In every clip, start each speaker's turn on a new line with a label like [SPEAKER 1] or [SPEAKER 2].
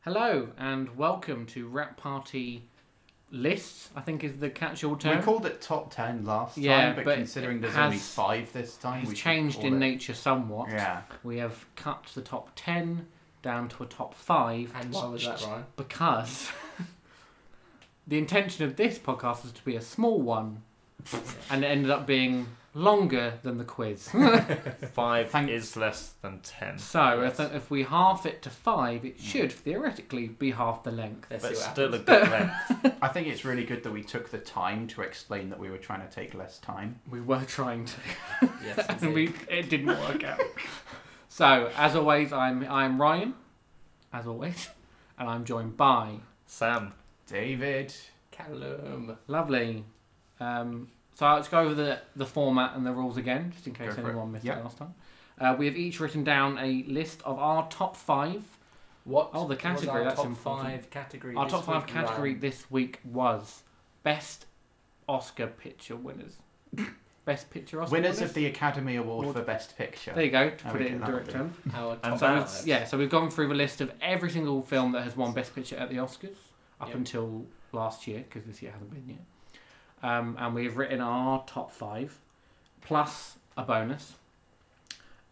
[SPEAKER 1] Hello and welcome to Rap Party Lists, I think is the catch all term.
[SPEAKER 2] We called it top ten last
[SPEAKER 1] Yeah,
[SPEAKER 2] time, but,
[SPEAKER 1] but
[SPEAKER 2] considering
[SPEAKER 1] it
[SPEAKER 2] there's
[SPEAKER 1] has-
[SPEAKER 2] only five this time,
[SPEAKER 1] it's
[SPEAKER 2] we should
[SPEAKER 1] changed
[SPEAKER 2] call
[SPEAKER 1] in
[SPEAKER 2] it-
[SPEAKER 1] nature somewhat.
[SPEAKER 2] Yeah,
[SPEAKER 1] We have cut the top 10 down to a top 5.
[SPEAKER 3] And why was that, Ryan?
[SPEAKER 1] Because the intention of this podcast was to be a small one and it ended up being longer than the quiz.
[SPEAKER 4] Five
[SPEAKER 2] Thank-
[SPEAKER 4] is less than ten.
[SPEAKER 1] so
[SPEAKER 3] Yes.
[SPEAKER 1] I think if we half it to 5, it should theoretically be half the length.
[SPEAKER 3] Let's
[SPEAKER 4] But
[SPEAKER 3] see what
[SPEAKER 4] still
[SPEAKER 3] happens.
[SPEAKER 4] a good length.
[SPEAKER 2] I think it's really good that we took the time to explain that we were trying to take less time.
[SPEAKER 1] We were trying to.
[SPEAKER 3] yes,
[SPEAKER 1] and
[SPEAKER 3] indeed.
[SPEAKER 1] we it didn't work out. so as always, I'm I'm Ryan, as always, and I'm joined by
[SPEAKER 4] Sam,
[SPEAKER 2] David,
[SPEAKER 3] Callum.
[SPEAKER 1] lovely. Um, so let's go over the the format and the rules again, just in case
[SPEAKER 2] Go for it.
[SPEAKER 1] anyone missed
[SPEAKER 2] Yep.
[SPEAKER 1] it last time. Uh, we have each written down a list of our top five.
[SPEAKER 3] What?
[SPEAKER 1] Oh, the
[SPEAKER 3] was
[SPEAKER 1] category,
[SPEAKER 3] Our
[SPEAKER 1] that's
[SPEAKER 3] top
[SPEAKER 1] important.
[SPEAKER 3] five category.
[SPEAKER 1] Our
[SPEAKER 3] this
[SPEAKER 1] top five
[SPEAKER 3] week,
[SPEAKER 1] category
[SPEAKER 3] Ryan?
[SPEAKER 1] this week was best Oscar picture winners. best picture Oscar
[SPEAKER 2] winners of the Academy Award
[SPEAKER 1] Award.
[SPEAKER 2] for Best Picture.
[SPEAKER 1] There you go. To
[SPEAKER 2] Oh,
[SPEAKER 1] put
[SPEAKER 2] we
[SPEAKER 1] it
[SPEAKER 2] did
[SPEAKER 1] in
[SPEAKER 2] that
[SPEAKER 1] direct
[SPEAKER 2] already.
[SPEAKER 1] terms.
[SPEAKER 3] Our
[SPEAKER 4] And
[SPEAKER 3] top
[SPEAKER 4] so
[SPEAKER 3] five.
[SPEAKER 4] it's-
[SPEAKER 1] Yeah, so we've gone through the list of every single film that has won Best Picture at the Oscars up
[SPEAKER 3] Yep.
[SPEAKER 1] until last year, because this year hasn't been yet. Um, and we've written our top five, plus a bonus.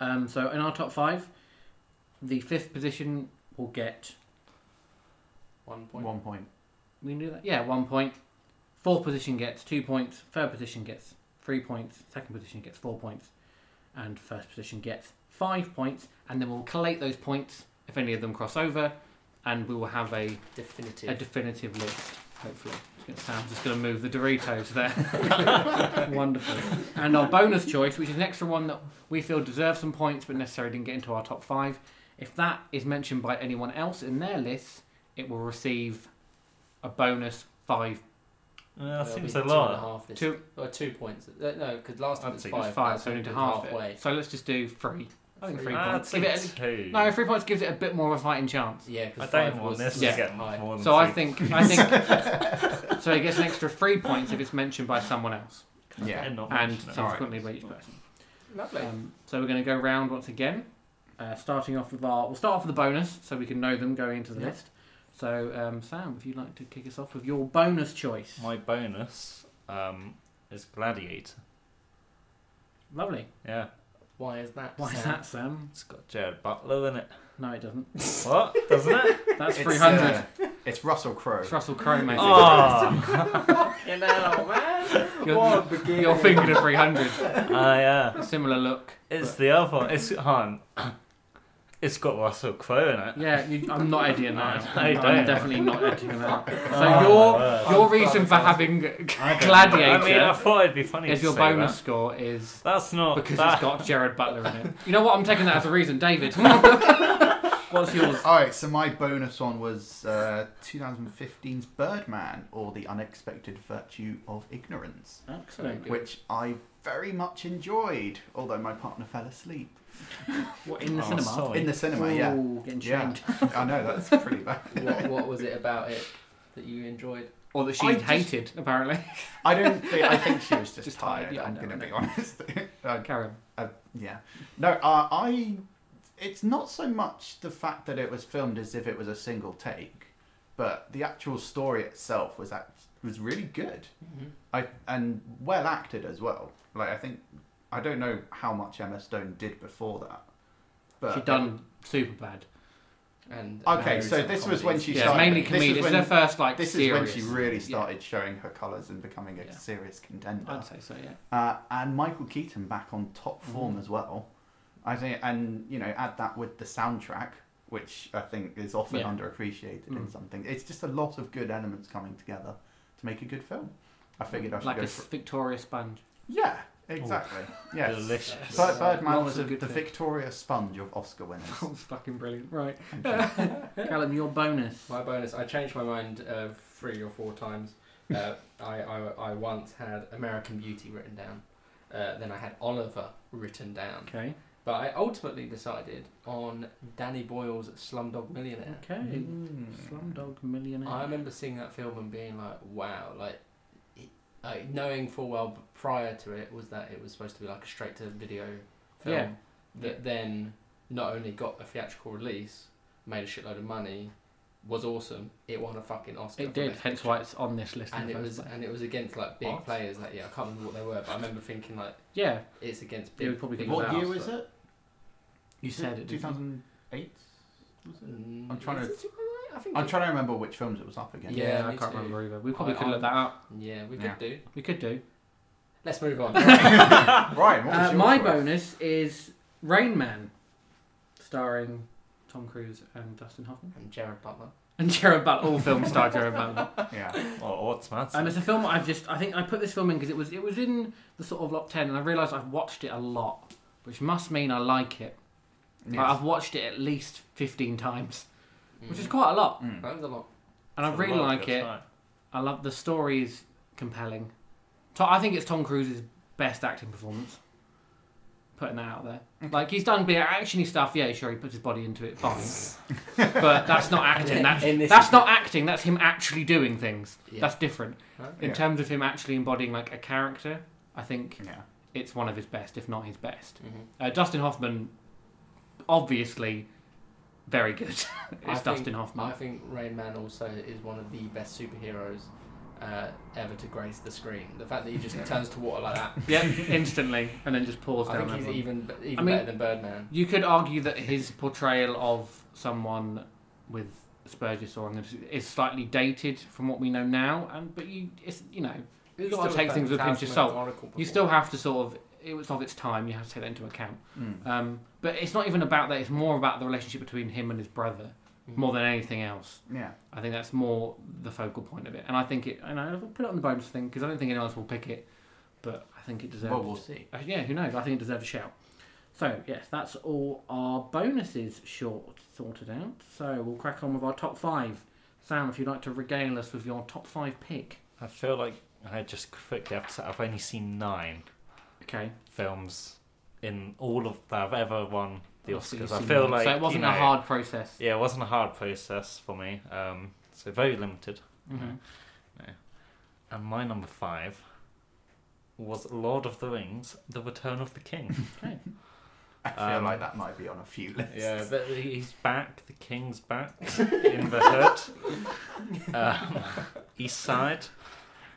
[SPEAKER 1] Um, so in our top five, the fifth position will get.
[SPEAKER 3] One point.
[SPEAKER 2] One point.
[SPEAKER 1] We knew that. Yeah, one point. Fourth position gets two points. Third position gets three points. Second position gets four points. And first position gets five points. And then we'll collate those points if any of them cross over. And we will have a,
[SPEAKER 3] Definitive.
[SPEAKER 4] Uh,
[SPEAKER 1] a definitive list, hopefully. It's gonna- Sam's just going to move the Doritos there. Wonderful. And our bonus choice, which is an extra one that we feel deserves some points but necessarily didn't get into our top five. If that is mentioned by anyone else in their list, it will receive a bonus five
[SPEAKER 4] Uh,
[SPEAKER 3] There'll
[SPEAKER 4] that seems
[SPEAKER 3] be
[SPEAKER 4] a
[SPEAKER 3] two and
[SPEAKER 4] lot.
[SPEAKER 3] half this-
[SPEAKER 1] Two-
[SPEAKER 3] or two points. Uh, no, because last time it was
[SPEAKER 4] That's it,
[SPEAKER 3] five.
[SPEAKER 1] It's five,
[SPEAKER 3] that's
[SPEAKER 1] so we need to
[SPEAKER 3] halfway.
[SPEAKER 1] half it. So let's just do three. I think three
[SPEAKER 3] Three.
[SPEAKER 4] I'd
[SPEAKER 1] points.
[SPEAKER 4] say
[SPEAKER 1] Give it
[SPEAKER 4] two.
[SPEAKER 1] a, no, three points gives it a bit more of a fighting chance.
[SPEAKER 3] Yeah,
[SPEAKER 4] I
[SPEAKER 3] because
[SPEAKER 4] don't want
[SPEAKER 3] was
[SPEAKER 4] this
[SPEAKER 1] yeah.
[SPEAKER 4] to get
[SPEAKER 3] high.
[SPEAKER 4] more than
[SPEAKER 1] So I
[SPEAKER 4] two.
[SPEAKER 1] think I think so. It gets an extra three points if it's mentioned by someone else,
[SPEAKER 2] Yeah.
[SPEAKER 4] And not
[SPEAKER 1] and
[SPEAKER 4] mention it.
[SPEAKER 1] subsequently by each person.
[SPEAKER 3] Lovely.
[SPEAKER 1] Um, so we're going to go round once again, uh, starting off with our. We'll start off with the bonus, so we can know them going into the
[SPEAKER 2] Yeah.
[SPEAKER 1] list. So um, Sam, if you'd like to kick us off with your bonus choice,
[SPEAKER 4] My bonus um, is Gladiator.
[SPEAKER 1] lovely.
[SPEAKER 4] Yeah,
[SPEAKER 3] Why is that?
[SPEAKER 1] Why is
[SPEAKER 3] Sam?
[SPEAKER 1] that, Sam?
[SPEAKER 4] it's got Jared Butler in it.
[SPEAKER 1] No, it doesn't.
[SPEAKER 4] What? Doesn't it?
[SPEAKER 1] That's
[SPEAKER 2] It's,
[SPEAKER 1] three hundred.
[SPEAKER 2] uh, it's Russell Crowe.
[SPEAKER 1] It's Russell Crowe, mate.
[SPEAKER 4] oh,
[SPEAKER 3] You know, man.
[SPEAKER 1] You're-
[SPEAKER 3] what a beginning.
[SPEAKER 1] You're thinking of three hundred.
[SPEAKER 4] Ah, yeah.
[SPEAKER 1] Similar look.
[SPEAKER 4] It's the other one. It's hon. It's got Russell Crowe in it.
[SPEAKER 1] Yeah, you, I'm not editing that.
[SPEAKER 4] No,
[SPEAKER 1] I'm
[SPEAKER 4] you don't.
[SPEAKER 1] definitely not editing that. So
[SPEAKER 4] Oh,
[SPEAKER 1] your
[SPEAKER 4] word.
[SPEAKER 1] your
[SPEAKER 3] I'm
[SPEAKER 1] reason for
[SPEAKER 3] sorry.
[SPEAKER 1] having
[SPEAKER 4] I don't
[SPEAKER 1] Gladiator
[SPEAKER 4] know. I mean, I thought it'd be funny.
[SPEAKER 1] is
[SPEAKER 4] to
[SPEAKER 1] your
[SPEAKER 4] say
[SPEAKER 1] bonus
[SPEAKER 4] that.
[SPEAKER 1] score is
[SPEAKER 4] That's not
[SPEAKER 1] because
[SPEAKER 4] that.
[SPEAKER 1] it's got Jared Butler in it. You know what? I'm taking that as a reason, David. What's yours?
[SPEAKER 2] All right, so my bonus one was uh, 2015's Birdman, or the unexpected virtue of ignorance.
[SPEAKER 1] Excellent.
[SPEAKER 2] which I very much enjoyed, although my partner fell asleep
[SPEAKER 1] What in the
[SPEAKER 4] Oh,
[SPEAKER 1] cinema?
[SPEAKER 4] sorry.
[SPEAKER 2] in the cinema. Yeah,
[SPEAKER 1] Ooh, getting
[SPEAKER 2] Yeah.
[SPEAKER 1] shamed.
[SPEAKER 2] I know that's pretty bad.
[SPEAKER 3] what, what was it about it that you enjoyed?
[SPEAKER 1] Or that she
[SPEAKER 2] I just-
[SPEAKER 1] hated, apparently.
[SPEAKER 2] I don't. Think, I think she was just,
[SPEAKER 1] Just tired,
[SPEAKER 2] tired.
[SPEAKER 1] yeah, I
[SPEAKER 2] I'm
[SPEAKER 1] know, I
[SPEAKER 2] gonna
[SPEAKER 1] know.
[SPEAKER 2] be honest. Uh,
[SPEAKER 1] Karen.
[SPEAKER 2] yeah, no, uh, I. It's not so much the fact that it was filmed as if it was a single take, but the actual story itself was act- was really good.
[SPEAKER 1] Mm-hmm.
[SPEAKER 2] I and well acted as well. Like I think I don't know how much Emma Stone did before that, but
[SPEAKER 1] She'd done super bad.
[SPEAKER 3] And
[SPEAKER 2] Okay,
[SPEAKER 3] and
[SPEAKER 2] so
[SPEAKER 3] some
[SPEAKER 2] this was
[SPEAKER 3] comedies.
[SPEAKER 2] when she
[SPEAKER 1] yeah,
[SPEAKER 2] started-
[SPEAKER 1] mainly
[SPEAKER 2] this is
[SPEAKER 1] comedic. It's
[SPEAKER 2] when-
[SPEAKER 1] her first, like,
[SPEAKER 2] this
[SPEAKER 1] serious.
[SPEAKER 2] is when she really
[SPEAKER 1] Yeah.
[SPEAKER 2] started showing her colours and becoming a
[SPEAKER 1] Yeah.
[SPEAKER 2] serious contender.
[SPEAKER 1] I'd say so, yeah.
[SPEAKER 2] Uh, and Michael Keaton back on top form
[SPEAKER 1] Mhm.
[SPEAKER 2] as well. I think, and you know, add that with the soundtrack, which I think is often
[SPEAKER 1] Yeah.
[SPEAKER 2] underappreciated in
[SPEAKER 1] Mm.
[SPEAKER 2] something. It's just a lot of good elements coming together to make a good film. I figured I should
[SPEAKER 1] Like
[SPEAKER 2] go
[SPEAKER 1] a
[SPEAKER 2] for
[SPEAKER 1] Victoria sponge.
[SPEAKER 2] yeah, exactly, yes.
[SPEAKER 4] Delicious.
[SPEAKER 2] Bird, Birdman
[SPEAKER 1] Lots
[SPEAKER 2] was
[SPEAKER 1] of
[SPEAKER 2] a,
[SPEAKER 1] good
[SPEAKER 2] the
[SPEAKER 1] film.
[SPEAKER 2] Victoria Sponge of Oscar winners.
[SPEAKER 1] That was fucking brilliant. Right.
[SPEAKER 2] Thank you.
[SPEAKER 1] Callum, your bonus.
[SPEAKER 3] My bonus, I changed my mind uh, three or four times. Uh, I, I, I once had American Beauty written down, uh, then I had Oliver written down,
[SPEAKER 1] Okay.
[SPEAKER 3] but I ultimately decided on Danny Boyle's Slumdog Millionaire.
[SPEAKER 1] Okay.
[SPEAKER 2] Mm.
[SPEAKER 1] Slumdog Millionaire.
[SPEAKER 3] I remember seeing that film and being like, wow, like, it, like knowing full well b- prior to it was that it was supposed to be like a straight to video film
[SPEAKER 1] Yeah.
[SPEAKER 3] that then not only got a theatrical release, made a shitload of money, was awesome. It won a fucking Oscar.
[SPEAKER 1] It
[SPEAKER 3] for
[SPEAKER 1] did,
[SPEAKER 3] Best
[SPEAKER 1] hence
[SPEAKER 3] Picture.
[SPEAKER 1] why it's on this list. in
[SPEAKER 3] And
[SPEAKER 1] the
[SPEAKER 3] it
[SPEAKER 1] first
[SPEAKER 3] was
[SPEAKER 1] place.
[SPEAKER 3] and it was against like big
[SPEAKER 4] What?
[SPEAKER 3] players. Like yeah, I can't remember what they were, but I remember thinking like
[SPEAKER 1] yeah.
[SPEAKER 3] it's against
[SPEAKER 1] They
[SPEAKER 3] big.
[SPEAKER 1] would probably
[SPEAKER 3] big
[SPEAKER 1] give
[SPEAKER 2] What
[SPEAKER 1] out,
[SPEAKER 2] year
[SPEAKER 3] players,
[SPEAKER 2] was
[SPEAKER 3] but-
[SPEAKER 2] it?
[SPEAKER 1] You said it.
[SPEAKER 2] Two
[SPEAKER 1] didn't you?
[SPEAKER 2] thousand eight. Was it?
[SPEAKER 3] Mm,
[SPEAKER 2] I'm trying
[SPEAKER 3] is
[SPEAKER 2] to-
[SPEAKER 3] it 2008? I think
[SPEAKER 2] I'm
[SPEAKER 3] it-
[SPEAKER 2] trying to remember which films it was up against.
[SPEAKER 3] Yeah,
[SPEAKER 1] I
[SPEAKER 3] me
[SPEAKER 1] can't
[SPEAKER 3] too.
[SPEAKER 1] remember either. We probably
[SPEAKER 3] I-
[SPEAKER 1] could look
[SPEAKER 3] I'm-
[SPEAKER 1] that up.
[SPEAKER 3] Yeah, we could
[SPEAKER 2] Yeah.
[SPEAKER 3] do.
[SPEAKER 1] We could do.
[SPEAKER 3] Let's move on.
[SPEAKER 2] Ryan, what was
[SPEAKER 1] Uh,
[SPEAKER 2] your
[SPEAKER 1] my
[SPEAKER 2] choice?
[SPEAKER 1] bonus is Rain Man, starring Tom Cruise and Dustin Hoffman
[SPEAKER 3] and Jared Butler.
[SPEAKER 1] and Jared Butler. All film star Jared Butler.
[SPEAKER 2] Yeah.
[SPEAKER 4] Oh, what's that?
[SPEAKER 1] And it's a film I've just. I think I put this film in because it was it was in the sort of top ten, and I realised I've watched it a lot, which must mean I like it. Like,
[SPEAKER 2] Yes.
[SPEAKER 1] I've watched it at least fifteen times, which is
[SPEAKER 3] Mm.
[SPEAKER 1] quite a lot,
[SPEAKER 2] Mm.
[SPEAKER 3] That was a lot.
[SPEAKER 1] and I
[SPEAKER 4] It's a
[SPEAKER 1] really
[SPEAKER 4] lot,
[SPEAKER 1] like
[SPEAKER 4] that's
[SPEAKER 1] it.
[SPEAKER 4] right.
[SPEAKER 1] I love the story is compelling. To- I think it's Tom Cruise's best acting performance. Putting that out there, like he's done bit of actiony stuff. Yeah, sure, he puts his body into it, fine. but that's not acting. That's
[SPEAKER 3] In this
[SPEAKER 1] that's
[SPEAKER 3] is-
[SPEAKER 1] not acting. That's him actually doing things.
[SPEAKER 3] Yeah.
[SPEAKER 1] That's different. In
[SPEAKER 2] Yeah.
[SPEAKER 1] terms of him actually embodying like a character, I think
[SPEAKER 2] Yeah.
[SPEAKER 1] it's one of his best, if not his best.
[SPEAKER 3] Mhm.
[SPEAKER 1] Uh, Dustin Hoffman, obviously, very good. it's
[SPEAKER 3] I think-
[SPEAKER 1] Dustin
[SPEAKER 3] I
[SPEAKER 1] Hoffman.
[SPEAKER 3] think Rain Man also is one of the best superheroes uh, ever to grace the screen. The fact that he just turns to water like that.
[SPEAKER 1] yep, instantly, and then just pours
[SPEAKER 3] I
[SPEAKER 1] down.
[SPEAKER 3] think he's
[SPEAKER 1] everyone.
[SPEAKER 3] even be- even
[SPEAKER 1] I mean-
[SPEAKER 3] better than Birdman.
[SPEAKER 1] You could argue that his portrayal of someone with Asperger's or anything is slightly dated from what we know now, and but you, it's, you know,
[SPEAKER 3] It's
[SPEAKER 1] gotta
[SPEAKER 3] still
[SPEAKER 1] take things with a pinch of
[SPEAKER 3] fantastic
[SPEAKER 1] salt.
[SPEAKER 3] Oracle
[SPEAKER 1] you
[SPEAKER 3] performance.
[SPEAKER 1] still have to sort of it was of its time. You have to take that into account.
[SPEAKER 2] Mm.
[SPEAKER 1] Um, but it's not even about that. It's more about the relationship between him and his brother
[SPEAKER 3] Mhm.
[SPEAKER 1] more than anything else.
[SPEAKER 2] Yeah.
[SPEAKER 1] I think that's more the focal point of it, and I think it. And I'll put it on the bonus thing because I don't think anyone else will pick it, but I think it deserves.
[SPEAKER 2] Well, we'll see.
[SPEAKER 1] Uh, yeah, who knows? I think it deserved a shout. So, yes, that's all our bonuses short sorted out. So, we'll crack on with our top five. Sam, if you'd like to regale us with your top five pick.
[SPEAKER 4] I feel like I just quickly have to say I've only seen nine
[SPEAKER 1] Okay.
[SPEAKER 4] films in all of that I've ever won the
[SPEAKER 1] Obviously,
[SPEAKER 4] Oscars.
[SPEAKER 1] you've
[SPEAKER 4] I
[SPEAKER 1] seen
[SPEAKER 4] feel
[SPEAKER 1] them.
[SPEAKER 4] like
[SPEAKER 1] So, it wasn't
[SPEAKER 4] you know,
[SPEAKER 1] a hard process.
[SPEAKER 4] Yeah, it wasn't a hard process for me. Um, so very limited.
[SPEAKER 1] Mhm.
[SPEAKER 4] And my number five was Lord of the Rings: The Return of the King.
[SPEAKER 1] Okay.
[SPEAKER 2] I feel
[SPEAKER 4] Um,
[SPEAKER 2] like that might be on a few lists.
[SPEAKER 4] Yeah, but he's back. The king's back in the hood. Um, east side.
[SPEAKER 2] Can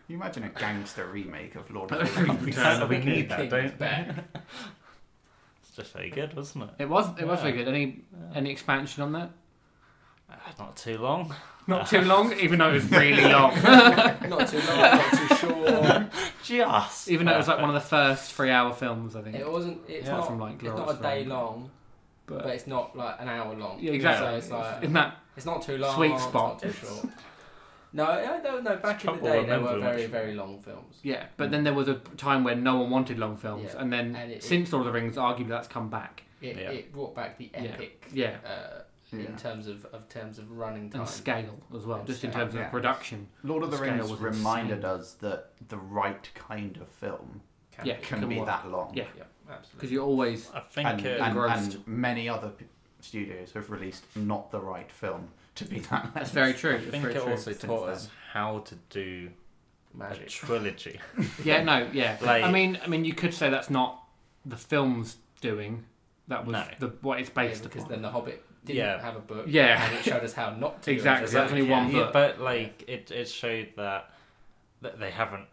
[SPEAKER 2] you imagine a gangster remake of Lord
[SPEAKER 1] I
[SPEAKER 2] of
[SPEAKER 1] don't
[SPEAKER 2] the
[SPEAKER 1] think
[SPEAKER 2] Rings?
[SPEAKER 1] we can.
[SPEAKER 4] we
[SPEAKER 3] King
[SPEAKER 4] need that,
[SPEAKER 3] is
[SPEAKER 4] don't
[SPEAKER 3] back.
[SPEAKER 4] It's just very good, wasn't it?
[SPEAKER 1] It was it was
[SPEAKER 4] Yeah.
[SPEAKER 1] very good. Any any expansion on that?
[SPEAKER 4] Uh, not too long.
[SPEAKER 1] Not too long, even though it was really long.
[SPEAKER 3] not too long, not too short.
[SPEAKER 4] Just.
[SPEAKER 1] even though it was like one of the first three hour films, I think.
[SPEAKER 3] It wasn't. It's
[SPEAKER 4] Yeah,
[SPEAKER 3] not.
[SPEAKER 1] from, like,
[SPEAKER 3] it's
[SPEAKER 1] Lawrence
[SPEAKER 3] not a day
[SPEAKER 1] Fishburne.
[SPEAKER 3] long, but,
[SPEAKER 1] But
[SPEAKER 3] it's not like an hour long.
[SPEAKER 1] yeah, exactly.
[SPEAKER 3] So it's like
[SPEAKER 1] In that
[SPEAKER 3] It's not too long.
[SPEAKER 1] Sweet
[SPEAKER 3] it's
[SPEAKER 1] spot.
[SPEAKER 3] Not too short. No, no, no, no. Back in the
[SPEAKER 4] Trouble
[SPEAKER 3] day, they were
[SPEAKER 4] remembering
[SPEAKER 3] very,
[SPEAKER 4] which-
[SPEAKER 3] very long films.
[SPEAKER 1] yeah, but then there was a time when no one wanted long films,
[SPEAKER 3] Yeah.
[SPEAKER 1] and then
[SPEAKER 3] And it-
[SPEAKER 1] since Lord of the Rings, arguably that's come back.
[SPEAKER 3] It,
[SPEAKER 4] Yeah.
[SPEAKER 3] it brought back the
[SPEAKER 1] Yeah.
[SPEAKER 3] epic.
[SPEAKER 1] Yeah.
[SPEAKER 3] Uh,
[SPEAKER 2] Yeah.
[SPEAKER 3] In terms of, of terms of running time.
[SPEAKER 1] and scale as well,
[SPEAKER 3] And
[SPEAKER 1] just in
[SPEAKER 3] scale,
[SPEAKER 1] terms
[SPEAKER 2] yeah.
[SPEAKER 1] of production.
[SPEAKER 2] Lord of the
[SPEAKER 1] Scale
[SPEAKER 2] Rings
[SPEAKER 1] was
[SPEAKER 2] reminded
[SPEAKER 1] insane.
[SPEAKER 2] us that the right kind of film
[SPEAKER 3] Can
[SPEAKER 1] Yeah.
[SPEAKER 3] be.
[SPEAKER 2] can,
[SPEAKER 1] Can
[SPEAKER 2] be
[SPEAKER 1] work.
[SPEAKER 2] that long.
[SPEAKER 1] Yeah.
[SPEAKER 3] Yeah,
[SPEAKER 1] Because
[SPEAKER 3] absolutely.
[SPEAKER 1] you're always
[SPEAKER 4] I think
[SPEAKER 2] And,
[SPEAKER 4] it,
[SPEAKER 2] and,
[SPEAKER 1] engrossed.
[SPEAKER 2] and many other p- studios have released not the right film to be that.
[SPEAKER 1] that's very true.
[SPEAKER 4] I
[SPEAKER 1] That's
[SPEAKER 4] think
[SPEAKER 1] very
[SPEAKER 4] it
[SPEAKER 1] true.
[SPEAKER 4] also
[SPEAKER 2] since
[SPEAKER 4] taught
[SPEAKER 2] then.
[SPEAKER 4] us how to do a
[SPEAKER 3] Magic.
[SPEAKER 4] trilogy.
[SPEAKER 1] Yeah, no, yeah.
[SPEAKER 4] Like-
[SPEAKER 1] I mean, I mean, you could say that's not the film's doing. That was
[SPEAKER 4] No.
[SPEAKER 1] the what it's
[SPEAKER 3] Yeah,
[SPEAKER 1] based
[SPEAKER 3] because
[SPEAKER 1] upon.
[SPEAKER 3] then the Hobbit didn't
[SPEAKER 4] Yeah.
[SPEAKER 3] have a book.
[SPEAKER 1] Yeah.
[SPEAKER 3] And it showed us how not to. do it.
[SPEAKER 1] Exactly,
[SPEAKER 3] So it's
[SPEAKER 1] there's only one
[SPEAKER 4] yeah,
[SPEAKER 1] book.
[SPEAKER 4] But like it, it showed that that they haven't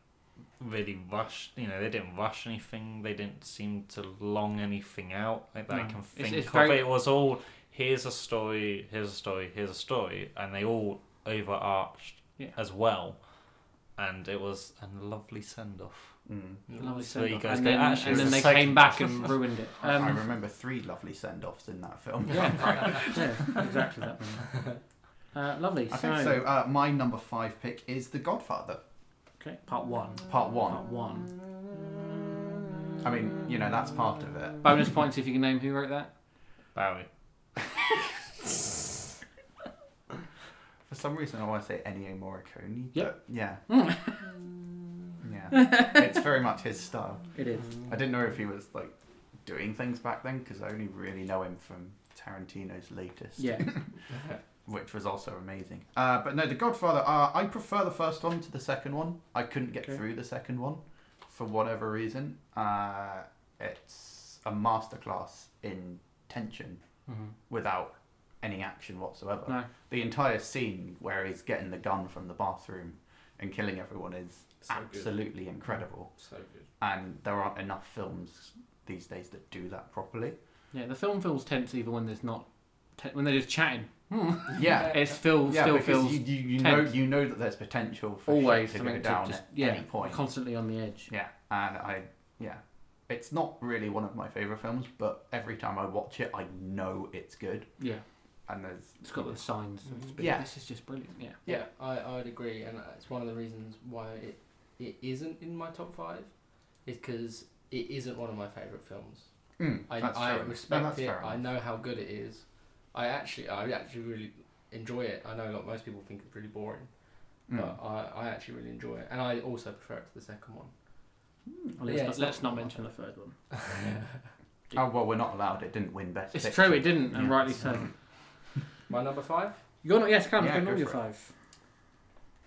[SPEAKER 4] really rushed. You know, they didn't rush anything. They didn't seem to long anything out. Like that I
[SPEAKER 1] No.
[SPEAKER 4] can
[SPEAKER 1] It's-
[SPEAKER 4] think
[SPEAKER 1] it's
[SPEAKER 4] of.
[SPEAKER 1] very-
[SPEAKER 4] It was all here's a story, here's a story, here's a story, and they all overarched
[SPEAKER 1] Yeah.
[SPEAKER 4] as well. And it was a lovely send off.
[SPEAKER 2] Mm.
[SPEAKER 1] Lovely
[SPEAKER 4] So you
[SPEAKER 1] send-off.
[SPEAKER 4] guys
[SPEAKER 1] and
[SPEAKER 4] go,
[SPEAKER 1] then,
[SPEAKER 4] actually,
[SPEAKER 1] and
[SPEAKER 4] it's
[SPEAKER 1] then
[SPEAKER 4] the
[SPEAKER 1] they
[SPEAKER 4] second
[SPEAKER 1] came back and ruined it.
[SPEAKER 2] I- I
[SPEAKER 1] Um,
[SPEAKER 2] remember three lovely send offs in that film.
[SPEAKER 1] yeah, yeah, exactly that. one. Uh, lovely.
[SPEAKER 2] I
[SPEAKER 1] so,
[SPEAKER 2] think so. Uh, my number five pick is The Godfather,
[SPEAKER 1] Okay, part one.
[SPEAKER 2] part
[SPEAKER 1] Part
[SPEAKER 2] one.
[SPEAKER 1] one.
[SPEAKER 2] I mean, you know, that's part of it.
[SPEAKER 1] Bonus points if you can name who wrote that.
[SPEAKER 4] Barry.
[SPEAKER 2] For some reason, I want to say Ennio Morricone.
[SPEAKER 1] Yep. Hmm.
[SPEAKER 2] but Yeah. yeah. It's very much his style.
[SPEAKER 1] It is.
[SPEAKER 3] Mm.
[SPEAKER 2] I didn't know if he was like doing things back then because I only really know him from Tarantino's latest,
[SPEAKER 1] Yeah.
[SPEAKER 2] which was also amazing. Uh, but no, The Godfather. Uh, I prefer the first one to the second one. I couldn't get
[SPEAKER 1] Okay.
[SPEAKER 2] through the second one for whatever reason. Uh, it's a masterclass in tension
[SPEAKER 1] Mhm.
[SPEAKER 2] without any action whatsoever.
[SPEAKER 1] No.
[SPEAKER 2] The entire scene where he's getting the gun from the bathroom and killing everyone is
[SPEAKER 3] So good.
[SPEAKER 2] absolutely incredible.
[SPEAKER 3] So good.
[SPEAKER 2] And there aren't enough films these days that do that properly.
[SPEAKER 1] Yeah, the film feels tense even when there's not te- when they're just chatting. Hmm.
[SPEAKER 2] Yeah.
[SPEAKER 1] It's still
[SPEAKER 2] yeah,
[SPEAKER 1] still
[SPEAKER 2] because
[SPEAKER 1] feels
[SPEAKER 2] you, you, you know
[SPEAKER 1] tense.
[SPEAKER 2] you know that there's potential for
[SPEAKER 1] always
[SPEAKER 2] shit to go
[SPEAKER 1] something to
[SPEAKER 2] down
[SPEAKER 1] just
[SPEAKER 2] at
[SPEAKER 1] yeah
[SPEAKER 2] any point.
[SPEAKER 1] constantly on the edge.
[SPEAKER 2] Yeah, and I yeah, it's not really one of my favorite films, but every time I watch it, I know it's good.
[SPEAKER 1] Yeah,
[SPEAKER 2] And there's
[SPEAKER 1] it's got the signs. of it's been-
[SPEAKER 3] Mhm.
[SPEAKER 2] Mm-hmm. Yeah.
[SPEAKER 1] this is just brilliant. Yeah,
[SPEAKER 3] Yeah, I, I would agree, and it's one of the reasons why it, it isn't in my top five, is because it isn't one of my favourite films.
[SPEAKER 2] Mm,
[SPEAKER 3] I,
[SPEAKER 2] that's
[SPEAKER 3] I
[SPEAKER 2] fair. No,
[SPEAKER 3] respect
[SPEAKER 2] that's
[SPEAKER 3] it.
[SPEAKER 2] fair enough.
[SPEAKER 3] I know how good it is. I actually, I actually really enjoy it. I know like most people think it's really boring,
[SPEAKER 2] Mm.
[SPEAKER 3] but I, I actually really enjoy it, and I also prefer it to the second one.
[SPEAKER 2] Hmm.
[SPEAKER 1] Well, let's,
[SPEAKER 3] Yeah,
[SPEAKER 1] not,
[SPEAKER 3] it's
[SPEAKER 1] let's
[SPEAKER 3] not-
[SPEAKER 1] not mention the third one.
[SPEAKER 2] Oh well, we're not allowed. It didn't win best.
[SPEAKER 1] It's
[SPEAKER 2] Picture.
[SPEAKER 1] true, it didn't, and
[SPEAKER 2] Yeah. Mm-hmm.
[SPEAKER 1] rightly so.
[SPEAKER 3] My number five,
[SPEAKER 1] You're not yes, come
[SPEAKER 2] Yeah,
[SPEAKER 1] yeah,
[SPEAKER 2] go
[SPEAKER 1] on your
[SPEAKER 2] for it.
[SPEAKER 1] five.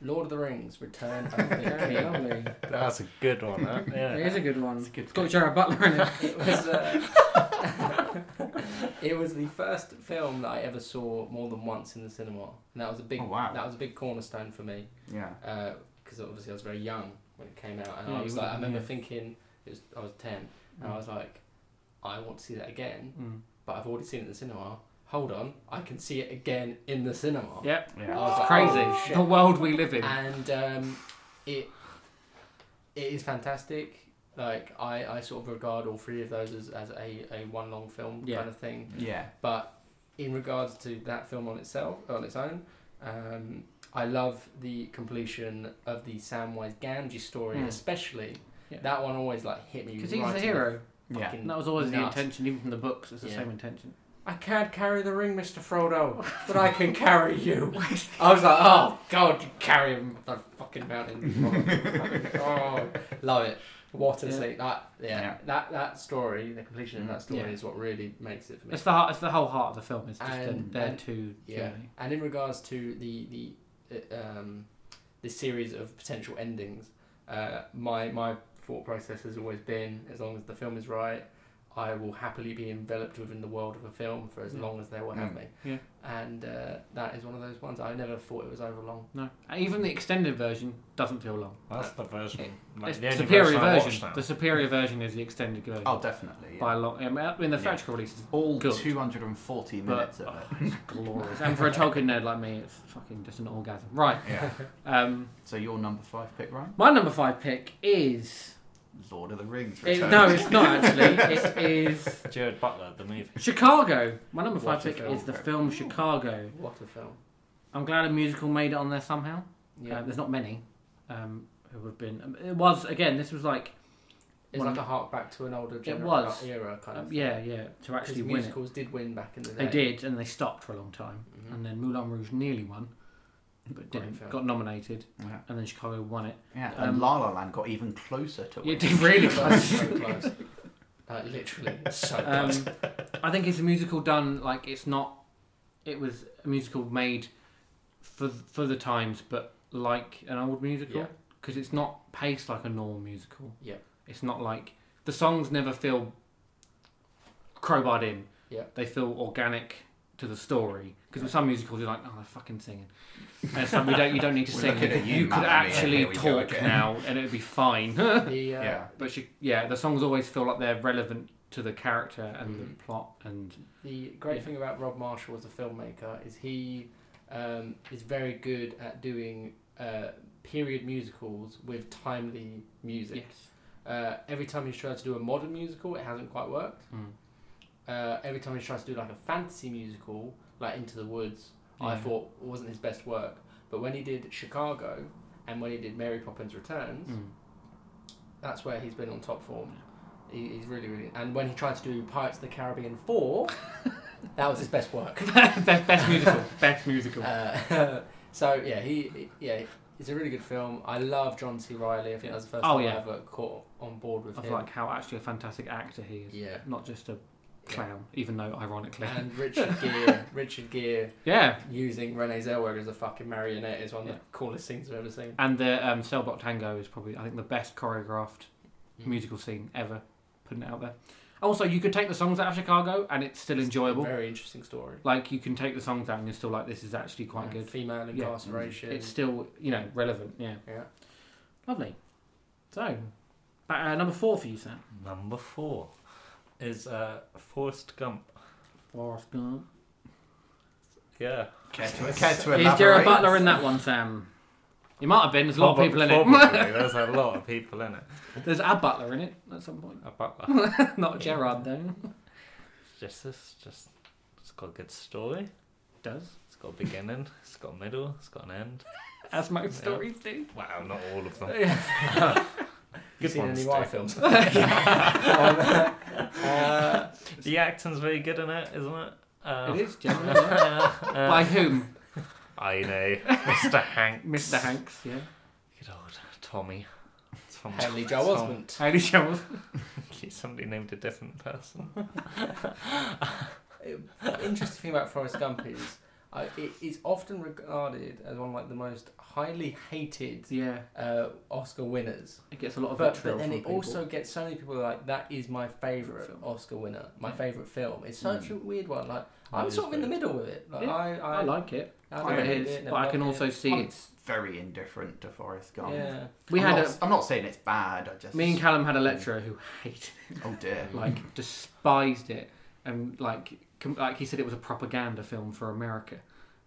[SPEAKER 3] Lord of the Rings: Return of the
[SPEAKER 1] Okay,
[SPEAKER 3] King.
[SPEAKER 1] lovely.
[SPEAKER 4] That's a good one, huh? Yeah.
[SPEAKER 1] It is a good one.
[SPEAKER 2] It's a good
[SPEAKER 1] It's got Gerard Butler in it. Mm.
[SPEAKER 3] It was. Uh, it was the first film that I ever saw more than once in the cinema, and that was a big.
[SPEAKER 2] Oh, wow.
[SPEAKER 3] That was a big cornerstone for me
[SPEAKER 2] Yeah.
[SPEAKER 3] because obviously I was very young when it came out, and
[SPEAKER 1] Yeah,
[SPEAKER 3] I
[SPEAKER 1] you
[SPEAKER 3] was
[SPEAKER 1] would
[SPEAKER 3] like, I
[SPEAKER 1] have,
[SPEAKER 3] remember
[SPEAKER 1] yeah.
[SPEAKER 3] thinking it was, I was ten, and I was like, I want to see that again,
[SPEAKER 1] Mm.
[SPEAKER 3] but I've already seen it in the cinema. Hold on, I can see it again in the cinema.
[SPEAKER 1] Yep,
[SPEAKER 2] Yeah.
[SPEAKER 3] Oh,
[SPEAKER 1] it's crazy.
[SPEAKER 3] oh, shit.
[SPEAKER 1] the world we live in.
[SPEAKER 3] And um, it it is fantastic. Like I, I sort of regard all three of those as, as a, a one long film
[SPEAKER 1] Yeah.
[SPEAKER 3] kind of thing.
[SPEAKER 2] Yeah.
[SPEAKER 3] But in regards to that film on itself, on its own, um, I love the completion of the Samwise Gamgee story,
[SPEAKER 1] Mm.
[SPEAKER 3] especially.
[SPEAKER 1] Yeah.
[SPEAKER 3] That one always like hit me
[SPEAKER 1] Because
[SPEAKER 3] right
[SPEAKER 1] he's the
[SPEAKER 3] in
[SPEAKER 1] hero.
[SPEAKER 2] Yeah.
[SPEAKER 3] fucking
[SPEAKER 1] And that was always the
[SPEAKER 3] nuts.
[SPEAKER 1] intention, even from the books, it's the
[SPEAKER 3] Yeah.
[SPEAKER 1] same intention.
[SPEAKER 3] I can't carry the ring, Mister Frodo, but I can carry you. I was like, oh god, you carry him up the fucking mountain. oh, love it. What a
[SPEAKER 1] Yeah. Mm.
[SPEAKER 3] scene. That, yeah,
[SPEAKER 2] Yeah.
[SPEAKER 3] that that story, the completion of
[SPEAKER 2] Mhm.
[SPEAKER 3] that story
[SPEAKER 1] Yeah.
[SPEAKER 3] is what really makes it for me.
[SPEAKER 1] It's the heart, it's the whole heart of the film. It's just
[SPEAKER 3] And-
[SPEAKER 1] their, their
[SPEAKER 3] and-
[SPEAKER 1] two
[SPEAKER 3] Yeah,
[SPEAKER 1] journey.
[SPEAKER 3] and in regards to the the uh, um, the series of potential endings, uh, my my thought process has always been: as long as the film is right, I will happily be enveloped within the world of a film for as
[SPEAKER 1] Yeah.
[SPEAKER 3] long as they will have
[SPEAKER 2] Mm.
[SPEAKER 3] me.
[SPEAKER 1] Yeah.
[SPEAKER 3] and uh, that is one of those ones I never thought it was over long.
[SPEAKER 1] No, and even the extended version doesn't feel long.
[SPEAKER 4] That's the version. Like,
[SPEAKER 1] It's
[SPEAKER 4] the only
[SPEAKER 1] superior
[SPEAKER 4] version. I watched
[SPEAKER 1] version.
[SPEAKER 4] now.
[SPEAKER 1] The superior version is the extended version
[SPEAKER 2] Oh, definitely.
[SPEAKER 1] by
[SPEAKER 2] Yeah.
[SPEAKER 1] a long. I mean, in the
[SPEAKER 4] Yeah.
[SPEAKER 1] theatrical release, it's
[SPEAKER 2] All
[SPEAKER 1] good.
[SPEAKER 2] 240
[SPEAKER 1] But- uh,
[SPEAKER 2] minutes of it.
[SPEAKER 1] glorious. and for a Tolkien nerd like me, it's fucking just an orgasm. Right.
[SPEAKER 2] Yeah.
[SPEAKER 1] Um,
[SPEAKER 2] So your number five pick, Ryan?
[SPEAKER 1] my number five pick is.
[SPEAKER 2] Lord of the Rings.
[SPEAKER 1] it-
[SPEAKER 2] Return.
[SPEAKER 1] no, it's not actually. It is
[SPEAKER 4] Jared Butler, the movie.
[SPEAKER 1] Chicago. My number
[SPEAKER 3] What
[SPEAKER 1] five
[SPEAKER 3] a
[SPEAKER 1] pick
[SPEAKER 3] film.
[SPEAKER 1] is the film Chicago.
[SPEAKER 3] What a film!
[SPEAKER 1] I'm glad a musical made it on there somehow.
[SPEAKER 3] Yeah,
[SPEAKER 1] Uh, there's not many um, who have been. um, It was again. This was like,
[SPEAKER 3] it's
[SPEAKER 1] one
[SPEAKER 3] like
[SPEAKER 1] of-
[SPEAKER 3] a hark back to an older gener-
[SPEAKER 1] was.
[SPEAKER 3] era kind of
[SPEAKER 1] um,
[SPEAKER 3] thing.
[SPEAKER 1] yeah, yeah, to
[SPEAKER 3] 'Cause
[SPEAKER 1] actually win it.
[SPEAKER 3] musicals did win back in the day.
[SPEAKER 1] They did, and they stopped for a long time.
[SPEAKER 3] Mhm.
[SPEAKER 1] And then Moulin Rouge nearly won, but
[SPEAKER 3] Great
[SPEAKER 1] didn't.
[SPEAKER 3] film.
[SPEAKER 1] Got nominated,
[SPEAKER 2] Yeah.
[SPEAKER 1] and then Chicago won it.
[SPEAKER 2] Yeah.
[SPEAKER 1] Um,
[SPEAKER 2] and La La Land got even closer to
[SPEAKER 1] It
[SPEAKER 2] it.
[SPEAKER 1] did really
[SPEAKER 3] So
[SPEAKER 1] close.
[SPEAKER 3] close. Like literally so
[SPEAKER 1] Um,
[SPEAKER 3] close.
[SPEAKER 1] I think it's a musical done like it's not. It was a musical made for for the times, but like an old musical
[SPEAKER 3] Yeah.
[SPEAKER 1] because it's not paced like a normal musical.
[SPEAKER 3] Yeah.
[SPEAKER 1] it's not like the songs never feel crowbarred in.
[SPEAKER 3] Yeah.
[SPEAKER 1] they feel organic to the story because with some musicals you're like, oh, they're fucking singing. And some we don't. You don't need to
[SPEAKER 2] We're
[SPEAKER 1] sing.
[SPEAKER 2] looking at you,
[SPEAKER 1] You could
[SPEAKER 2] Mamma Mia,
[SPEAKER 1] actually
[SPEAKER 2] here we go
[SPEAKER 1] talk
[SPEAKER 2] again.
[SPEAKER 1] now, and it would be fine.
[SPEAKER 3] the, uh,
[SPEAKER 2] Yeah.
[SPEAKER 1] But she, yeah, the songs always feel like they're relevant to the character and
[SPEAKER 3] Mm.
[SPEAKER 1] the plot, and
[SPEAKER 3] The great
[SPEAKER 1] Yeah.
[SPEAKER 3] thing about Rob Marshall as a filmmaker is he um, is very good at doing uh, period musicals with timely music. Uh, every time he's tried to do a modern musical, it hasn't quite worked.
[SPEAKER 1] Mm.
[SPEAKER 3] Uh, every time he's tried to do like a fantasy musical, like Into the Woods, I
[SPEAKER 1] Yeah.
[SPEAKER 3] thought wasn't his best work. But when he did Chicago and when he did Mary Poppins Returns,
[SPEAKER 1] Mm.
[SPEAKER 3] that's where he's been on top form. He, he's really, really. And when he tried to do Pirates of the Caribbean 4, that was his best work.
[SPEAKER 1] best, best musical, best musical.
[SPEAKER 3] Uh, so, yeah, he, he- yeah, it's a really good film. I love John C. Riley. I think that was the first
[SPEAKER 1] Oh,
[SPEAKER 3] time I
[SPEAKER 1] yeah.
[SPEAKER 3] ever caught on board with
[SPEAKER 1] I
[SPEAKER 3] him.
[SPEAKER 1] feel like how actually a fantastic actor he is,
[SPEAKER 3] yeah.
[SPEAKER 1] not just a clown, even though ironically,
[SPEAKER 3] And Richard Gere, Richard Gere
[SPEAKER 1] yeah.
[SPEAKER 3] using Renee Zellweger as a fucking marionette is one of
[SPEAKER 1] Yeah.
[SPEAKER 3] the coolest things I've ever seen.
[SPEAKER 1] And the um, Cell Block Tango is probably I think the best choreographed
[SPEAKER 3] Mm.
[SPEAKER 1] musical scene ever. Putting it out there. Also, you could take the songs out of Chicago and it's still enjoyable.
[SPEAKER 3] Very interesting story.
[SPEAKER 1] Like you can take the songs out and you're still like, this is actually quite
[SPEAKER 3] You know,
[SPEAKER 1] good.
[SPEAKER 3] Female
[SPEAKER 1] Yeah.
[SPEAKER 3] incarceration.
[SPEAKER 1] It's still you know relevant. Yeah,
[SPEAKER 3] yeah.
[SPEAKER 1] lovely. So, ba- uh, number four for you, Sam.
[SPEAKER 4] Number four is uh, Forrest Gump.
[SPEAKER 1] Forrest Gump.
[SPEAKER 4] Yeah.
[SPEAKER 2] Care to, care to
[SPEAKER 1] Is
[SPEAKER 2] elaborate?
[SPEAKER 1] Gerard Butler in that one, Sam? He might have been. There's a lot of people in it.
[SPEAKER 4] Probably. There's a lot of people in it.
[SPEAKER 1] There's a Butler in it at some point.
[SPEAKER 4] A butler.
[SPEAKER 1] Not Gerard though.
[SPEAKER 4] It's just this. Just it's got a good story.
[SPEAKER 1] Does
[SPEAKER 4] It's got a beginning. It's got a middle. It's got an end.
[SPEAKER 1] as most
[SPEAKER 4] Yeah.
[SPEAKER 1] stories do.
[SPEAKER 4] Wow, not all of them.
[SPEAKER 3] You
[SPEAKER 4] Good
[SPEAKER 3] seen
[SPEAKER 4] ones,
[SPEAKER 3] any Y
[SPEAKER 4] too.
[SPEAKER 3] films? Uh,
[SPEAKER 4] The acting's very good in it, isn't it? Uh,
[SPEAKER 1] It is generally. yeah.
[SPEAKER 4] uh, uh,
[SPEAKER 1] By whom?
[SPEAKER 4] I know, Mr. Hank.
[SPEAKER 1] Mr. Hanks. Yeah.
[SPEAKER 4] Good old Tommy. Tom,
[SPEAKER 3] Hadley Joe
[SPEAKER 4] Tom-
[SPEAKER 3] Osmond.
[SPEAKER 1] Haley Joel.
[SPEAKER 4] Somebody named a different person.
[SPEAKER 3] The interesting thing about Forrest Gump is uh, it is often regarded as one of like the most highly hated
[SPEAKER 1] Yeah,
[SPEAKER 3] uh, Oscar winners.
[SPEAKER 1] it gets a lot of
[SPEAKER 3] But,
[SPEAKER 1] vitriol
[SPEAKER 3] but then
[SPEAKER 1] from
[SPEAKER 3] it
[SPEAKER 1] people.
[SPEAKER 3] also gets so many people like that is my favorite
[SPEAKER 1] Film.
[SPEAKER 3] Oscar winner, my
[SPEAKER 1] Yeah. Hmm.
[SPEAKER 3] favorite film. It's such a weird one. Like
[SPEAKER 4] It
[SPEAKER 3] I'm
[SPEAKER 4] is
[SPEAKER 3] sort of in the
[SPEAKER 4] weird.
[SPEAKER 3] middle with it. Like,
[SPEAKER 1] Yeah,
[SPEAKER 3] I, I,
[SPEAKER 1] I like it.
[SPEAKER 3] I
[SPEAKER 1] I
[SPEAKER 3] don't
[SPEAKER 1] it
[SPEAKER 3] hate
[SPEAKER 1] is,
[SPEAKER 3] it,
[SPEAKER 1] but I
[SPEAKER 3] love
[SPEAKER 1] can
[SPEAKER 3] it.
[SPEAKER 1] also see
[SPEAKER 2] I'm
[SPEAKER 1] it's.
[SPEAKER 2] very indifferent to Forrest Gump.
[SPEAKER 3] Yeah.
[SPEAKER 1] We
[SPEAKER 2] I'm
[SPEAKER 1] had
[SPEAKER 2] not,
[SPEAKER 1] a,
[SPEAKER 2] I'm not saying it's bad. I just
[SPEAKER 1] me and Callum had a lecturer who hated
[SPEAKER 2] oh dear.
[SPEAKER 1] it, like despised it, and like com- like he said it was a propaganda film for America,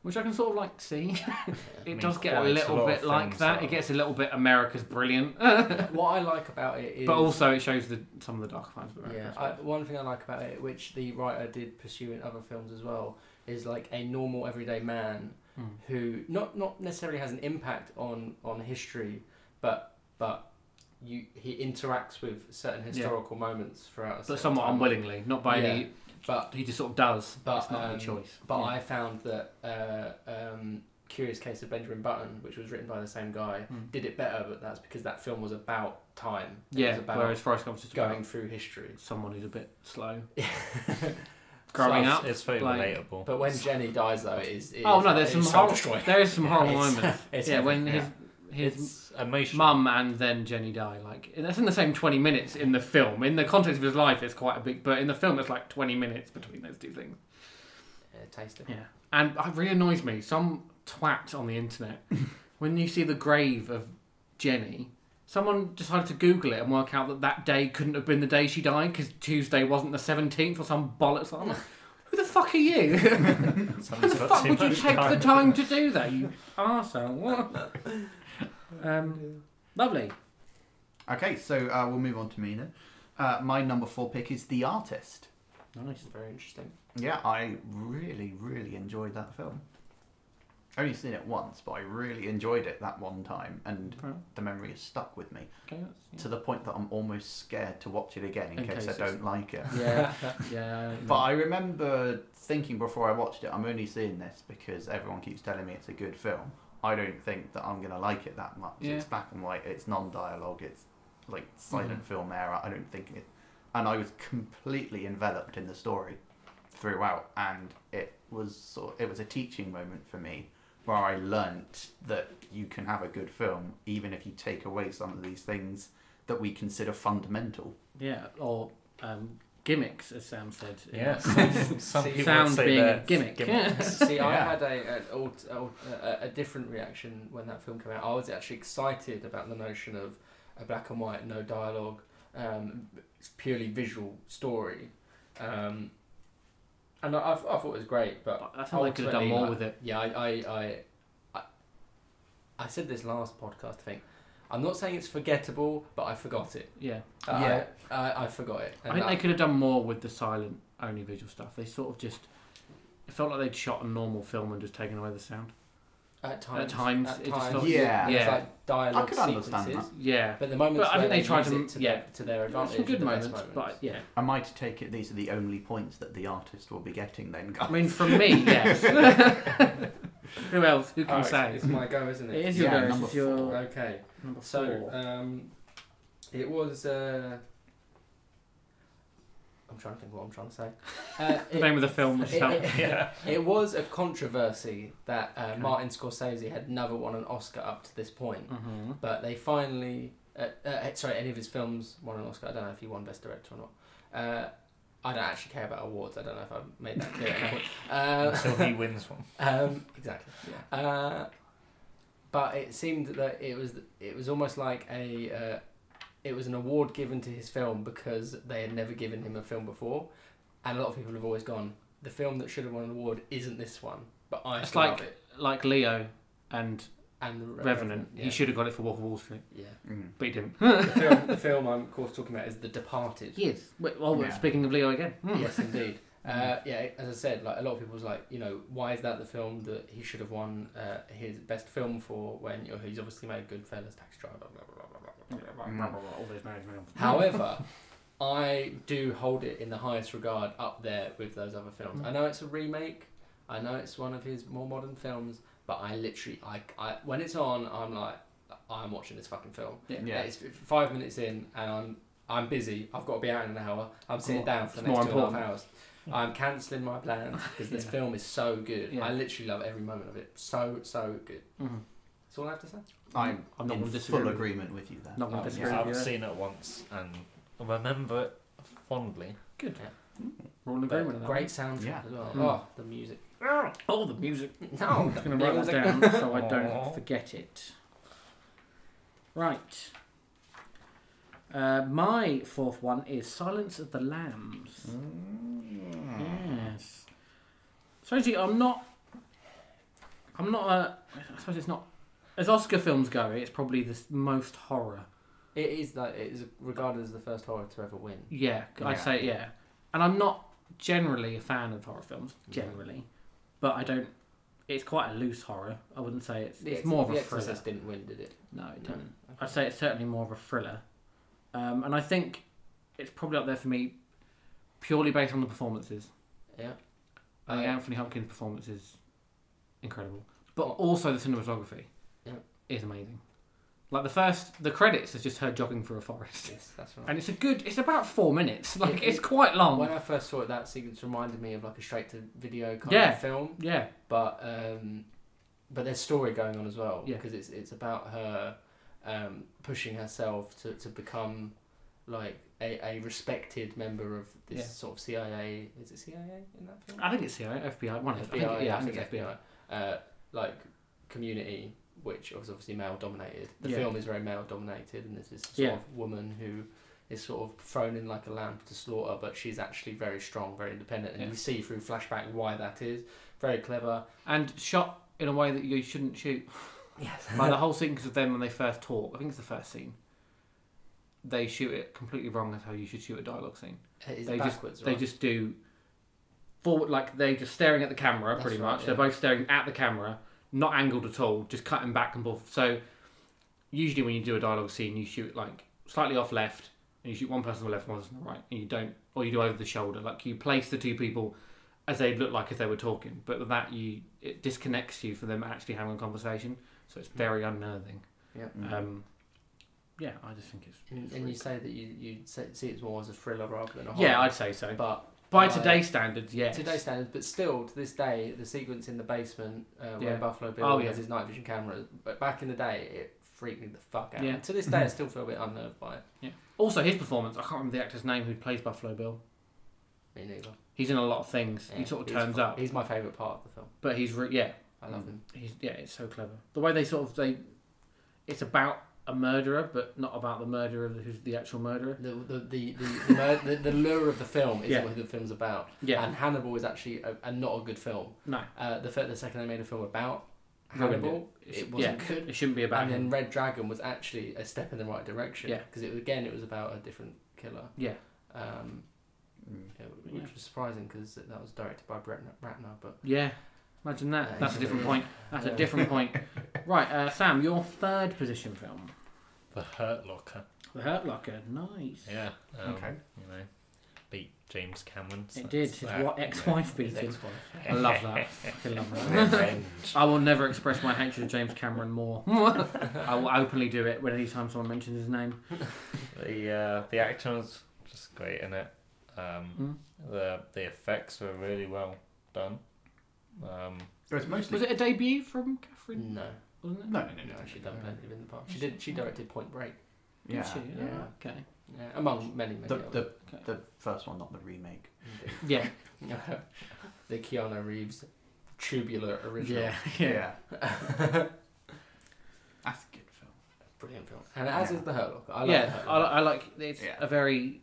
[SPEAKER 1] which I can sort of like see. it
[SPEAKER 4] mean,
[SPEAKER 1] does get a
[SPEAKER 4] quite a
[SPEAKER 1] little
[SPEAKER 4] lot
[SPEAKER 1] bit
[SPEAKER 4] of
[SPEAKER 1] like
[SPEAKER 4] things
[SPEAKER 1] that.
[SPEAKER 4] are.
[SPEAKER 1] It gets a little bit America's brilliant,
[SPEAKER 3] what I like about it is
[SPEAKER 1] but also it shows the some of the dark sides of America.
[SPEAKER 3] Yeah,
[SPEAKER 1] as
[SPEAKER 3] I,
[SPEAKER 1] well.
[SPEAKER 3] one thing I like about it, which the writer did pursue in other films as well, is like a normal everyday man
[SPEAKER 1] Mm.
[SPEAKER 3] who not not necessarily has an impact on on history, but but you he interacts with certain historical moments throughout. A certain
[SPEAKER 1] but somewhat
[SPEAKER 3] time.
[SPEAKER 1] unwillingly, not by
[SPEAKER 3] Yeah.
[SPEAKER 1] any.
[SPEAKER 3] But
[SPEAKER 1] He just sort of does.
[SPEAKER 3] But,
[SPEAKER 1] it's not
[SPEAKER 3] um,
[SPEAKER 1] any choice.
[SPEAKER 3] but
[SPEAKER 1] Yeah.
[SPEAKER 3] I found that uh, um, Curious Case of Benjamin Button, which was written by the same guy,
[SPEAKER 1] Mm.
[SPEAKER 3] did it better. But that's because that film was about time. It
[SPEAKER 1] yeah.
[SPEAKER 3] was about
[SPEAKER 1] whereas Forrest Gump's just about
[SPEAKER 3] going through history.
[SPEAKER 1] someone who's a bit slow growing
[SPEAKER 3] So-
[SPEAKER 1] up.
[SPEAKER 4] It's very
[SPEAKER 1] Like-
[SPEAKER 4] relatable.
[SPEAKER 3] But when Jenny dies, though, it is. It
[SPEAKER 1] oh
[SPEAKER 3] is- uh,
[SPEAKER 1] no, there's
[SPEAKER 3] it
[SPEAKER 1] some
[SPEAKER 3] is
[SPEAKER 1] horrible.
[SPEAKER 3] soul-destroying.
[SPEAKER 1] There is some horrible
[SPEAKER 3] It's-
[SPEAKER 1] moments.
[SPEAKER 3] it's
[SPEAKER 1] yeah, when
[SPEAKER 3] everything,
[SPEAKER 1] his his
[SPEAKER 4] it's emotional.
[SPEAKER 1] mum and then Jenny die. Like that's in the same 20 minutes in the film. In the context of his life, it's quite a big. But in the film, it's like 20 minutes between those two things.
[SPEAKER 3] yeah. Uh, taste it.
[SPEAKER 1] Yeah, and it really annoys me. Some twat on the internet when you see the grave of Jenny. Someone decided to Google it and work out that that day couldn't have been the day she died because Tuesday wasn't the 17th or some bollocks. I'm like, who the fuck are you? Why
[SPEAKER 4] Someone's
[SPEAKER 1] the
[SPEAKER 4] got
[SPEAKER 1] fuck
[SPEAKER 4] too
[SPEAKER 1] would you
[SPEAKER 4] much
[SPEAKER 1] take the time to do that, you arsehole? um, lovely.
[SPEAKER 2] Okay, so uh, we'll move on to Mina. Uh, my number four pick is The Artist.
[SPEAKER 1] Nice.
[SPEAKER 3] It's very interesting.
[SPEAKER 2] Yeah, I really, really enjoyed that film. I only seen it once, but I really enjoyed it that one time, and
[SPEAKER 1] Right.
[SPEAKER 2] the memory is stuck with me
[SPEAKER 1] Okay, that's,
[SPEAKER 2] to the point that I'm almost scared to watch it again in,
[SPEAKER 1] In
[SPEAKER 2] case,
[SPEAKER 1] case
[SPEAKER 2] I
[SPEAKER 1] it's-
[SPEAKER 2] don't like it.
[SPEAKER 1] yeah. yeah, yeah.
[SPEAKER 2] But I remember thinking before I watched it, I'm only seeing this because everyone keeps telling me it's a good film. I don't think that I'm gonna like it that much.
[SPEAKER 1] Yeah. Mm-hmm.
[SPEAKER 2] It's black and white. It's non-dialogue. It's like silent film era. I don't think it. And I was completely enveloped in the story throughout, and it was sort. It was a teaching moment for me where I learnt that you can have a good film even if you take away some of these things that we consider fundamental.
[SPEAKER 1] yeah, or um, gimmicks, as Sam said.
[SPEAKER 4] Yeah, some, some
[SPEAKER 3] See,
[SPEAKER 4] people
[SPEAKER 1] sound
[SPEAKER 4] would say
[SPEAKER 1] being a
[SPEAKER 4] they're
[SPEAKER 1] gimmick.
[SPEAKER 4] gimmicks.
[SPEAKER 3] See, I
[SPEAKER 2] Yeah.
[SPEAKER 3] had a, an alt, alt, a a different reaction when that film came out. I was actually excited about the notion of a black and white, no dialogue, um, purely visual story, um, and I, I thought it was great. But
[SPEAKER 1] I think they could have done
[SPEAKER 3] ultimately,
[SPEAKER 1] more
[SPEAKER 3] like,
[SPEAKER 1] with it.
[SPEAKER 3] Yeah, I, I, I, I, I said this last podcast. I think I'm not saying it's forgettable, but I forgot it.
[SPEAKER 1] Yeah,
[SPEAKER 3] Uh,
[SPEAKER 2] Yeah.
[SPEAKER 3] I, I, I forgot it.
[SPEAKER 1] I think they could have done more with the silent only visual stuff. They sort of just. It felt like they'd shot a normal film and just taken away the sound.
[SPEAKER 3] could at times.
[SPEAKER 1] times, it just felt-
[SPEAKER 2] Yeah.
[SPEAKER 3] There's,
[SPEAKER 1] Yeah.
[SPEAKER 3] like dialogue
[SPEAKER 2] I could understand
[SPEAKER 3] sequences.
[SPEAKER 2] that.
[SPEAKER 1] Yeah,
[SPEAKER 3] But the moments
[SPEAKER 1] But I
[SPEAKER 3] where
[SPEAKER 1] think
[SPEAKER 3] they,
[SPEAKER 1] they tried
[SPEAKER 3] use
[SPEAKER 1] to-
[SPEAKER 3] it to
[SPEAKER 1] yeah.
[SPEAKER 3] their to their
[SPEAKER 1] There were
[SPEAKER 3] advantage.
[SPEAKER 1] some good
[SPEAKER 3] are the
[SPEAKER 1] moments,
[SPEAKER 3] best
[SPEAKER 1] but yeah.
[SPEAKER 2] Am I to take it these are the only points that the artist will be getting then, guys?
[SPEAKER 1] I mean, from me, yes. Who else? Who
[SPEAKER 3] Oh,
[SPEAKER 1] can
[SPEAKER 3] it's-
[SPEAKER 1] say?
[SPEAKER 3] It's my go, isn't
[SPEAKER 1] It
[SPEAKER 3] it?
[SPEAKER 1] is your
[SPEAKER 2] Yeah,
[SPEAKER 1] go.
[SPEAKER 2] number
[SPEAKER 1] It's your
[SPEAKER 3] Okay,
[SPEAKER 1] number
[SPEAKER 3] so
[SPEAKER 1] four.
[SPEAKER 3] um, it was. Uh, I'm trying to think what I'm trying to say. Uh,
[SPEAKER 1] the name of the film was
[SPEAKER 3] it-
[SPEAKER 1] Shark.
[SPEAKER 3] it-
[SPEAKER 4] Yeah.
[SPEAKER 3] It was a controversy that uh,
[SPEAKER 1] Okay.
[SPEAKER 3] Martin Scorsese had never won an Oscar up to this point,
[SPEAKER 1] Mhm.
[SPEAKER 3] but they finally, uh, uh, sorry, any of his films won an Oscar. I don't know if he won Best Director or not. Uh, I don't actually care about awards. I don't know if I've made that clear. at any point. Uh,
[SPEAKER 4] until he wins one.
[SPEAKER 3] um, exactly. Uh, but it seemed that it was it was almost like a uh, it was an award given to his film because they had never given him a film before, and a lot of people have always gone. The film that should have won an award isn't this one, but I
[SPEAKER 1] It's
[SPEAKER 3] love
[SPEAKER 1] like-
[SPEAKER 3] it.
[SPEAKER 1] Like Leo and
[SPEAKER 3] And the Re-
[SPEAKER 1] Revenant,
[SPEAKER 3] yeah.
[SPEAKER 1] he should have got it for Wolf of Wall Street,
[SPEAKER 3] Yeah.
[SPEAKER 2] Mm.
[SPEAKER 1] but he didn't.
[SPEAKER 3] the film the film I'm of course talking about is The Departed.
[SPEAKER 1] Yes. Wait, well, we're
[SPEAKER 2] Yeah.
[SPEAKER 1] speaking of Leo again. Hmm.
[SPEAKER 3] yes, indeed. Uh, yeah, as I said, like a lot of people was like, you know, why is that the film that he should have won uh, his best film for when you know, he's obviously made Goodfellas, Taxi Driver, blah blah blah blah blah
[SPEAKER 1] Mm.
[SPEAKER 3] blah. blah, blah, blah.
[SPEAKER 1] All those management.
[SPEAKER 3] However, I do hold it in the highest regard up there with those other films. I know it's a remake. I know it's one of his more modern films, but I literally, I, I when it's on, I'm like, I'm watching this fucking film.
[SPEAKER 1] Yeah.
[SPEAKER 2] Yeah.
[SPEAKER 3] It's five minutes in, and I'm I'm busy. I've got to be out in an hour. I'm sitting
[SPEAKER 1] Cool.
[SPEAKER 3] down for
[SPEAKER 1] It's
[SPEAKER 3] the next
[SPEAKER 1] more
[SPEAKER 3] two and a half
[SPEAKER 1] important.
[SPEAKER 3] hours. I'm cancelling my plans because this
[SPEAKER 1] Yeah.
[SPEAKER 3] film is so good.
[SPEAKER 1] Yeah.
[SPEAKER 3] I literally love every moment of it. So so good.
[SPEAKER 1] Mhm.
[SPEAKER 3] That's all I have to say.
[SPEAKER 2] I'm,
[SPEAKER 1] I'm not
[SPEAKER 2] in
[SPEAKER 1] going to disagree.
[SPEAKER 2] full
[SPEAKER 1] with-
[SPEAKER 2] agreement with you there.
[SPEAKER 1] Not going
[SPEAKER 3] Oh,
[SPEAKER 1] to
[SPEAKER 3] yeah.
[SPEAKER 1] disagree.
[SPEAKER 4] I've
[SPEAKER 1] with you.
[SPEAKER 4] seen it once and remember it fondly.
[SPEAKER 1] We're all in agreement on that.
[SPEAKER 3] Great soundtrack
[SPEAKER 2] Yeah.
[SPEAKER 3] as well.
[SPEAKER 1] Mm.
[SPEAKER 3] Oh, the music.
[SPEAKER 1] Oh, the music.
[SPEAKER 3] No,
[SPEAKER 1] I'm just
[SPEAKER 3] the
[SPEAKER 1] going to write
[SPEAKER 3] music.
[SPEAKER 1] that down so I
[SPEAKER 4] Aw.
[SPEAKER 1] don't forget it. Right. Uh, my fourth one is Silence of the Lambs. Yes. So actually, I'm not. I'm not a. I suppose it's not. As Oscar films go, it's probably the s- most horror.
[SPEAKER 3] It is that it is regarded as the first horror to ever win.
[SPEAKER 1] Yeah,
[SPEAKER 2] Yeah.
[SPEAKER 1] I'd say yeah. And I'm not generally a fan of horror films,
[SPEAKER 3] Yeah.
[SPEAKER 1] generally, but I don't. It's quite a loose horror. I wouldn't say it's.
[SPEAKER 3] The
[SPEAKER 1] It's
[SPEAKER 3] Ex-
[SPEAKER 1] more of
[SPEAKER 3] The
[SPEAKER 1] a thriller.
[SPEAKER 3] Exorcist didn't win, did it?
[SPEAKER 1] No, it
[SPEAKER 3] No.
[SPEAKER 1] didn't. I'd say it's certainly more of a thriller, um, and I think it's probably up there for me, purely based on the performances.
[SPEAKER 3] Yeah.
[SPEAKER 1] I think
[SPEAKER 3] Uh,
[SPEAKER 1] Anthony Hopkins' performance is incredible, but also the cinematography
[SPEAKER 3] Yeah.
[SPEAKER 1] is amazing. Like the first, the credits is just her jogging through a forest,
[SPEAKER 3] Yes, that's right.
[SPEAKER 1] and it's a good. It's about four minutes. Like
[SPEAKER 3] It-
[SPEAKER 1] it's
[SPEAKER 3] it-
[SPEAKER 1] quite long.
[SPEAKER 3] When I first saw it, that sequence reminded me of like a straight to video kind
[SPEAKER 1] Yeah.
[SPEAKER 3] of film,
[SPEAKER 1] yeah,
[SPEAKER 3] but um, but there's story going on as well
[SPEAKER 1] Yeah.
[SPEAKER 3] because it's it's about her um, pushing herself to, to become like a, a respected member of this
[SPEAKER 1] Yeah.
[SPEAKER 3] sort of CIA. Is it CIA in that film?
[SPEAKER 1] I think it's CIA, FBI, one of them. I
[SPEAKER 3] FBI,
[SPEAKER 1] think-
[SPEAKER 3] yeah,
[SPEAKER 1] yeah, I think it's FBI.
[SPEAKER 3] Uh, like community, which was obviously male dominated. The
[SPEAKER 1] Yeah.
[SPEAKER 3] film is very male dominated, and there's this sort
[SPEAKER 1] Yeah.
[SPEAKER 3] of woman who is sort of thrown in like a lamb to slaughter, but she's actually very strong, very independent, and
[SPEAKER 1] Yeah.
[SPEAKER 3] you see through flashback why that is. Very clever.
[SPEAKER 1] and shot in a way that you shouldn't shoot.
[SPEAKER 3] Yes.
[SPEAKER 1] Like the whole sequence of them when they first talk, I think it's the first scene. They shoot it completely wrong as how you should shoot a dialogue scene.
[SPEAKER 3] It is
[SPEAKER 1] they just
[SPEAKER 3] backwards,
[SPEAKER 1] they
[SPEAKER 3] right?
[SPEAKER 1] just do forward like they just staring at the camera
[SPEAKER 3] That's
[SPEAKER 1] pretty
[SPEAKER 3] right,
[SPEAKER 1] much. They're
[SPEAKER 3] yeah.
[SPEAKER 1] both staring at the camera, not angled at all, just cutting back and forth. So usually when you do a dialogue scene, you shoot like slightly off left, and you shoot one person on the left, one person on the right, and you don't, or you do over the shoulder. Like you place the two people as they look like if they were talking, but with that you it disconnects you from them actually having a conversation. So
[SPEAKER 3] Mm.
[SPEAKER 1] it's very unnerving.
[SPEAKER 3] Yep.
[SPEAKER 2] Mm.
[SPEAKER 1] Um, yeah, I just think it's.
[SPEAKER 3] Mm. And,
[SPEAKER 1] it's
[SPEAKER 3] and
[SPEAKER 1] really
[SPEAKER 3] you say that you you say, see it's more as a thriller rather than a
[SPEAKER 1] cool.
[SPEAKER 3] horror.
[SPEAKER 1] yeah, I'd say so.
[SPEAKER 3] but
[SPEAKER 1] By
[SPEAKER 3] I-
[SPEAKER 1] today's standards, yes.
[SPEAKER 3] today's standards, but still to this day, the sequence in the basement uh,
[SPEAKER 1] Yeah.
[SPEAKER 3] where Buffalo Bill
[SPEAKER 1] Oh, yeah.
[SPEAKER 3] has his night vision camera. But back in the day, it freaked me the fuck out.
[SPEAKER 1] Yeah.
[SPEAKER 3] And to this day, I still feel a bit unnerved by it.
[SPEAKER 1] Also, his performance, I can't remember the actor's name who plays Buffalo Bill.
[SPEAKER 3] Me neither.
[SPEAKER 1] He's in a lot of things.
[SPEAKER 3] Yeah,
[SPEAKER 1] he sort of
[SPEAKER 3] he's
[SPEAKER 1] turns
[SPEAKER 3] fu-
[SPEAKER 1] up. Hmm.
[SPEAKER 3] He's my favourite part of the film.
[SPEAKER 1] But he's, re- yeah,
[SPEAKER 3] I love
[SPEAKER 2] Mm.
[SPEAKER 3] him.
[SPEAKER 1] he's, yeah, it's so clever. The way they sort of, they, it's about a murderer, but not about the murderer who's the actual murderer.
[SPEAKER 3] The the the the, the, mur- the, the lure of the film is
[SPEAKER 1] Yeah.
[SPEAKER 3] what the film's about.
[SPEAKER 1] Yeah.
[SPEAKER 3] And Hannibal is actually a, a not a good film.
[SPEAKER 1] No.
[SPEAKER 3] Uh, the fact the second they made a film about
[SPEAKER 1] Ruined
[SPEAKER 3] Hannibal, it,
[SPEAKER 1] It's-
[SPEAKER 3] wasn't
[SPEAKER 1] yeah,
[SPEAKER 3] good.
[SPEAKER 1] It shouldn't be about
[SPEAKER 3] and then
[SPEAKER 1] him.
[SPEAKER 3] Red Dragon was actually a step in the right direction.
[SPEAKER 1] Yeah.
[SPEAKER 3] Because it was- again, it was about a different killer.
[SPEAKER 1] Yeah.
[SPEAKER 3] Um,
[SPEAKER 2] Mm.
[SPEAKER 3] yeah, which
[SPEAKER 1] Yeah.
[SPEAKER 3] was surprising because that was directed by Brett Ratner. But
[SPEAKER 1] Yeah. Imagine that.
[SPEAKER 3] Yeah,
[SPEAKER 1] That's a
[SPEAKER 3] he's-
[SPEAKER 1] different point. That's
[SPEAKER 3] Yeah.
[SPEAKER 1] a different point. Right, uh, Sam, your third position film.
[SPEAKER 4] The Hurt Locker.
[SPEAKER 1] The Hurt Locker. Nice.
[SPEAKER 4] Yeah. Um,
[SPEAKER 2] Okay.
[SPEAKER 4] You know, beat James Cameron. so
[SPEAKER 1] It did.
[SPEAKER 4] that's
[SPEAKER 1] His
[SPEAKER 4] that,
[SPEAKER 1] wa-
[SPEAKER 4] you know.
[SPEAKER 1] ex-wife beat
[SPEAKER 3] his
[SPEAKER 1] him.
[SPEAKER 3] ex-wife.
[SPEAKER 1] I love that. fucking love that.
[SPEAKER 4] Revenge.
[SPEAKER 1] I will never express my hatred of James Cameron more. I will openly do it when any time someone mentions his name.
[SPEAKER 4] the uh, the acting was just great in it. Um,
[SPEAKER 1] Mm.
[SPEAKER 4] the the effects were really well done. Um,
[SPEAKER 2] It was mostly.
[SPEAKER 1] Was it a debut from Catherine?
[SPEAKER 3] No,
[SPEAKER 1] Wasn't it?
[SPEAKER 2] No, no, no,
[SPEAKER 3] no,
[SPEAKER 2] no.
[SPEAKER 3] she'd done plenty in the past. She did. She directed Point Break.
[SPEAKER 1] Did
[SPEAKER 2] Yeah.
[SPEAKER 1] she?
[SPEAKER 3] yeah.
[SPEAKER 1] Oh, okay.
[SPEAKER 3] Yeah, among many, many
[SPEAKER 2] The,
[SPEAKER 3] others.
[SPEAKER 2] the, the first one, not the remake.
[SPEAKER 3] Indeed.
[SPEAKER 1] Yeah,
[SPEAKER 3] the Keanu Reeves tubular original.
[SPEAKER 1] yeah, yeah.
[SPEAKER 2] That's a good film.
[SPEAKER 3] Brilliant film. And as
[SPEAKER 2] Yeah.
[SPEAKER 3] is The Hurlock. I like The
[SPEAKER 1] yeah,
[SPEAKER 3] Hurlock.
[SPEAKER 1] I, li- I like it's
[SPEAKER 2] Yeah.
[SPEAKER 1] a very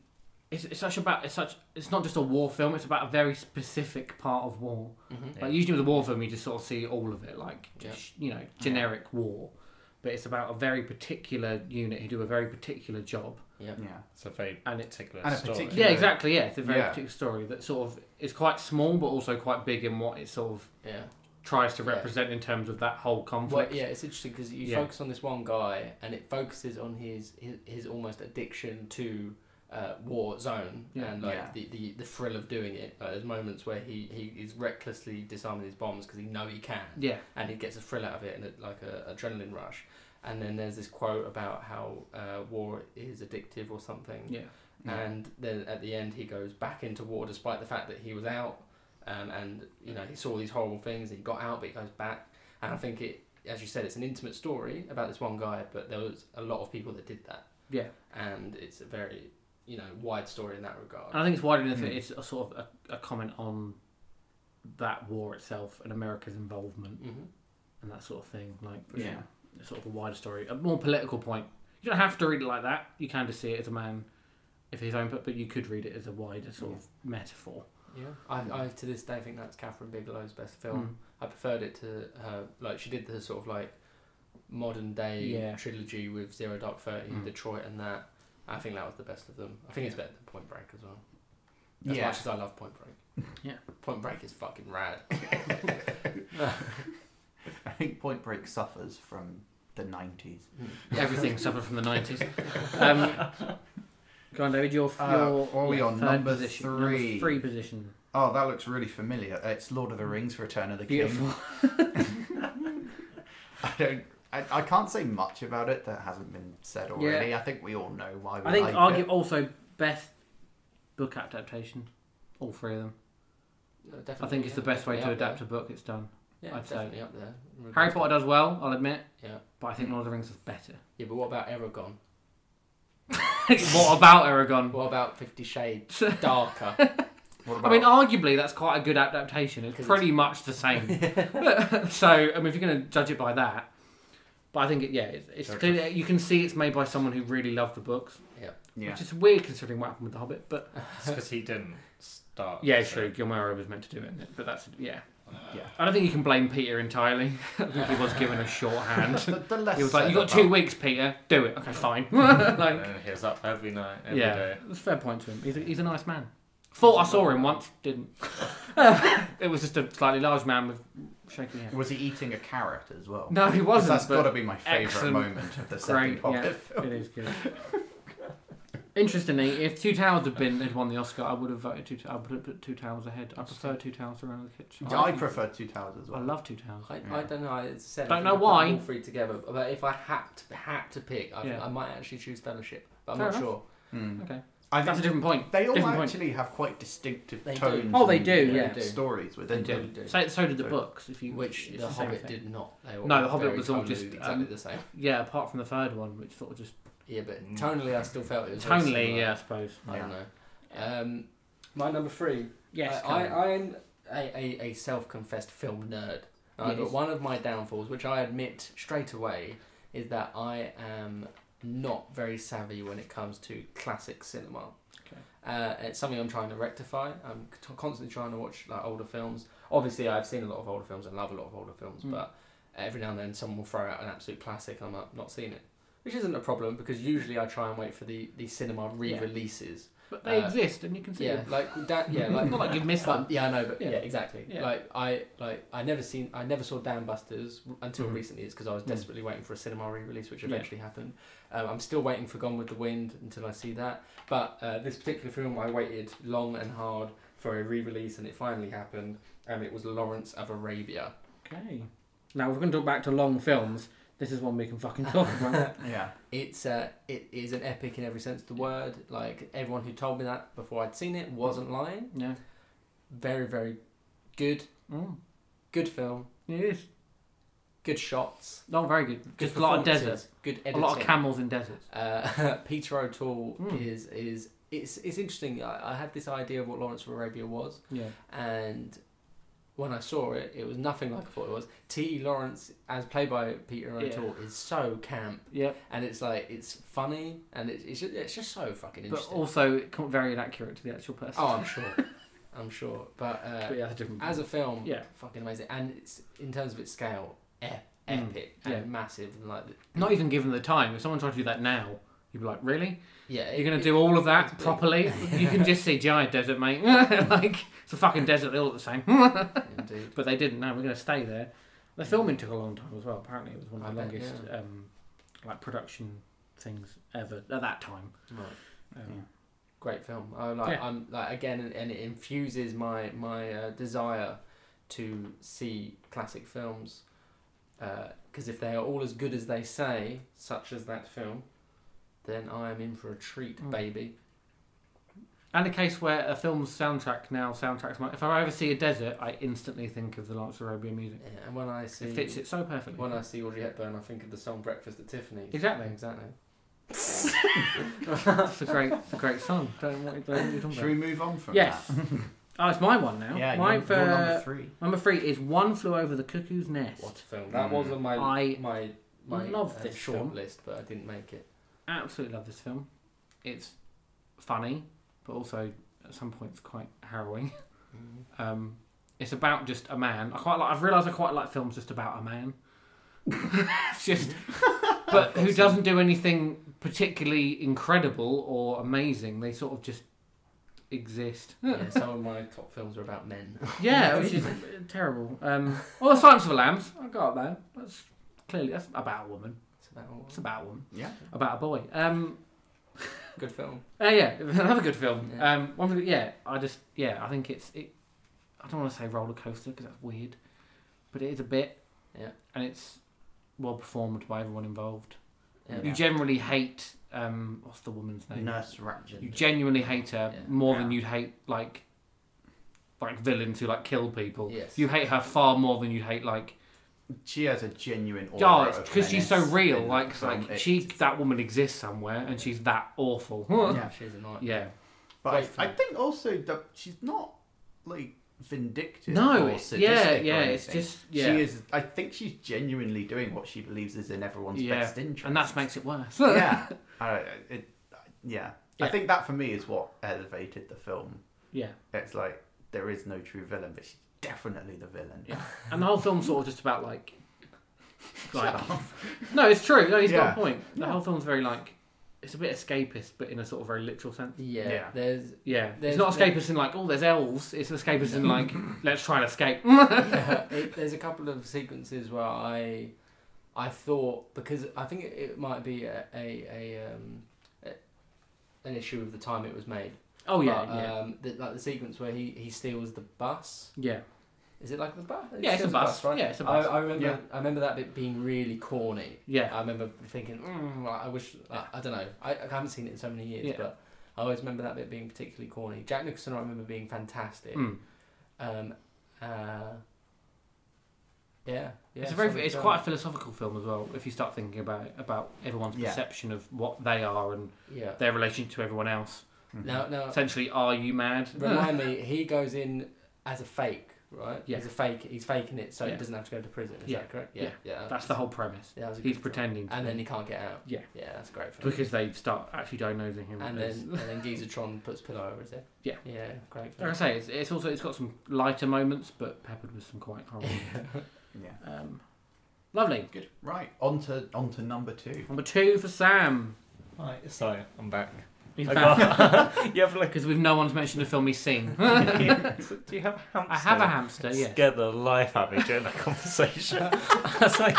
[SPEAKER 1] it's, it's such about it's such it's not just a war film. It's about a very specific part of war.
[SPEAKER 3] Mhm.
[SPEAKER 1] Like usually with a war film, you just sort of see all of it, like
[SPEAKER 3] Yeah.
[SPEAKER 1] sh- you know, generic war. But it's about a very particular unit who do a very particular job.
[SPEAKER 2] Yeah.
[SPEAKER 4] It's a very
[SPEAKER 1] And it-
[SPEAKER 4] particular
[SPEAKER 2] and a
[SPEAKER 4] story.
[SPEAKER 2] particular-
[SPEAKER 1] Yeah, exactly. Yeah, it's a very
[SPEAKER 2] Yeah.
[SPEAKER 1] particular story that sort of is quite small, but also quite big in what it sort of
[SPEAKER 3] Yeah.
[SPEAKER 1] tries to
[SPEAKER 3] Yeah.
[SPEAKER 1] represent in terms of that whole
[SPEAKER 3] Well,
[SPEAKER 1] conflict.
[SPEAKER 3] yeah, it's interesting because you
[SPEAKER 1] Yeah.
[SPEAKER 3] focus on this one guy, and it focuses on his his, his almost addiction to uh, war zone
[SPEAKER 1] Yeah.
[SPEAKER 3] and like
[SPEAKER 2] Yeah.
[SPEAKER 3] the, the, the thrill of doing it. Like, there's moments where he, he is recklessly disarming his bombs because he know he can,
[SPEAKER 1] yeah,
[SPEAKER 3] and he gets a thrill out of it and it, like a adrenaline rush. And then there's this quote about how uh, war is addictive or something.
[SPEAKER 1] yeah.
[SPEAKER 2] Yeah.
[SPEAKER 3] and then at the end he goes back into war despite the fact that he was out um, and you know he saw these horrible things he got out but he goes back and i think it as you said it's an intimate story about this one guy but there was a lot of people that did that
[SPEAKER 1] Yeah.
[SPEAKER 3] and it's a very you know wide story in that regard
[SPEAKER 1] And I think it's wider than that
[SPEAKER 2] Hmm.
[SPEAKER 1] it's a sort of a, a comment on that war itself and America's involvement
[SPEAKER 3] hmm
[SPEAKER 1] and that sort of thing. Like,
[SPEAKER 2] Yeah.
[SPEAKER 1] yeah, sort of a wider story, a more political point. You don't have to read it like that. You can just see it as a man, if his own, but but you could read it as a wider sort of metaphor.
[SPEAKER 3] yeah I, I to this day think that's catherine bigelow's best film
[SPEAKER 1] Mm.
[SPEAKER 3] I preferred it to her like she did the sort of like modern day
[SPEAKER 1] Yeah.
[SPEAKER 3] trilogy with Zero Dark Thirty,
[SPEAKER 1] Mm.
[SPEAKER 3] Detroit, and that. I think that was the best of them. I think it's better than Point Break as well. As
[SPEAKER 2] Yeah.
[SPEAKER 3] much as I love Point Break.
[SPEAKER 1] Yeah.
[SPEAKER 3] Point Break is fucking rad.
[SPEAKER 2] I think Point Break suffers from the 90s.
[SPEAKER 1] Hmm. Everything suffered from the nineties. Um, go on, David. Your,
[SPEAKER 2] Uh,
[SPEAKER 1] your
[SPEAKER 2] what are we
[SPEAKER 1] yeah,
[SPEAKER 2] on?
[SPEAKER 1] third
[SPEAKER 2] Number
[SPEAKER 1] position, number
[SPEAKER 2] three.
[SPEAKER 1] three position.
[SPEAKER 2] Oh, that looks really familiar. It's Lord of the Rings: Return of the
[SPEAKER 1] Beautiful.
[SPEAKER 2] King. I don't. I, I can't say much about it that hasn't been said already. I think we all know why we
[SPEAKER 1] I think
[SPEAKER 2] like
[SPEAKER 1] argue
[SPEAKER 2] it.
[SPEAKER 1] also best book adaptation. All three of them.
[SPEAKER 3] No,
[SPEAKER 1] I
[SPEAKER 3] Uh, definitely,
[SPEAKER 1] think it's
[SPEAKER 3] yeah,
[SPEAKER 1] the best way to
[SPEAKER 3] definitely up
[SPEAKER 1] adapt a book. It's done.
[SPEAKER 3] there. Yeah,
[SPEAKER 1] I'd say.
[SPEAKER 3] definitely up there.
[SPEAKER 1] Harry Potter does well, I'll admit.
[SPEAKER 3] Yeah.
[SPEAKER 1] But I think Lord of the Rings is better.
[SPEAKER 3] Yeah, but what about Eragon?
[SPEAKER 1] what about Aragon?
[SPEAKER 3] What about Fifty Shades Darker?
[SPEAKER 2] What
[SPEAKER 1] I
[SPEAKER 2] about
[SPEAKER 1] mean, arguably that's quite a good adaptation. It's
[SPEAKER 3] 'Cause
[SPEAKER 1] pretty much the same. so, I mean, if you're going to judge it by that, but I think it, yeah, it's, it's
[SPEAKER 4] Judge
[SPEAKER 1] clearly, you can see it's made by someone who really loved the books,
[SPEAKER 2] yeah,
[SPEAKER 1] which is weird considering what happened with the Hobbit. But
[SPEAKER 4] because he didn't start.
[SPEAKER 1] yeah,
[SPEAKER 4] so-
[SPEAKER 1] true, Gilmore was meant to do it, but that's yeah.
[SPEAKER 2] yeah.
[SPEAKER 1] I don't think you can blame Peter entirely. I think he was given a shorthand.
[SPEAKER 2] The, the less
[SPEAKER 1] He was like,
[SPEAKER 2] said
[SPEAKER 1] "You got
[SPEAKER 2] about-
[SPEAKER 1] two weeks, Peter. Do it. Okay, fine." like,
[SPEAKER 4] And he was up every night, every day.
[SPEAKER 1] yeah, that's a fair point to him. He's a, he's a nice man. Thought I saw him once, didn't. it was just a slightly large man with shaking hair.
[SPEAKER 2] Was he eating a carrot as well?
[SPEAKER 1] No, he
[SPEAKER 2] 'Cause
[SPEAKER 1] wasn't.
[SPEAKER 2] That's
[SPEAKER 1] but
[SPEAKER 2] got to be my favourite
[SPEAKER 1] excellent.
[SPEAKER 2] moment of the
[SPEAKER 1] Great,
[SPEAKER 2] second Hobbit
[SPEAKER 1] yeah.
[SPEAKER 2] film.
[SPEAKER 1] It is good. Interestingly, if Two Towers had been had won the Oscar, I would have voted Two. T- I would have put Two Towers ahead. I prefer Two Towers to Round of the Kitchen.
[SPEAKER 2] I prefer Two Towers as
[SPEAKER 1] I
[SPEAKER 2] well.
[SPEAKER 1] love Two Towers.
[SPEAKER 3] I,
[SPEAKER 2] Yeah.
[SPEAKER 3] I don't know. I it's said
[SPEAKER 1] Don't
[SPEAKER 3] if
[SPEAKER 1] know
[SPEAKER 3] you put
[SPEAKER 1] why.
[SPEAKER 3] them All three together, but if I had to, had to pick, I,
[SPEAKER 1] Yeah.
[SPEAKER 3] I might actually choose Fellowship, but I'm
[SPEAKER 1] Fair
[SPEAKER 3] not
[SPEAKER 1] enough.
[SPEAKER 3] sure.
[SPEAKER 2] Mm.
[SPEAKER 1] Okay.
[SPEAKER 2] I
[SPEAKER 1] That's a
[SPEAKER 2] think
[SPEAKER 1] different point.
[SPEAKER 2] they all
[SPEAKER 1] different point.
[SPEAKER 2] actually have quite distinctive
[SPEAKER 3] They do.
[SPEAKER 2] tones.
[SPEAKER 1] Oh, they
[SPEAKER 2] and
[SPEAKER 1] do,
[SPEAKER 3] yeah. They do.
[SPEAKER 2] Stories within
[SPEAKER 1] They
[SPEAKER 2] them.
[SPEAKER 1] do. So, so did the
[SPEAKER 2] So-
[SPEAKER 1] books. If you
[SPEAKER 3] Which
[SPEAKER 1] it's
[SPEAKER 3] the
[SPEAKER 1] same
[SPEAKER 3] Hobbit
[SPEAKER 1] thing.
[SPEAKER 3] did not. They were
[SPEAKER 1] No,
[SPEAKER 3] all
[SPEAKER 1] The Hobbit
[SPEAKER 3] very
[SPEAKER 1] was all
[SPEAKER 3] tonally
[SPEAKER 1] just,
[SPEAKER 3] exactly
[SPEAKER 1] um,
[SPEAKER 3] the same.
[SPEAKER 1] Yeah, apart from the third one, which sort of just
[SPEAKER 3] Yeah, but
[SPEAKER 4] Mm.
[SPEAKER 3] tonally, I still felt it was very
[SPEAKER 1] tonally,
[SPEAKER 3] similar.
[SPEAKER 1] yeah, I suppose.
[SPEAKER 3] I don't
[SPEAKER 2] Yeah.
[SPEAKER 3] know. Um, my number three.
[SPEAKER 1] Yes,
[SPEAKER 3] I,
[SPEAKER 1] Colin.
[SPEAKER 3] I, I'm a, a, a self-confessed film nerd, uh,
[SPEAKER 1] Yes.
[SPEAKER 3] but one of my downfalls, which I admit straight away, is that I am not very savvy when it comes to classic cinema.
[SPEAKER 1] Okay.
[SPEAKER 3] Uh, it's something I'm trying to rectify. I'm c- constantly trying to watch like older films. Obviously, I've seen a lot of older films and love a lot of older films,
[SPEAKER 1] Mm.
[SPEAKER 3] but every now and then someone will throw out an absolute classic, and I'm like, not seen it, which isn't a problem because usually I try and wait for the, the cinema re-releases.
[SPEAKER 1] But they
[SPEAKER 3] uh,
[SPEAKER 1] exist, and you can see
[SPEAKER 3] Yeah,
[SPEAKER 1] them.
[SPEAKER 3] like that. Yeah, like
[SPEAKER 1] not like you've missed them.
[SPEAKER 3] but, yeah, I know, but
[SPEAKER 1] Yeah.
[SPEAKER 3] yeah, exactly.
[SPEAKER 1] Yeah.
[SPEAKER 3] Like I, like I never seen, I never saw Dan Busters until
[SPEAKER 1] Mhm.
[SPEAKER 3] recently. It's because I was
[SPEAKER 1] Mm.
[SPEAKER 3] desperately waiting for a cinema re-release, which
[SPEAKER 1] Yeah.
[SPEAKER 3] eventually happened. Um, I'm still waiting for Gone with the Wind until I see that. But uh, this particular film, I waited long and hard for a re-release, and it finally happened. And it was Lawrence of Arabia.
[SPEAKER 1] Okay. Now we're going to talk back to long films. This is one we can fucking talk about.
[SPEAKER 2] Yeah.
[SPEAKER 3] It's uh, it is an epic in every sense of the word. Like everyone who told me that before I'd seen it wasn't lying.
[SPEAKER 1] yeah.
[SPEAKER 3] Very, very good,
[SPEAKER 1] Mm.
[SPEAKER 3] good film.
[SPEAKER 1] It is.
[SPEAKER 3] good shots,
[SPEAKER 1] Not very good.
[SPEAKER 3] good
[SPEAKER 1] Just a lot of desert.
[SPEAKER 3] performances, good
[SPEAKER 1] A
[SPEAKER 3] editing.
[SPEAKER 1] lot of camels in deserts.
[SPEAKER 3] Uh, Peter O'Toole
[SPEAKER 1] Mm.
[SPEAKER 3] is is it's it's interesting. I, I had this idea of what Lawrence of Arabia was,
[SPEAKER 1] Yeah.
[SPEAKER 3] and when I saw it, it was nothing like I thought it was. T. E. Lawrence, as played by Peter
[SPEAKER 1] Yeah.
[SPEAKER 3] O'Toole, is so camp,
[SPEAKER 1] Yeah.
[SPEAKER 3] and it's like it's funny, and it's it's just, it's just so fucking
[SPEAKER 1] But
[SPEAKER 3] interesting.
[SPEAKER 1] also it can't- very inaccurate to the actual person.
[SPEAKER 3] oh, I'm sure, I'm sure. But, uh,
[SPEAKER 1] But yeah, that's a different
[SPEAKER 3] as a film,
[SPEAKER 1] Yeah.
[SPEAKER 3] fucking amazing. And it's in terms of its scale, e-
[SPEAKER 1] Mm,
[SPEAKER 3] epic
[SPEAKER 1] yeah.
[SPEAKER 3] and massive, and like the,
[SPEAKER 1] Not even given the time. If someone tried to do that now, you'd be like, really?
[SPEAKER 3] yeah,
[SPEAKER 1] You're going
[SPEAKER 3] it-
[SPEAKER 1] to do all of that
[SPEAKER 3] it's-
[SPEAKER 1] properly? you can just see giant desert, mate. like, it's a fucking desert. They all look the same.
[SPEAKER 3] Indeed.
[SPEAKER 1] But they didn't. No, we're going to stay there. The filming took a long time as well. Apparently, it was one
[SPEAKER 3] I
[SPEAKER 1] of the
[SPEAKER 3] bet,
[SPEAKER 1] longest um, like production things ever at that time.
[SPEAKER 3] Right.
[SPEAKER 1] Um,
[SPEAKER 3] Great film. I like.
[SPEAKER 1] Yeah.
[SPEAKER 3] I'm like again, and it infuses my my uh, desire to see classic films because if they are all as good as they say, such as that film, then I am in for a treat,
[SPEAKER 1] Mm.
[SPEAKER 3] baby.
[SPEAKER 1] And a case where a film's soundtrack now soundtracks. My, if I ever see a desert, I instantly think of the Lawrence Arabia music.
[SPEAKER 3] Yeah, and when I see
[SPEAKER 1] It fits it so perfectly.
[SPEAKER 3] when I see Audrey Hepburn, I think of the song "Breakfast at Tiffany's."
[SPEAKER 1] Exactly.
[SPEAKER 3] Exactly.
[SPEAKER 1] It's a great, it's a great song. Don't know what, don't know what you're talking
[SPEAKER 2] Should
[SPEAKER 1] about.
[SPEAKER 2] we move on from
[SPEAKER 1] Yes.
[SPEAKER 2] that?
[SPEAKER 1] Oh, it's my one now.
[SPEAKER 2] yeah,
[SPEAKER 1] my uh,
[SPEAKER 2] you're, you're number three.
[SPEAKER 1] number three is One Flew Over the Cuckoo's Nest.
[SPEAKER 3] What a film! That was on my
[SPEAKER 1] I
[SPEAKER 3] my my
[SPEAKER 1] love
[SPEAKER 3] uh,
[SPEAKER 1] this
[SPEAKER 3] short
[SPEAKER 1] film.
[SPEAKER 3] list, but I didn't make it.
[SPEAKER 1] absolutely love this film. It's funny, but also at some points quite harrowing. Um, it's about just a man. I quite like. I've realised I quite like films just about a man. It's just, but who doesn't do anything particularly incredible or amazing. They sort of just exist.
[SPEAKER 3] yeah, some of my top films are about men.
[SPEAKER 1] Yeah, which is terrible. Um, well, The Silence of the Lambs. I got that. That's clearly that's about a woman.
[SPEAKER 3] It's about all-
[SPEAKER 1] It's about a woman.
[SPEAKER 2] Yeah.
[SPEAKER 1] About a boy. Um,
[SPEAKER 3] good film.
[SPEAKER 1] Uh, yeah, another good film.
[SPEAKER 3] Yeah.
[SPEAKER 1] Um, one of the- yeah, I just yeah, I think it's it. I don't want to say roller coaster because that's weird, but it is a bit.
[SPEAKER 3] Yeah.
[SPEAKER 1] and it's well performed by everyone involved.
[SPEAKER 3] Yeah.
[SPEAKER 1] You generally hate um, what's the woman's name?
[SPEAKER 2] Nurse Ratchet.
[SPEAKER 1] You genuinely hate her
[SPEAKER 3] Yeah.
[SPEAKER 1] more
[SPEAKER 2] Yeah.
[SPEAKER 1] than you'd hate like like villains who like kill people.
[SPEAKER 3] Yes.
[SPEAKER 1] You hate her far more than you hate like
[SPEAKER 2] She has a genuine.
[SPEAKER 1] oh,
[SPEAKER 2] aura
[SPEAKER 1] it's
[SPEAKER 2] of
[SPEAKER 1] because she's so
[SPEAKER 2] menace
[SPEAKER 1] real.
[SPEAKER 2] in that
[SPEAKER 1] Like
[SPEAKER 2] film.
[SPEAKER 1] like
[SPEAKER 2] It-
[SPEAKER 1] she that woman exists somewhere and she's that awful.
[SPEAKER 2] Yeah.
[SPEAKER 3] She's a night.
[SPEAKER 1] yeah.
[SPEAKER 2] But
[SPEAKER 3] Great
[SPEAKER 2] I, I
[SPEAKER 3] film.
[SPEAKER 2] think also that she's not like vindictive.
[SPEAKER 1] No,
[SPEAKER 2] or
[SPEAKER 1] it's-
[SPEAKER 2] sadistic
[SPEAKER 1] yeah, yeah,
[SPEAKER 2] or
[SPEAKER 1] it's
[SPEAKER 2] anything.
[SPEAKER 1] just- yeah.
[SPEAKER 2] She is. I think she's genuinely doing what she believes is in everyone's
[SPEAKER 1] Yeah,
[SPEAKER 2] best interest,
[SPEAKER 1] and that makes it worse.
[SPEAKER 2] yeah. I, it, yeah,
[SPEAKER 1] Yeah.
[SPEAKER 2] I think that for me is what elevated the film.
[SPEAKER 1] yeah.
[SPEAKER 2] It's like there is no true villain, but she's definitely the villain.
[SPEAKER 1] Yeah. And the whole film's sort of just about like, like
[SPEAKER 2] Shut up.
[SPEAKER 1] no, it's true. No, he's
[SPEAKER 2] Yeah.
[SPEAKER 1] got a point. The
[SPEAKER 2] Yeah.
[SPEAKER 1] whole film's very like, it's a bit escapist, but in a sort of very literal sense.
[SPEAKER 3] Yeah.
[SPEAKER 2] Yeah.
[SPEAKER 3] There's
[SPEAKER 1] Yeah,
[SPEAKER 3] There's-
[SPEAKER 1] it's not escapist in like, oh, there's elves. It's escapist in like, let's try and escape.
[SPEAKER 3] yeah, it, there's a couple of sequences where I I thought because I think it, it might be a a, a um a, an issue of the time it was made.
[SPEAKER 1] oh yeah,
[SPEAKER 3] But,
[SPEAKER 1] yeah,
[SPEAKER 2] uh,
[SPEAKER 3] Um, the, like the sequence where he he steals the bus.
[SPEAKER 1] yeah.
[SPEAKER 3] Is it like the bus? He
[SPEAKER 1] Yeah, it's a
[SPEAKER 3] steals the
[SPEAKER 1] bus. Yeah, it's a bus.
[SPEAKER 3] I, I remember.
[SPEAKER 2] Yeah.
[SPEAKER 3] I remember that bit being really corny.
[SPEAKER 1] Yeah.
[SPEAKER 3] I remember thinking, mm, well, I wish. I, I don't know. I, I haven't seen it in so many years,
[SPEAKER 1] Yeah.
[SPEAKER 3] but I always remember that bit being particularly corny. Jack Nicholson, I remember being fantastic.
[SPEAKER 1] Mm.
[SPEAKER 3] Um, uh, yeah, yeah.
[SPEAKER 1] it's a very,
[SPEAKER 3] solid
[SPEAKER 1] it's
[SPEAKER 3] film.
[SPEAKER 1] quite a
[SPEAKER 2] um,
[SPEAKER 1] philosophical film as well. If you start thinking about it, about everyone's
[SPEAKER 2] Yeah.
[SPEAKER 1] perception of what they are and
[SPEAKER 3] Yeah.
[SPEAKER 1] their relation to everyone else.
[SPEAKER 2] Mm-hmm.
[SPEAKER 3] Now, now,
[SPEAKER 1] Essentially, are you mad?
[SPEAKER 3] remind me. He goes in as a fake, right?
[SPEAKER 1] Yeah.
[SPEAKER 3] He's a fake. He's faking it, so
[SPEAKER 1] Yeah.
[SPEAKER 3] he doesn't have to go to prison. Is
[SPEAKER 1] Yeah.
[SPEAKER 3] that correct?
[SPEAKER 1] Yeah.
[SPEAKER 3] yeah.
[SPEAKER 1] That's the whole premise.
[SPEAKER 3] Yeah, that was a
[SPEAKER 1] He's
[SPEAKER 3] good film.
[SPEAKER 1] pretending, to
[SPEAKER 3] And
[SPEAKER 1] be-
[SPEAKER 3] then he can't get out.
[SPEAKER 1] Yeah.
[SPEAKER 3] Yeah, that's a great. Film.
[SPEAKER 1] because they start actually diagnosing him.
[SPEAKER 3] and then
[SPEAKER 1] as-
[SPEAKER 3] and then Gizatron puts pillow over his head.
[SPEAKER 1] Yeah.
[SPEAKER 3] Yeah, great.
[SPEAKER 1] Like I
[SPEAKER 3] Film.
[SPEAKER 1] say, it's, it's also it's got some lighter moments, but peppered with some quite horrible.
[SPEAKER 2] Yeah,
[SPEAKER 1] um, lovely.
[SPEAKER 2] good. Right, on to on to number two.
[SPEAKER 1] Number two for Sam.
[SPEAKER 4] Right, sorry, I'm back.
[SPEAKER 1] He's
[SPEAKER 4] I
[SPEAKER 1] back
[SPEAKER 4] got- you have like
[SPEAKER 1] because we've no one's mentioned the film he's seen.
[SPEAKER 4] Do you have a hamster?
[SPEAKER 1] I have a hamster. Yeah.
[SPEAKER 4] Scared the life out of me during that conversation. I was like,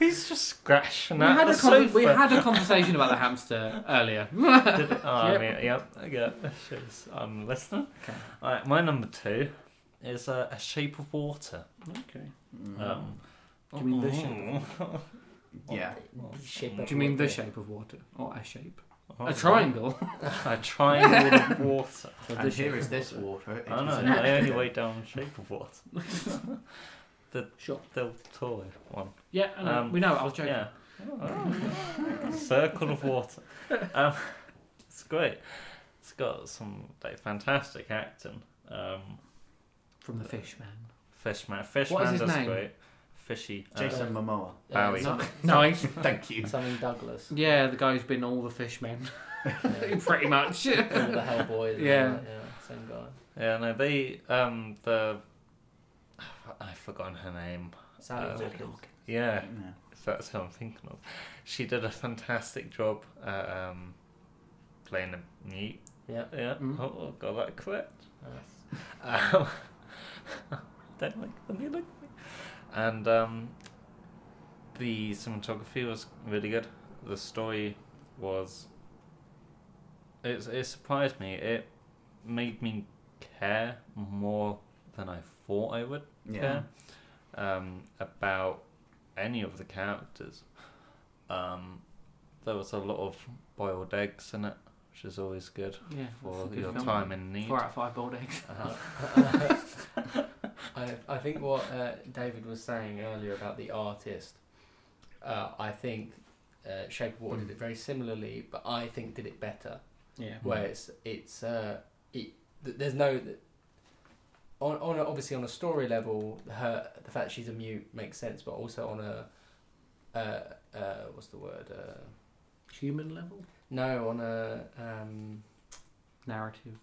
[SPEAKER 4] he's just scratching
[SPEAKER 1] We
[SPEAKER 4] at
[SPEAKER 1] had,
[SPEAKER 4] the
[SPEAKER 1] a con-
[SPEAKER 4] sofa.
[SPEAKER 1] we had a conversation about the hamster earlier.
[SPEAKER 4] Did it? Oh,
[SPEAKER 1] Yep.
[SPEAKER 4] I mean, yep. I get it. Shit's- I'm listening.
[SPEAKER 1] Okay.
[SPEAKER 4] Alright, my number two is uh, A Shape of Water.
[SPEAKER 1] Okay. Mm.
[SPEAKER 4] Um,
[SPEAKER 1] Do
[SPEAKER 4] Mm.
[SPEAKER 1] you mean The Shape
[SPEAKER 2] yeah,
[SPEAKER 1] Do you mean the shape of water or a shape?
[SPEAKER 4] Oh,
[SPEAKER 1] a triangle.
[SPEAKER 4] A triangle of water.
[SPEAKER 1] So
[SPEAKER 2] and
[SPEAKER 1] the
[SPEAKER 2] here
[SPEAKER 1] shape
[SPEAKER 2] is
[SPEAKER 1] of
[SPEAKER 2] this
[SPEAKER 1] water.
[SPEAKER 2] water. It
[SPEAKER 4] I
[SPEAKER 2] is
[SPEAKER 4] know,
[SPEAKER 2] an
[SPEAKER 4] the only
[SPEAKER 2] accident.
[SPEAKER 4] way down the shape of water.
[SPEAKER 1] Sure.
[SPEAKER 4] Del Toro one.
[SPEAKER 1] Yeah, I know.
[SPEAKER 4] Um,
[SPEAKER 1] we know. I was joking.
[SPEAKER 4] Yeah. Oh. Circle of Water. Um, it's great. It's got some like fantastic acting. Um,
[SPEAKER 1] From the fish man.
[SPEAKER 4] Fishman. Fishman
[SPEAKER 1] his
[SPEAKER 4] does
[SPEAKER 1] name?
[SPEAKER 4] great. Fishy. uh,
[SPEAKER 2] Jason Momoa.
[SPEAKER 4] Bowie.
[SPEAKER 3] some-
[SPEAKER 1] Nice.
[SPEAKER 2] Thank you.
[SPEAKER 3] Something Douglas.
[SPEAKER 1] Yeah, the guy's been all the fish men,
[SPEAKER 3] Yeah.
[SPEAKER 1] pretty much.
[SPEAKER 3] All the Hellboys. and
[SPEAKER 1] Yeah.
[SPEAKER 3] all that, yeah. Same guy.
[SPEAKER 4] yeah, no, they um the I've forgotten her name.
[SPEAKER 3] Sally
[SPEAKER 4] Uh,
[SPEAKER 3] Hawkins.
[SPEAKER 2] Yeah.
[SPEAKER 4] Yeah, if that's who I'm thinking of. She did a fantastic job at um playing a mute.
[SPEAKER 3] Yeah.
[SPEAKER 4] Yeah.
[SPEAKER 1] Mm.
[SPEAKER 4] Oh, oh, got that correct.
[SPEAKER 3] Nice.
[SPEAKER 4] Um, don't like when they look at me. And um, the cinematography was really good. The story was. It, it surprised me. It made me care more than I thought I would
[SPEAKER 2] Yeah.
[SPEAKER 4] care um, about any of the characters. Um, there was a lot of boiled eggs in it, which is always good
[SPEAKER 1] Yeah,
[SPEAKER 4] for
[SPEAKER 1] that's a good
[SPEAKER 4] your
[SPEAKER 1] film.
[SPEAKER 4] time in need.
[SPEAKER 1] Four out of five boiled eggs.
[SPEAKER 4] Uh,
[SPEAKER 3] I, I think what uh, David was saying earlier about the artist, uh, I think uh, Shape of
[SPEAKER 1] Hmm.
[SPEAKER 3] Water did it very similarly, but I think did it better.
[SPEAKER 1] Yeah.
[SPEAKER 3] Where it's it's uh, it, th- there's no on on a, obviously on a story level, her the fact she's a mute makes sense, but also on a uh, uh, what's the word? Uh,
[SPEAKER 1] Human level
[SPEAKER 3] no, on a um,
[SPEAKER 1] narrative,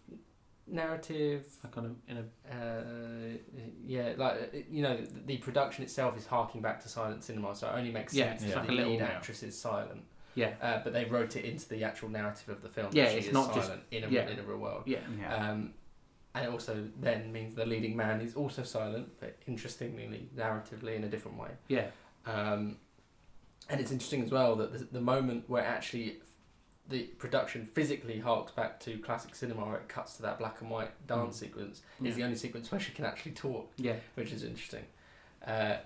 [SPEAKER 3] narrative
[SPEAKER 1] like on a, in a
[SPEAKER 3] uh, yeah, like uh, you know, the, the production itself is harking back to silent cinema, so it only makes
[SPEAKER 1] Yeah,
[SPEAKER 3] sense
[SPEAKER 4] it's
[SPEAKER 3] that
[SPEAKER 1] like a
[SPEAKER 3] the
[SPEAKER 1] little-
[SPEAKER 3] lead
[SPEAKER 4] Yeah.
[SPEAKER 3] actress is silent.
[SPEAKER 1] yeah,
[SPEAKER 3] Uh, but they wrote it into the actual narrative of the film.
[SPEAKER 1] Yeah,
[SPEAKER 3] that she
[SPEAKER 1] it's
[SPEAKER 3] is
[SPEAKER 1] not just-
[SPEAKER 3] silent in a
[SPEAKER 1] yeah.
[SPEAKER 3] in a real world.
[SPEAKER 1] yeah.
[SPEAKER 2] Yeah.
[SPEAKER 3] Um, and it also then means the leading man is also silent, but interestingly, narratively in a different way.
[SPEAKER 1] Yeah,
[SPEAKER 3] Um, and it's interesting as well that the, the moment where actually the production physically harks back to classic cinema, where it cuts to that black and white dance sequence,
[SPEAKER 1] Yeah.
[SPEAKER 3] is the only sequence where she can actually talk,
[SPEAKER 1] yeah,
[SPEAKER 3] which is interesting. Uh,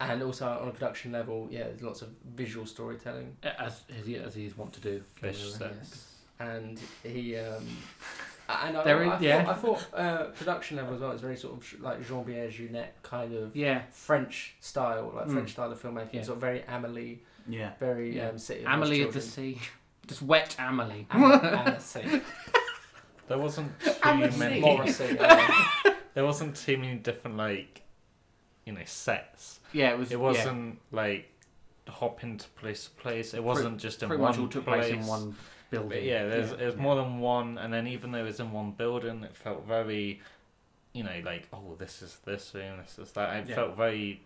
[SPEAKER 3] and also on a production level, yeah, there's lots of visual storytelling.
[SPEAKER 1] as as he as he is wont to do.
[SPEAKER 4] Fish So-
[SPEAKER 3] Yes. And he, um, and I,
[SPEAKER 1] There is-
[SPEAKER 3] I thought,
[SPEAKER 1] yeah.
[SPEAKER 3] I thought uh, production level as well is very sort of sh- like Jean Pierre Junet kind of
[SPEAKER 1] Yeah,
[SPEAKER 3] French style, like
[SPEAKER 1] Mm.
[SPEAKER 3] French style of filmmaking,
[SPEAKER 1] Yeah.
[SPEAKER 3] sort of very Amelie
[SPEAKER 2] yeah.
[SPEAKER 3] very
[SPEAKER 1] Yeah.
[SPEAKER 3] um, city. Of
[SPEAKER 1] Amelie of
[SPEAKER 3] Lost
[SPEAKER 1] the
[SPEAKER 3] Children.
[SPEAKER 1] sea, just wet Amelie.
[SPEAKER 3] Am- Annecy.
[SPEAKER 4] There wasn't too many.
[SPEAKER 3] Morrissey. uh,
[SPEAKER 4] There wasn't too many different like, you know, sets.
[SPEAKER 1] Yeah, it was.
[SPEAKER 4] It
[SPEAKER 1] Yeah.
[SPEAKER 4] wasn't like hopping to place to place. It wasn't just in
[SPEAKER 1] Pretty
[SPEAKER 4] one
[SPEAKER 1] much all took
[SPEAKER 4] place.
[SPEAKER 1] place in one
[SPEAKER 4] But
[SPEAKER 1] building.
[SPEAKER 4] yeah, there's there's
[SPEAKER 2] Yeah.
[SPEAKER 4] more than one, and then even though it was in one building, it felt very, you know, like oh this is this room, this is that. It
[SPEAKER 1] Yeah.
[SPEAKER 4] felt very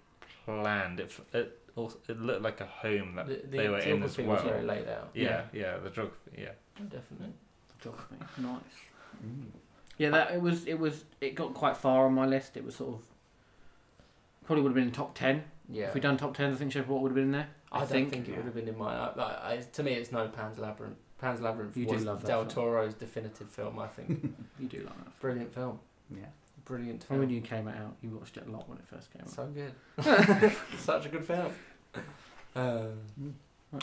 [SPEAKER 4] planned. It f- it also, it looked like a home that
[SPEAKER 3] the, the
[SPEAKER 4] they were in as
[SPEAKER 3] geography was
[SPEAKER 4] well.
[SPEAKER 3] very laid out.
[SPEAKER 4] yeah, yeah, the geography, yeah.
[SPEAKER 3] definitely.
[SPEAKER 1] nice.
[SPEAKER 2] Mm.
[SPEAKER 1] Yeah, that it was. It was. It got quite far on my list. It was sort of probably would have been in top ten.
[SPEAKER 3] Yeah,
[SPEAKER 1] If we'd done top tens, I think Shape of Water would have been in there.
[SPEAKER 3] I,
[SPEAKER 1] I,
[SPEAKER 3] don't
[SPEAKER 1] think.
[SPEAKER 3] think, it would have been in mine. I, I, I, to me, it's no Pan's Labyrinth. Pan's Labyrinth
[SPEAKER 1] You do
[SPEAKER 3] was
[SPEAKER 1] love that
[SPEAKER 3] Del
[SPEAKER 1] film.
[SPEAKER 3] Toro's definitive film. I think
[SPEAKER 1] You do like that.
[SPEAKER 3] brilliant film,
[SPEAKER 2] Yeah.
[SPEAKER 3] brilliant
[SPEAKER 1] From
[SPEAKER 3] film.
[SPEAKER 1] when you came out, you watched it a lot when it first came out.
[SPEAKER 3] So good, such a good film. Um,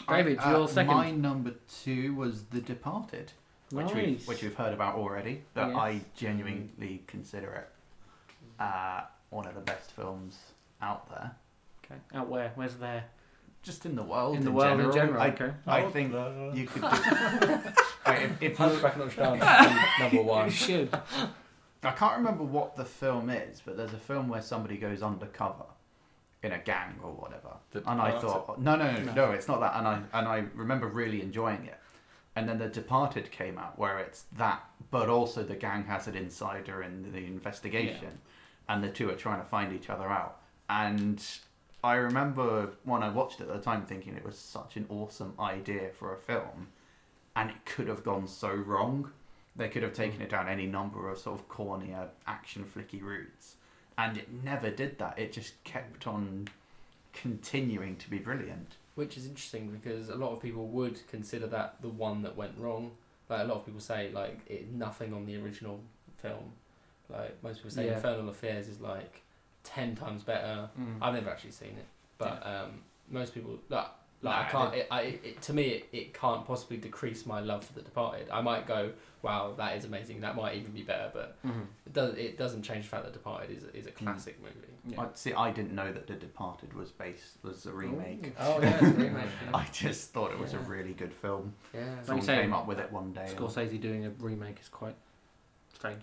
[SPEAKER 1] Right, David,
[SPEAKER 2] Uh,
[SPEAKER 1] your second.
[SPEAKER 2] My number two was The Departed, which, we've, which we've heard about already, but
[SPEAKER 1] Yes.
[SPEAKER 2] I genuinely consider it uh, one of the best films out there,
[SPEAKER 1] Okay. Out where? Where's there?
[SPEAKER 2] just in the world.
[SPEAKER 1] in the world in general.
[SPEAKER 2] I,
[SPEAKER 1] okay.
[SPEAKER 2] I think you could. do- Like, if, if you-
[SPEAKER 3] Hunchback of Notre Dame is number
[SPEAKER 1] You
[SPEAKER 3] one.
[SPEAKER 1] should.
[SPEAKER 2] Mm. I can't remember what the film is, but there's a film where somebody goes undercover in a gang or whatever.
[SPEAKER 4] The
[SPEAKER 2] and I
[SPEAKER 4] Departed.
[SPEAKER 2] thought, no, no, no,
[SPEAKER 1] No.
[SPEAKER 2] no, it's not that. And I and I remember really enjoying it. And then The Departed came out, where it's that, but also the gang has an insider in the investigation, and the two are trying to find each other out. And I remember when I watched it at the time, thinking it was such an awesome idea for a film, and it could have gone so wrong. They could have taken it down any number of sort of cornier action flicky routes, and it never did that. It just kept on continuing to be brilliant.
[SPEAKER 3] Which is interesting because a lot of people would consider that the one that went wrong. Like a lot of people say, like it nothing on the original film. Like most people say,
[SPEAKER 1] Yeah.
[SPEAKER 3] Infernal Affairs is like ten times better.
[SPEAKER 1] Mm.
[SPEAKER 3] I've never actually seen it, but um, most people, like, Like I
[SPEAKER 2] Nah,
[SPEAKER 3] can't. It, I, it, to me, it, it can't possibly decrease my love for The Departed. I might go, wow, that is amazing. That might even be better, but
[SPEAKER 2] Mm-hmm.
[SPEAKER 1] Mhm.
[SPEAKER 3] it does. It doesn't change the fact that Departed is is a
[SPEAKER 1] Hmm.
[SPEAKER 3] classic movie.
[SPEAKER 1] Yeah.
[SPEAKER 2] I, see, I didn't know that The Departed was based was a remake.
[SPEAKER 1] Ooh.
[SPEAKER 3] Oh yeah, it's a remake.
[SPEAKER 2] I just thought it was a
[SPEAKER 3] Yeah.
[SPEAKER 2] really good film.
[SPEAKER 3] yeah.
[SPEAKER 1] Like
[SPEAKER 2] Someone
[SPEAKER 1] you say,
[SPEAKER 2] came up with it one day. and-
[SPEAKER 1] Scorsese doing a remake is quite strange.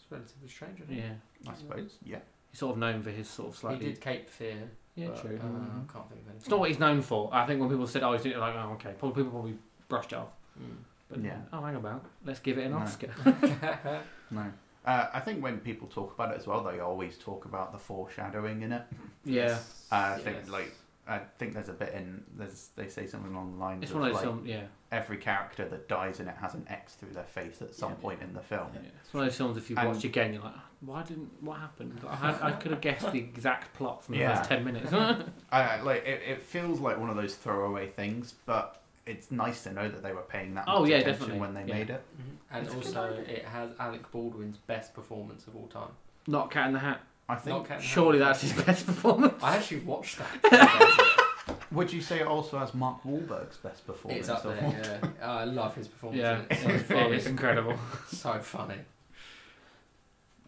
[SPEAKER 3] It's relatively strange. Isn't it?
[SPEAKER 1] Yeah,
[SPEAKER 2] I suppose, yeah.
[SPEAKER 1] he's sort of known for his sort of
[SPEAKER 3] He
[SPEAKER 1] slightly.
[SPEAKER 3] did Cape Fear.
[SPEAKER 1] Yeah,
[SPEAKER 3] but,
[SPEAKER 1] true. Mm-hmm.
[SPEAKER 3] Uh,
[SPEAKER 2] Mhm.
[SPEAKER 3] I can't think of anything.
[SPEAKER 1] It's not what he's known for. I think when people said, "Oh, he's doing it," like, "Oh, okay," probably people probably brushed it off.
[SPEAKER 3] Hmm.
[SPEAKER 1] But
[SPEAKER 2] Yeah.
[SPEAKER 1] oh, hang about, let's give it an
[SPEAKER 2] No.
[SPEAKER 1] Oscar.
[SPEAKER 3] Mm.
[SPEAKER 2] No. Uh, I think when people talk about it as well, they always talk about the foreshadowing in it.
[SPEAKER 1] yeah,
[SPEAKER 3] Yes.
[SPEAKER 2] I think,
[SPEAKER 3] Yes.
[SPEAKER 2] like, I think there's a bit in there's they say something along the lines
[SPEAKER 1] it's
[SPEAKER 2] of
[SPEAKER 1] one of those
[SPEAKER 2] like
[SPEAKER 1] film. Yeah.
[SPEAKER 2] every character that dies in it has an X through their face at some
[SPEAKER 1] Yeah.
[SPEAKER 2] point in the film.
[SPEAKER 1] yeah, it's one of those films. If you
[SPEAKER 2] And-
[SPEAKER 1] watch again, you're like, "Why didn't? What happened? I, had, I could have guessed the exact plot from the
[SPEAKER 2] Yeah.
[SPEAKER 1] first ten minutes."
[SPEAKER 2] Uh, like it, it feels like one of those throwaway things, but it's nice to know that they were paying that
[SPEAKER 1] Oh,
[SPEAKER 2] much
[SPEAKER 1] yeah,
[SPEAKER 2] attention
[SPEAKER 1] definitely.
[SPEAKER 2] when they
[SPEAKER 1] Yeah.
[SPEAKER 2] made it.
[SPEAKER 3] Mm-hmm. And
[SPEAKER 1] It's a good
[SPEAKER 3] also, it has Alec Baldwin's best performance of all time.
[SPEAKER 1] Not Cat in the Hat.
[SPEAKER 2] I think.
[SPEAKER 3] Not Cat in the
[SPEAKER 1] Surely
[SPEAKER 3] Hat.
[SPEAKER 1] that's his best performance.
[SPEAKER 3] I actually watched that.
[SPEAKER 2] Would you say it also has Mark Wahlberg's best performance?
[SPEAKER 3] it's up
[SPEAKER 2] of
[SPEAKER 3] there.
[SPEAKER 2] all-
[SPEAKER 3] Yeah, I love his performance.
[SPEAKER 1] Yeah,
[SPEAKER 3] in it. So
[SPEAKER 1] it is
[SPEAKER 3] funny.
[SPEAKER 1] incredible.
[SPEAKER 3] so funny.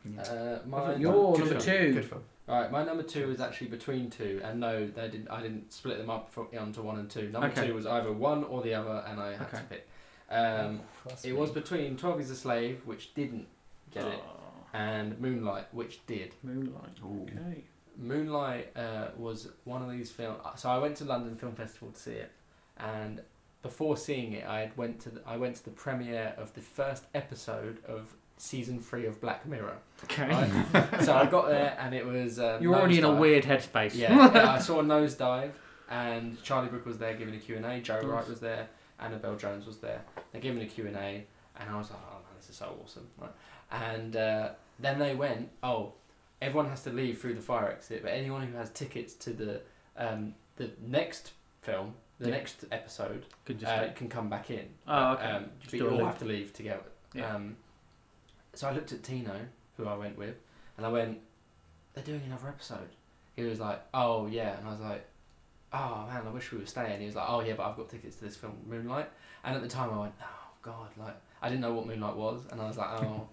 [SPEAKER 2] Yeah.
[SPEAKER 3] Uh, my
[SPEAKER 1] Your
[SPEAKER 2] Good
[SPEAKER 1] number
[SPEAKER 2] film,
[SPEAKER 1] two.
[SPEAKER 2] Good film.
[SPEAKER 3] Alright, my number two is actually between two, and no, they didn't. I didn't split them up for, onto one and two. Number
[SPEAKER 1] Okay.
[SPEAKER 3] two was either one or the other, and I had to
[SPEAKER 1] Okay.
[SPEAKER 3] pick. Um,
[SPEAKER 4] Oh, Trust
[SPEAKER 3] it
[SPEAKER 4] me.
[SPEAKER 3] was between Twelve Years a Slave, which didn't get it,
[SPEAKER 1] Oh,
[SPEAKER 3] and Moonlight, which did.
[SPEAKER 1] Moonlight.
[SPEAKER 2] Ooh.
[SPEAKER 1] Okay.
[SPEAKER 3] Moonlight uh, was one of these films. So I went to London Film Festival to see it, and before seeing it, I had went to the, I went to the premiere of the first episode of season three of Black Mirror.
[SPEAKER 1] Okay.
[SPEAKER 3] right? so I got there, and it was um,
[SPEAKER 1] You're already in a
[SPEAKER 3] nosedive.
[SPEAKER 1] weird headspace.
[SPEAKER 3] Yeah, yeah, I saw Nosedive, and Charlie Brooker was there giving a Q&A, Joe
[SPEAKER 1] Nice.
[SPEAKER 3] Wright was there, Annabelle Jones was there. They're giving a Q&A, and I was like, oh man, this is so awesome. Right? And uh, then they went, oh, everyone has to leave through the fire exit, but anyone who has tickets to the um, the next film, the
[SPEAKER 1] Yeah.
[SPEAKER 3] next episode,
[SPEAKER 1] Could just
[SPEAKER 3] uh,
[SPEAKER 1] go-
[SPEAKER 3] can come back in.
[SPEAKER 1] Oh, okay.
[SPEAKER 3] Um,
[SPEAKER 1] Just
[SPEAKER 3] but
[SPEAKER 1] do
[SPEAKER 3] you
[SPEAKER 1] a
[SPEAKER 3] all
[SPEAKER 1] loop.
[SPEAKER 3] have to leave together.
[SPEAKER 1] Yeah.
[SPEAKER 3] Um, so I looked at Tino, who I went with, and I went, they're doing another episode. He was like, oh, yeah. And I was like, oh, man, I wish we were staying. He was like, oh, yeah, but I've got tickets to this film, Moonlight. And at the time, I went, oh, God, like, I didn't know what Moonlight was. And I was like, oh,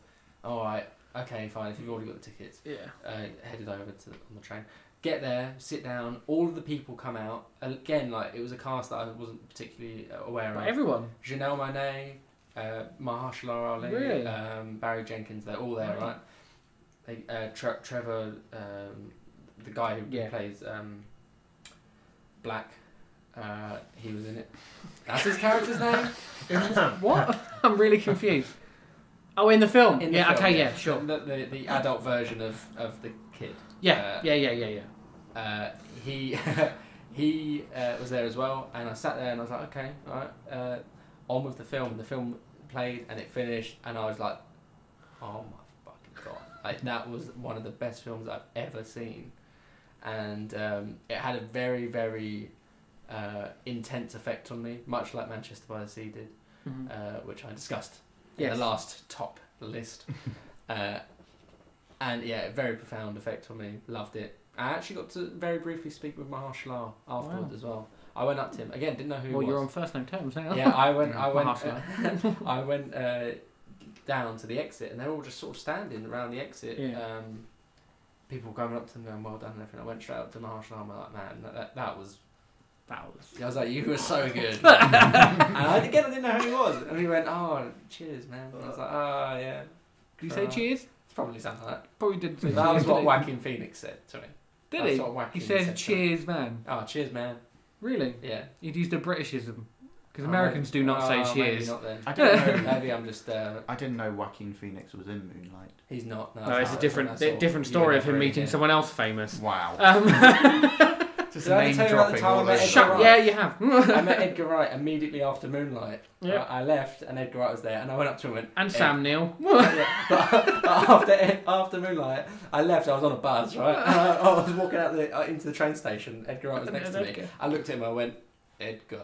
[SPEAKER 3] all right, okay, fine, if you've already got the tickets
[SPEAKER 1] yeah.
[SPEAKER 3] uh, headed over to on the train. Get there, sit down. All of the people come out again. Like it was a cast that I wasn't particularly uh, aware
[SPEAKER 1] But
[SPEAKER 3] of.
[SPEAKER 1] everyone.
[SPEAKER 3] Janelle Monet, uh, Mahershala Ali,
[SPEAKER 1] Really?
[SPEAKER 3] um, Barry Jenkins. They're all there,
[SPEAKER 1] Right.
[SPEAKER 3] right? They, uh, Tre- Trevor, um, the guy who
[SPEAKER 1] Yeah.
[SPEAKER 3] plays um, Black, uh, he was in it. That's his character's name.
[SPEAKER 1] What? I'm really confused. Oh, in the film.
[SPEAKER 3] In the
[SPEAKER 1] yeah.
[SPEAKER 3] film,
[SPEAKER 1] okay. Yeah. Sure.
[SPEAKER 3] The, the, the adult version of, of the kid.
[SPEAKER 1] Yeah.
[SPEAKER 3] Uh,
[SPEAKER 1] yeah. Yeah. Yeah. Yeah.
[SPEAKER 3] uh, he he uh, was there as well, and I sat there and I was like, okay, all right, uh, on with the film. The film played and it finished, and I was like, oh my fucking god, like that was one of the best films I've ever seen, and um, it had a very very uh, intense effect on me, much like Manchester by the Sea did
[SPEAKER 1] Mhm.
[SPEAKER 3] uh, which I discussed in
[SPEAKER 1] Yes.
[SPEAKER 3] the last top list. uh, and yeah, very profound effect on me. Loved it. I actually got to very briefly speak with Mahershala afterwards
[SPEAKER 1] Wow.
[SPEAKER 3] as well. I went up to him again. Didn't know who
[SPEAKER 1] well,
[SPEAKER 3] he was.
[SPEAKER 1] you're on first name terms now.
[SPEAKER 3] yeah, I went. I
[SPEAKER 1] Yeah,
[SPEAKER 3] went.
[SPEAKER 1] Mahershala.
[SPEAKER 3] I went uh, down to the exit, and they're all just sort of standing around the exit.
[SPEAKER 1] Yeah.
[SPEAKER 3] Um, people going up to them, going, "Well done," and everything. I went straight up to Mahershala. and I'm like, "Man, that, that, that was
[SPEAKER 1] That was.
[SPEAKER 3] I was like, you were so good. and I, again, I didn't know who he was. And he went, oh, cheers, man. And I was like, oh, yeah.
[SPEAKER 1] Did you say
[SPEAKER 3] Uh,
[SPEAKER 1] cheers?
[SPEAKER 3] It's probably something like
[SPEAKER 1] Probably did.
[SPEAKER 3] that. That was what Whacking Phoenix said to me.
[SPEAKER 1] Did
[SPEAKER 3] That's
[SPEAKER 1] he?
[SPEAKER 3] what Joaquin
[SPEAKER 1] He
[SPEAKER 3] said
[SPEAKER 1] said
[SPEAKER 3] to
[SPEAKER 1] cheers, man.
[SPEAKER 3] me. Oh, cheers, man.
[SPEAKER 1] Really?
[SPEAKER 3] Yeah.
[SPEAKER 1] He'd used a Britishism because
[SPEAKER 3] Oh,
[SPEAKER 1] Americans
[SPEAKER 3] maybe-
[SPEAKER 1] do not say
[SPEAKER 3] oh,
[SPEAKER 1] cheers.
[SPEAKER 3] Maybe not then.
[SPEAKER 2] I don't know.
[SPEAKER 3] maybe I'm just, uh,
[SPEAKER 2] I didn't know Joaquin Phoenix was in Moonlight.
[SPEAKER 3] he's not.
[SPEAKER 1] No, it's a
[SPEAKER 3] how-
[SPEAKER 1] different
[SPEAKER 3] that's all-
[SPEAKER 1] different
[SPEAKER 3] you
[SPEAKER 1] story
[SPEAKER 3] and
[SPEAKER 1] of him
[SPEAKER 3] Bree,
[SPEAKER 1] meeting
[SPEAKER 3] yeah.
[SPEAKER 1] someone else famous.
[SPEAKER 2] Wow.
[SPEAKER 1] Um,
[SPEAKER 2] Just
[SPEAKER 3] Did I
[SPEAKER 2] name
[SPEAKER 3] tell you about the
[SPEAKER 2] dropping
[SPEAKER 3] time I
[SPEAKER 2] all
[SPEAKER 3] met
[SPEAKER 2] over.
[SPEAKER 3] Edgar
[SPEAKER 1] Shut.
[SPEAKER 3] Wright?
[SPEAKER 1] Yeah, you have. Mm.
[SPEAKER 3] I met Edgar Wright immediately after Moonlight.
[SPEAKER 1] Yeah.
[SPEAKER 3] I I left and Edgar Wright was there and I went up to him and went,
[SPEAKER 1] And
[SPEAKER 3] "Ed,
[SPEAKER 1] Sam Neill.
[SPEAKER 3] Yeah, but after after Moonlight, I left. I was on a buzz, right? And I, I was walking out the uh, into the train station. Edgar Wright was next to me. I looked at him. I went, Edgar,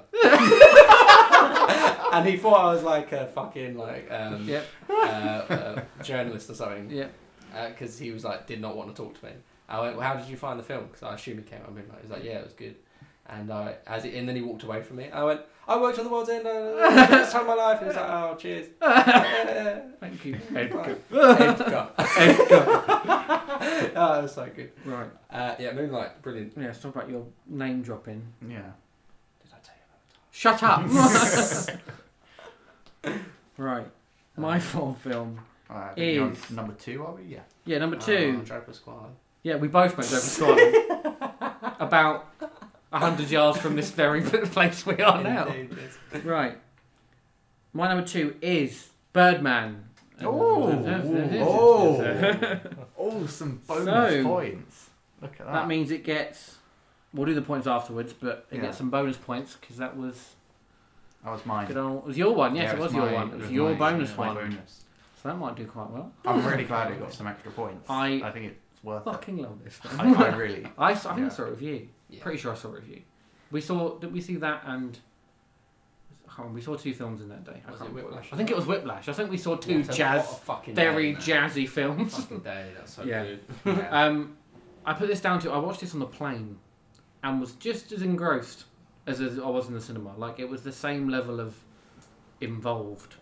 [SPEAKER 3] and he thought I was like a fucking like um,
[SPEAKER 1] Yep.
[SPEAKER 3] uh, uh, journalist or something uh,
[SPEAKER 1] Yep.
[SPEAKER 3] because he was like did not want to talk to me. I went, well, how did you find the film? Because I assume he came out on Moonlight. He was like, yeah, it was good. And I, as it, and then he walked away from me. I went, I worked on the world's end. Uh, best time of my life. And he's like, oh, cheers.
[SPEAKER 1] Thank you, Edgar.
[SPEAKER 3] Edgar. Edgar. oh, that was so good.
[SPEAKER 1] Right.
[SPEAKER 3] Uh, yeah, Moonlight, brilliant.
[SPEAKER 1] Yeah, let's talk about your name dropping.
[SPEAKER 2] Yeah.
[SPEAKER 4] Did I tell
[SPEAKER 1] Shut up! right.
[SPEAKER 2] Uh.
[SPEAKER 1] My fourth film.
[SPEAKER 2] All right, I think you're on
[SPEAKER 1] Is-
[SPEAKER 2] number two, are we? Yeah.
[SPEAKER 1] Yeah,
[SPEAKER 2] Uh.
[SPEAKER 1] number two.
[SPEAKER 3] Oh, Draper Squad.
[SPEAKER 1] Yeah, we both went over Swan. about a hundred yards from this very place we are now.
[SPEAKER 3] Indeed, yes.
[SPEAKER 1] Right. My number two is Birdman.
[SPEAKER 2] Oh. Oh, some bonus
[SPEAKER 1] So-
[SPEAKER 2] points. Look at that.
[SPEAKER 1] That means it gets. We'll do the points afterwards, but it
[SPEAKER 2] Yeah.
[SPEAKER 1] gets some bonus points because that was
[SPEAKER 2] that was mine.
[SPEAKER 1] good old. It was your one, yes,
[SPEAKER 2] Yeah,
[SPEAKER 1] it was your
[SPEAKER 2] my-
[SPEAKER 1] one. It was your
[SPEAKER 2] my-
[SPEAKER 1] bonus
[SPEAKER 2] my
[SPEAKER 1] one,
[SPEAKER 2] bonus.
[SPEAKER 1] so that might do quite well.
[SPEAKER 2] I'm really glad it got some extra points.
[SPEAKER 1] I-
[SPEAKER 2] I think it's worth it.
[SPEAKER 1] Fucking love this
[SPEAKER 2] I,
[SPEAKER 1] film.
[SPEAKER 2] I really.
[SPEAKER 1] I, saw, I think
[SPEAKER 2] Yeah.
[SPEAKER 1] I saw a review.
[SPEAKER 3] Yeah.
[SPEAKER 1] Pretty sure I saw a review. We saw. Did we see that and? I can't remember. we saw two films in that day. I,
[SPEAKER 3] Was
[SPEAKER 1] can't
[SPEAKER 3] it
[SPEAKER 1] remember.
[SPEAKER 3] Whiplash?
[SPEAKER 1] I think it was Whiplash. I think we saw two
[SPEAKER 3] What a-
[SPEAKER 1] jazz,
[SPEAKER 3] what a fucking
[SPEAKER 1] very
[SPEAKER 3] day, man.
[SPEAKER 1] jazzy films.
[SPEAKER 3] Fucking day, that's so
[SPEAKER 1] Yeah.
[SPEAKER 3] good.
[SPEAKER 2] Yeah.
[SPEAKER 1] Um, I put this down to I watched this on the plane, and was just as engrossed as, as I was in the cinema. Like it was the same level of involved.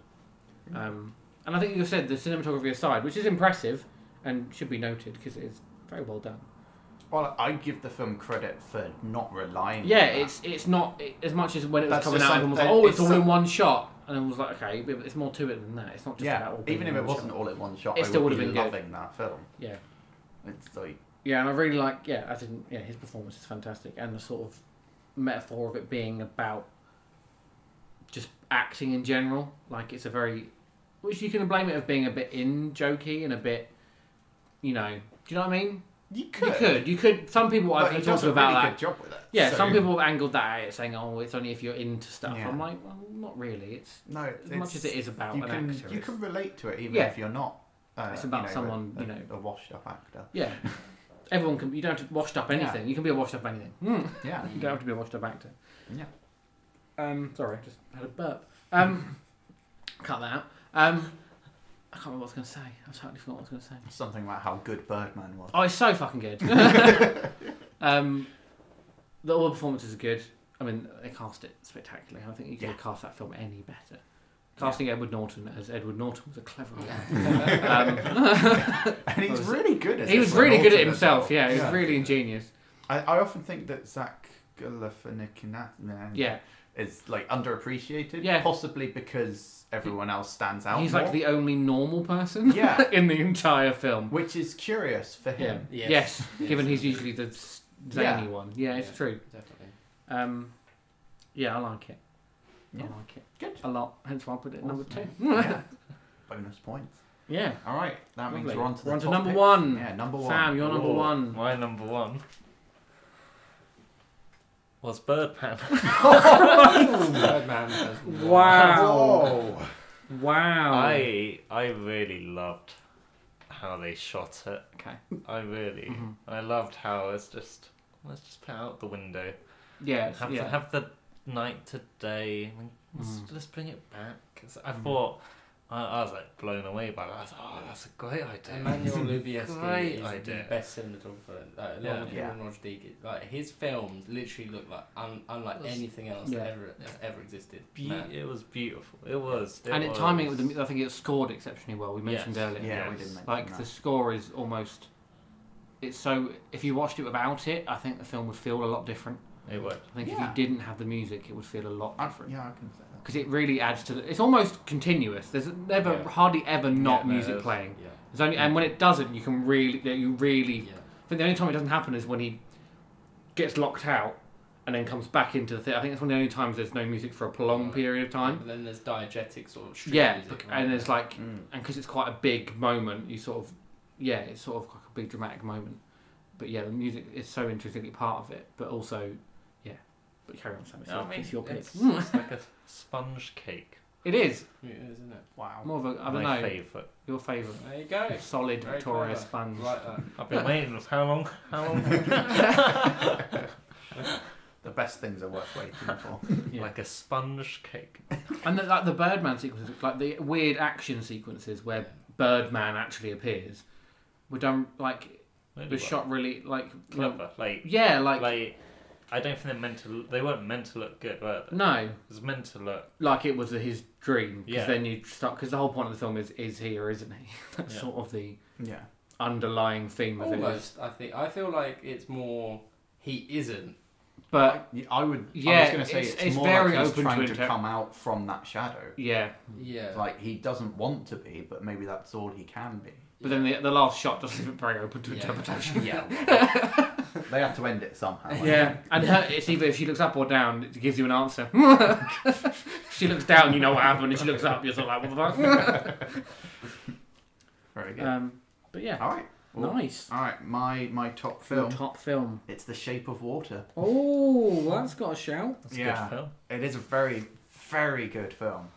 [SPEAKER 3] Mm.
[SPEAKER 1] Um, and I think you said the cinematography aside, which is impressive and should be noted because it is very well done.
[SPEAKER 2] Well, I give the film credit for not relying.
[SPEAKER 1] Yeah,
[SPEAKER 2] on that.
[SPEAKER 1] it's it's not it, as much as when it was
[SPEAKER 2] That's
[SPEAKER 1] coming
[SPEAKER 2] just
[SPEAKER 1] out. Everyone was like,
[SPEAKER 2] something-
[SPEAKER 1] "Oh, it's,
[SPEAKER 2] it's
[SPEAKER 1] all
[SPEAKER 2] some-
[SPEAKER 1] in one shot," and I was like, "Okay, but it's more to it than that. It's not just
[SPEAKER 2] yeah.
[SPEAKER 1] about all being
[SPEAKER 2] Even if
[SPEAKER 1] in
[SPEAKER 2] it
[SPEAKER 1] one
[SPEAKER 2] wasn't
[SPEAKER 1] shot.
[SPEAKER 2] all at one shot,
[SPEAKER 1] It
[SPEAKER 2] I
[SPEAKER 1] still
[SPEAKER 2] would
[SPEAKER 1] would've
[SPEAKER 2] be
[SPEAKER 1] been good.
[SPEAKER 2] loving that film.
[SPEAKER 1] Yeah,
[SPEAKER 2] It's like
[SPEAKER 1] yeah, and I really like. Yeah, I didn't. Yeah, his performance is fantastic, and the sort of metaphor of it being about just acting in general. Like it's a very, which you can blame it of being a bit in jokey and a bit, you know, do you know what I mean?
[SPEAKER 2] you could.
[SPEAKER 1] You could, you could. Some people
[SPEAKER 2] But
[SPEAKER 1] I've
[SPEAKER 2] he
[SPEAKER 1] been
[SPEAKER 2] does
[SPEAKER 1] talking
[SPEAKER 2] a
[SPEAKER 1] about
[SPEAKER 2] really
[SPEAKER 1] that.
[SPEAKER 2] good job with it.
[SPEAKER 1] Yeah,
[SPEAKER 2] so-
[SPEAKER 1] some people have angled that at it, saying, "Oh, it's only if you're into stuff."
[SPEAKER 2] Yeah.
[SPEAKER 1] I'm like, well, not really. It's
[SPEAKER 2] No,
[SPEAKER 1] as much as it is about
[SPEAKER 2] you
[SPEAKER 1] an
[SPEAKER 2] can
[SPEAKER 1] actor.
[SPEAKER 2] you
[SPEAKER 1] it's-
[SPEAKER 2] can relate to it even
[SPEAKER 1] Yeah.
[SPEAKER 2] if you're not. Uh,
[SPEAKER 1] It's
[SPEAKER 2] you
[SPEAKER 1] about
[SPEAKER 2] know, a-
[SPEAKER 1] someone,
[SPEAKER 2] a,
[SPEAKER 1] you know.
[SPEAKER 2] a washed-up actor.
[SPEAKER 1] Yeah, everyone can. You don't have to washed up anything. You can be a washed up anything. Mm.
[SPEAKER 2] Yeah,
[SPEAKER 1] You don't have to be a washed up actor.
[SPEAKER 2] yeah.
[SPEAKER 1] Um, sorry, I just had a burp. Um, cut that out. Um, I can't remember what I was going to say. I totally forgot what I was going to say.
[SPEAKER 2] Something about how good Birdman was.
[SPEAKER 1] Oh, it's so fucking good. um, the all the performances are good. I mean, they cast it spectacularly. I think you could
[SPEAKER 2] Yeah.
[SPEAKER 1] have cast that film any better. Casting Edward Norton as Edward Norton was a clever idea. um,
[SPEAKER 2] and he's really good. As
[SPEAKER 1] he was
[SPEAKER 2] this
[SPEAKER 1] really good at
[SPEAKER 2] Norton as
[SPEAKER 1] himself.
[SPEAKER 2] well.
[SPEAKER 1] Yeah, he was really ingenious.
[SPEAKER 2] I, I often think that Zach Galifianakis
[SPEAKER 1] Yeah,
[SPEAKER 2] is like underappreciated.
[SPEAKER 1] Yeah.
[SPEAKER 2] possibly because everyone else stands out.
[SPEAKER 1] he's
[SPEAKER 2] more.
[SPEAKER 1] like the only normal person
[SPEAKER 2] Yeah.
[SPEAKER 1] in the entire film.
[SPEAKER 2] which is curious for
[SPEAKER 1] Yeah.
[SPEAKER 2] him.
[SPEAKER 1] Yes.
[SPEAKER 3] Yes.
[SPEAKER 1] Given he's usually the s- zany
[SPEAKER 2] Yeah.
[SPEAKER 1] one. Yeah, it's
[SPEAKER 3] Yeah.
[SPEAKER 1] true.
[SPEAKER 3] Definitely.
[SPEAKER 1] Um, yeah, I like it.
[SPEAKER 2] Yeah.
[SPEAKER 1] I like it.
[SPEAKER 2] Good.
[SPEAKER 1] A lot. Hence why I put it at number two.
[SPEAKER 2] Yeah. Bonus points.
[SPEAKER 1] yeah.
[SPEAKER 2] All right, that means
[SPEAKER 1] Lovely.
[SPEAKER 2] we're on to the
[SPEAKER 1] We're on to
[SPEAKER 2] top
[SPEAKER 1] number
[SPEAKER 2] picks.
[SPEAKER 1] one.
[SPEAKER 2] Yeah, number one.
[SPEAKER 1] Sam, you're number
[SPEAKER 4] Ooh,
[SPEAKER 1] one.
[SPEAKER 4] My number one was Birdman.
[SPEAKER 3] Birdman does not-
[SPEAKER 2] Whoa.
[SPEAKER 1] Wow.
[SPEAKER 4] I I really loved how they shot it.
[SPEAKER 1] Okay. Mm-hmm.
[SPEAKER 4] I really I loved how it's just let's just put it out the window.
[SPEAKER 1] Yeah. it's-
[SPEAKER 4] Have
[SPEAKER 1] yeah. Mm.
[SPEAKER 4] the, have the night today. I mean, let's, let's bring it back. 'Cause I thought I, I was like blown away by that. I was like, oh, that's a great idea.
[SPEAKER 3] Emmanuel Lubezki
[SPEAKER 4] Great
[SPEAKER 3] is the
[SPEAKER 4] idea.
[SPEAKER 3] best cinematographer. Like, along
[SPEAKER 4] Yeah.
[SPEAKER 3] with
[SPEAKER 2] Yeah.
[SPEAKER 3] him and Roger Deakins, like his films literally look like un- unlike
[SPEAKER 4] That's-
[SPEAKER 3] anything else
[SPEAKER 1] Yeah.
[SPEAKER 3] that ever that's ever existed.
[SPEAKER 4] Be-
[SPEAKER 3] Man.
[SPEAKER 4] it was beautiful. It was. It
[SPEAKER 1] and
[SPEAKER 4] was.
[SPEAKER 1] it timing it with the, I think it scored exceptionally well. We mentioned
[SPEAKER 4] Yes.
[SPEAKER 1] earlier.
[SPEAKER 2] Yeah, we
[SPEAKER 4] Yes.
[SPEAKER 2] didn't mention
[SPEAKER 1] Like
[SPEAKER 2] that.
[SPEAKER 1] the score is almost. It's so. If you watched it without it, I think the film would feel a lot different.
[SPEAKER 4] It was.
[SPEAKER 1] I think
[SPEAKER 2] Yeah.
[SPEAKER 1] if you didn't have the music, it would feel a lot
[SPEAKER 2] I,
[SPEAKER 1] different.
[SPEAKER 2] yeah, I can say that.
[SPEAKER 1] because it really adds to the, it's almost continuous there's never
[SPEAKER 4] Yeah.
[SPEAKER 1] hardly ever not
[SPEAKER 4] Yeah, no,
[SPEAKER 1] music
[SPEAKER 4] it's-
[SPEAKER 1] playing
[SPEAKER 3] Yeah.
[SPEAKER 1] there's only and when it doesn't you can really that you really
[SPEAKER 3] Yeah.
[SPEAKER 1] I think the only time it doesn't happen is when he gets locked out and then comes back into the thing I think that's one of the only times there's no music for a prolonged
[SPEAKER 3] Right.
[SPEAKER 1] period of time
[SPEAKER 3] But then there's diegetic sort of street
[SPEAKER 1] yeah
[SPEAKER 3] music.
[SPEAKER 1] bec-
[SPEAKER 3] right?
[SPEAKER 1] and there's like
[SPEAKER 2] Mm.
[SPEAKER 1] and because it's quite a big moment you sort of yeah it's sort of like a big dramatic moment but yeah the music is so intricately part of it but also yeah but carry on Sam it's, your,
[SPEAKER 4] I mean,
[SPEAKER 1] it's your pick
[SPEAKER 4] It's, it's like a sponge cake.
[SPEAKER 1] it is
[SPEAKER 3] Yeah, it is, isn't it?
[SPEAKER 2] Wow.
[SPEAKER 1] more of a I don't
[SPEAKER 4] my
[SPEAKER 1] know
[SPEAKER 4] favourite.
[SPEAKER 1] your favourite
[SPEAKER 3] There you go.
[SPEAKER 1] solid
[SPEAKER 3] Very
[SPEAKER 1] Victoria
[SPEAKER 3] clever. uh,
[SPEAKER 1] sponge.
[SPEAKER 3] Like that.
[SPEAKER 4] I've been waiting. for How long? How long?
[SPEAKER 2] The best things are worth waiting for.
[SPEAKER 1] Yeah.
[SPEAKER 4] Like a sponge cake.
[SPEAKER 1] And the, like the Birdman sequences, like the weird action sequences where Birdman actually appears, were done like
[SPEAKER 4] Really
[SPEAKER 1] the
[SPEAKER 4] well.
[SPEAKER 1] shot really like, like
[SPEAKER 4] Clever. Like
[SPEAKER 1] yeah, like,
[SPEAKER 4] like I don't think they're meant to. They weren't meant to look good, were they?
[SPEAKER 1] No,
[SPEAKER 4] It was meant to look.
[SPEAKER 1] like it was his dream. Because
[SPEAKER 4] Yeah.
[SPEAKER 1] then you start because the whole point of the film is is he or isn't he? That's
[SPEAKER 4] Yeah.
[SPEAKER 1] sort of the
[SPEAKER 2] Yeah.
[SPEAKER 1] underlying theme of it. is-
[SPEAKER 3] Almost, I think. I feel like it's more he isn't.
[SPEAKER 1] But
[SPEAKER 2] I- I would. I was
[SPEAKER 1] Yeah,
[SPEAKER 2] going to say
[SPEAKER 1] it's-
[SPEAKER 2] it's,
[SPEAKER 1] it's
[SPEAKER 2] more
[SPEAKER 1] very
[SPEAKER 2] like he's
[SPEAKER 1] open to
[SPEAKER 2] trying to,
[SPEAKER 1] inter-
[SPEAKER 2] come out from that shadow.
[SPEAKER 1] yeah,
[SPEAKER 3] Yeah.
[SPEAKER 2] Like he doesn't want to be, but maybe that's all he can be.
[SPEAKER 1] but then the, the last shot does leave it very open to
[SPEAKER 3] Yeah.
[SPEAKER 1] interpretation.
[SPEAKER 2] Yeah. they have to end it somehow. I
[SPEAKER 1] Yeah, and her, it's either if she looks up or down, it gives you an answer. she looks down, you know what happened. If she looks up, you're sort of like, what the
[SPEAKER 2] think. Very
[SPEAKER 1] fuck?
[SPEAKER 2] good.
[SPEAKER 1] um, but yeah,
[SPEAKER 2] all right. Well,
[SPEAKER 1] nice.
[SPEAKER 2] All right. My my top film.
[SPEAKER 1] Top film.
[SPEAKER 2] It's The Shape of Water.
[SPEAKER 1] Oh, that's got a shout.
[SPEAKER 4] That's
[SPEAKER 2] Yeah.
[SPEAKER 4] a good film.
[SPEAKER 2] It is a very very good film.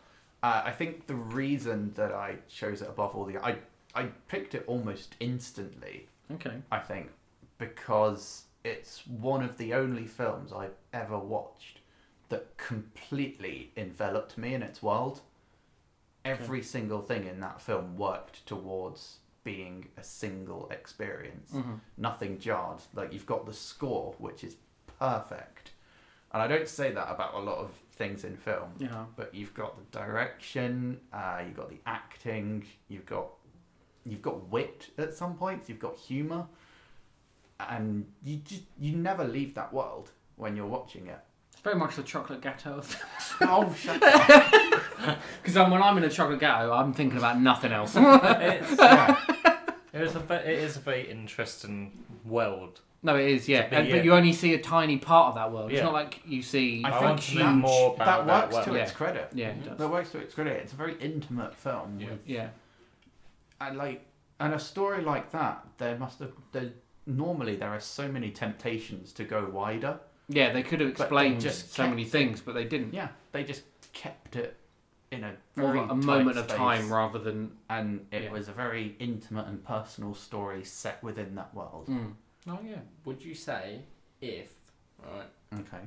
[SPEAKER 2] Uh, I think the reason that I chose it above all the I I picked it almost instantly.
[SPEAKER 1] Okay.
[SPEAKER 2] I think, because it's one of the only films I've ever watched that completely enveloped me in its world. Every single thing in that film worked towards being a single experience. Nothing jarred. Like, you've got the score, which is perfect. And I don't say that about a lot of things in film
[SPEAKER 1] Yeah.
[SPEAKER 2] but you've got the direction, uh, you've got the acting, you've got you've got wit at some points, you've got humor, and you just you never leave that world when you're watching it.
[SPEAKER 1] It's very much the chocolate ghetto.
[SPEAKER 2] oh, shut up.
[SPEAKER 1] Because when I'm in a chocolate ghetto, I'm thinking about nothing else.
[SPEAKER 4] it's,
[SPEAKER 2] Yeah.
[SPEAKER 4] it is a ve- it is a very interesting world.
[SPEAKER 1] no, it is, yeah.
[SPEAKER 4] But
[SPEAKER 1] And,
[SPEAKER 4] yeah.
[SPEAKER 1] but you only see a tiny part of that world. It's
[SPEAKER 4] Yeah.
[SPEAKER 1] not like you see.
[SPEAKER 4] I
[SPEAKER 2] I, Mm-hmm.
[SPEAKER 4] want
[SPEAKER 2] think
[SPEAKER 4] to know
[SPEAKER 2] huge-
[SPEAKER 4] more
[SPEAKER 2] that
[SPEAKER 4] about that
[SPEAKER 2] works to
[SPEAKER 1] world.
[SPEAKER 2] its
[SPEAKER 1] Yeah.
[SPEAKER 2] credit.
[SPEAKER 1] yeah, it does.
[SPEAKER 2] That works to its credit. It's a very intimate film.
[SPEAKER 4] Yeah.
[SPEAKER 2] with-
[SPEAKER 1] Yeah.
[SPEAKER 2] and like and a story like that, there must have there, normally there are so many temptations to go wider.
[SPEAKER 1] Yeah, they could have
[SPEAKER 2] they
[SPEAKER 1] explained
[SPEAKER 2] just
[SPEAKER 1] so
[SPEAKER 2] kept-
[SPEAKER 1] many things, but they didn't.
[SPEAKER 2] Yeah, they just kept it in a
[SPEAKER 1] More
[SPEAKER 2] very
[SPEAKER 1] like a
[SPEAKER 2] tight
[SPEAKER 1] moment of
[SPEAKER 2] space.
[SPEAKER 1] time rather than.
[SPEAKER 2] and it
[SPEAKER 1] Yeah.
[SPEAKER 2] was a very intimate and personal story set within that world.
[SPEAKER 1] Mm. Oh, yeah.
[SPEAKER 3] Would you say if, right,
[SPEAKER 2] Okay.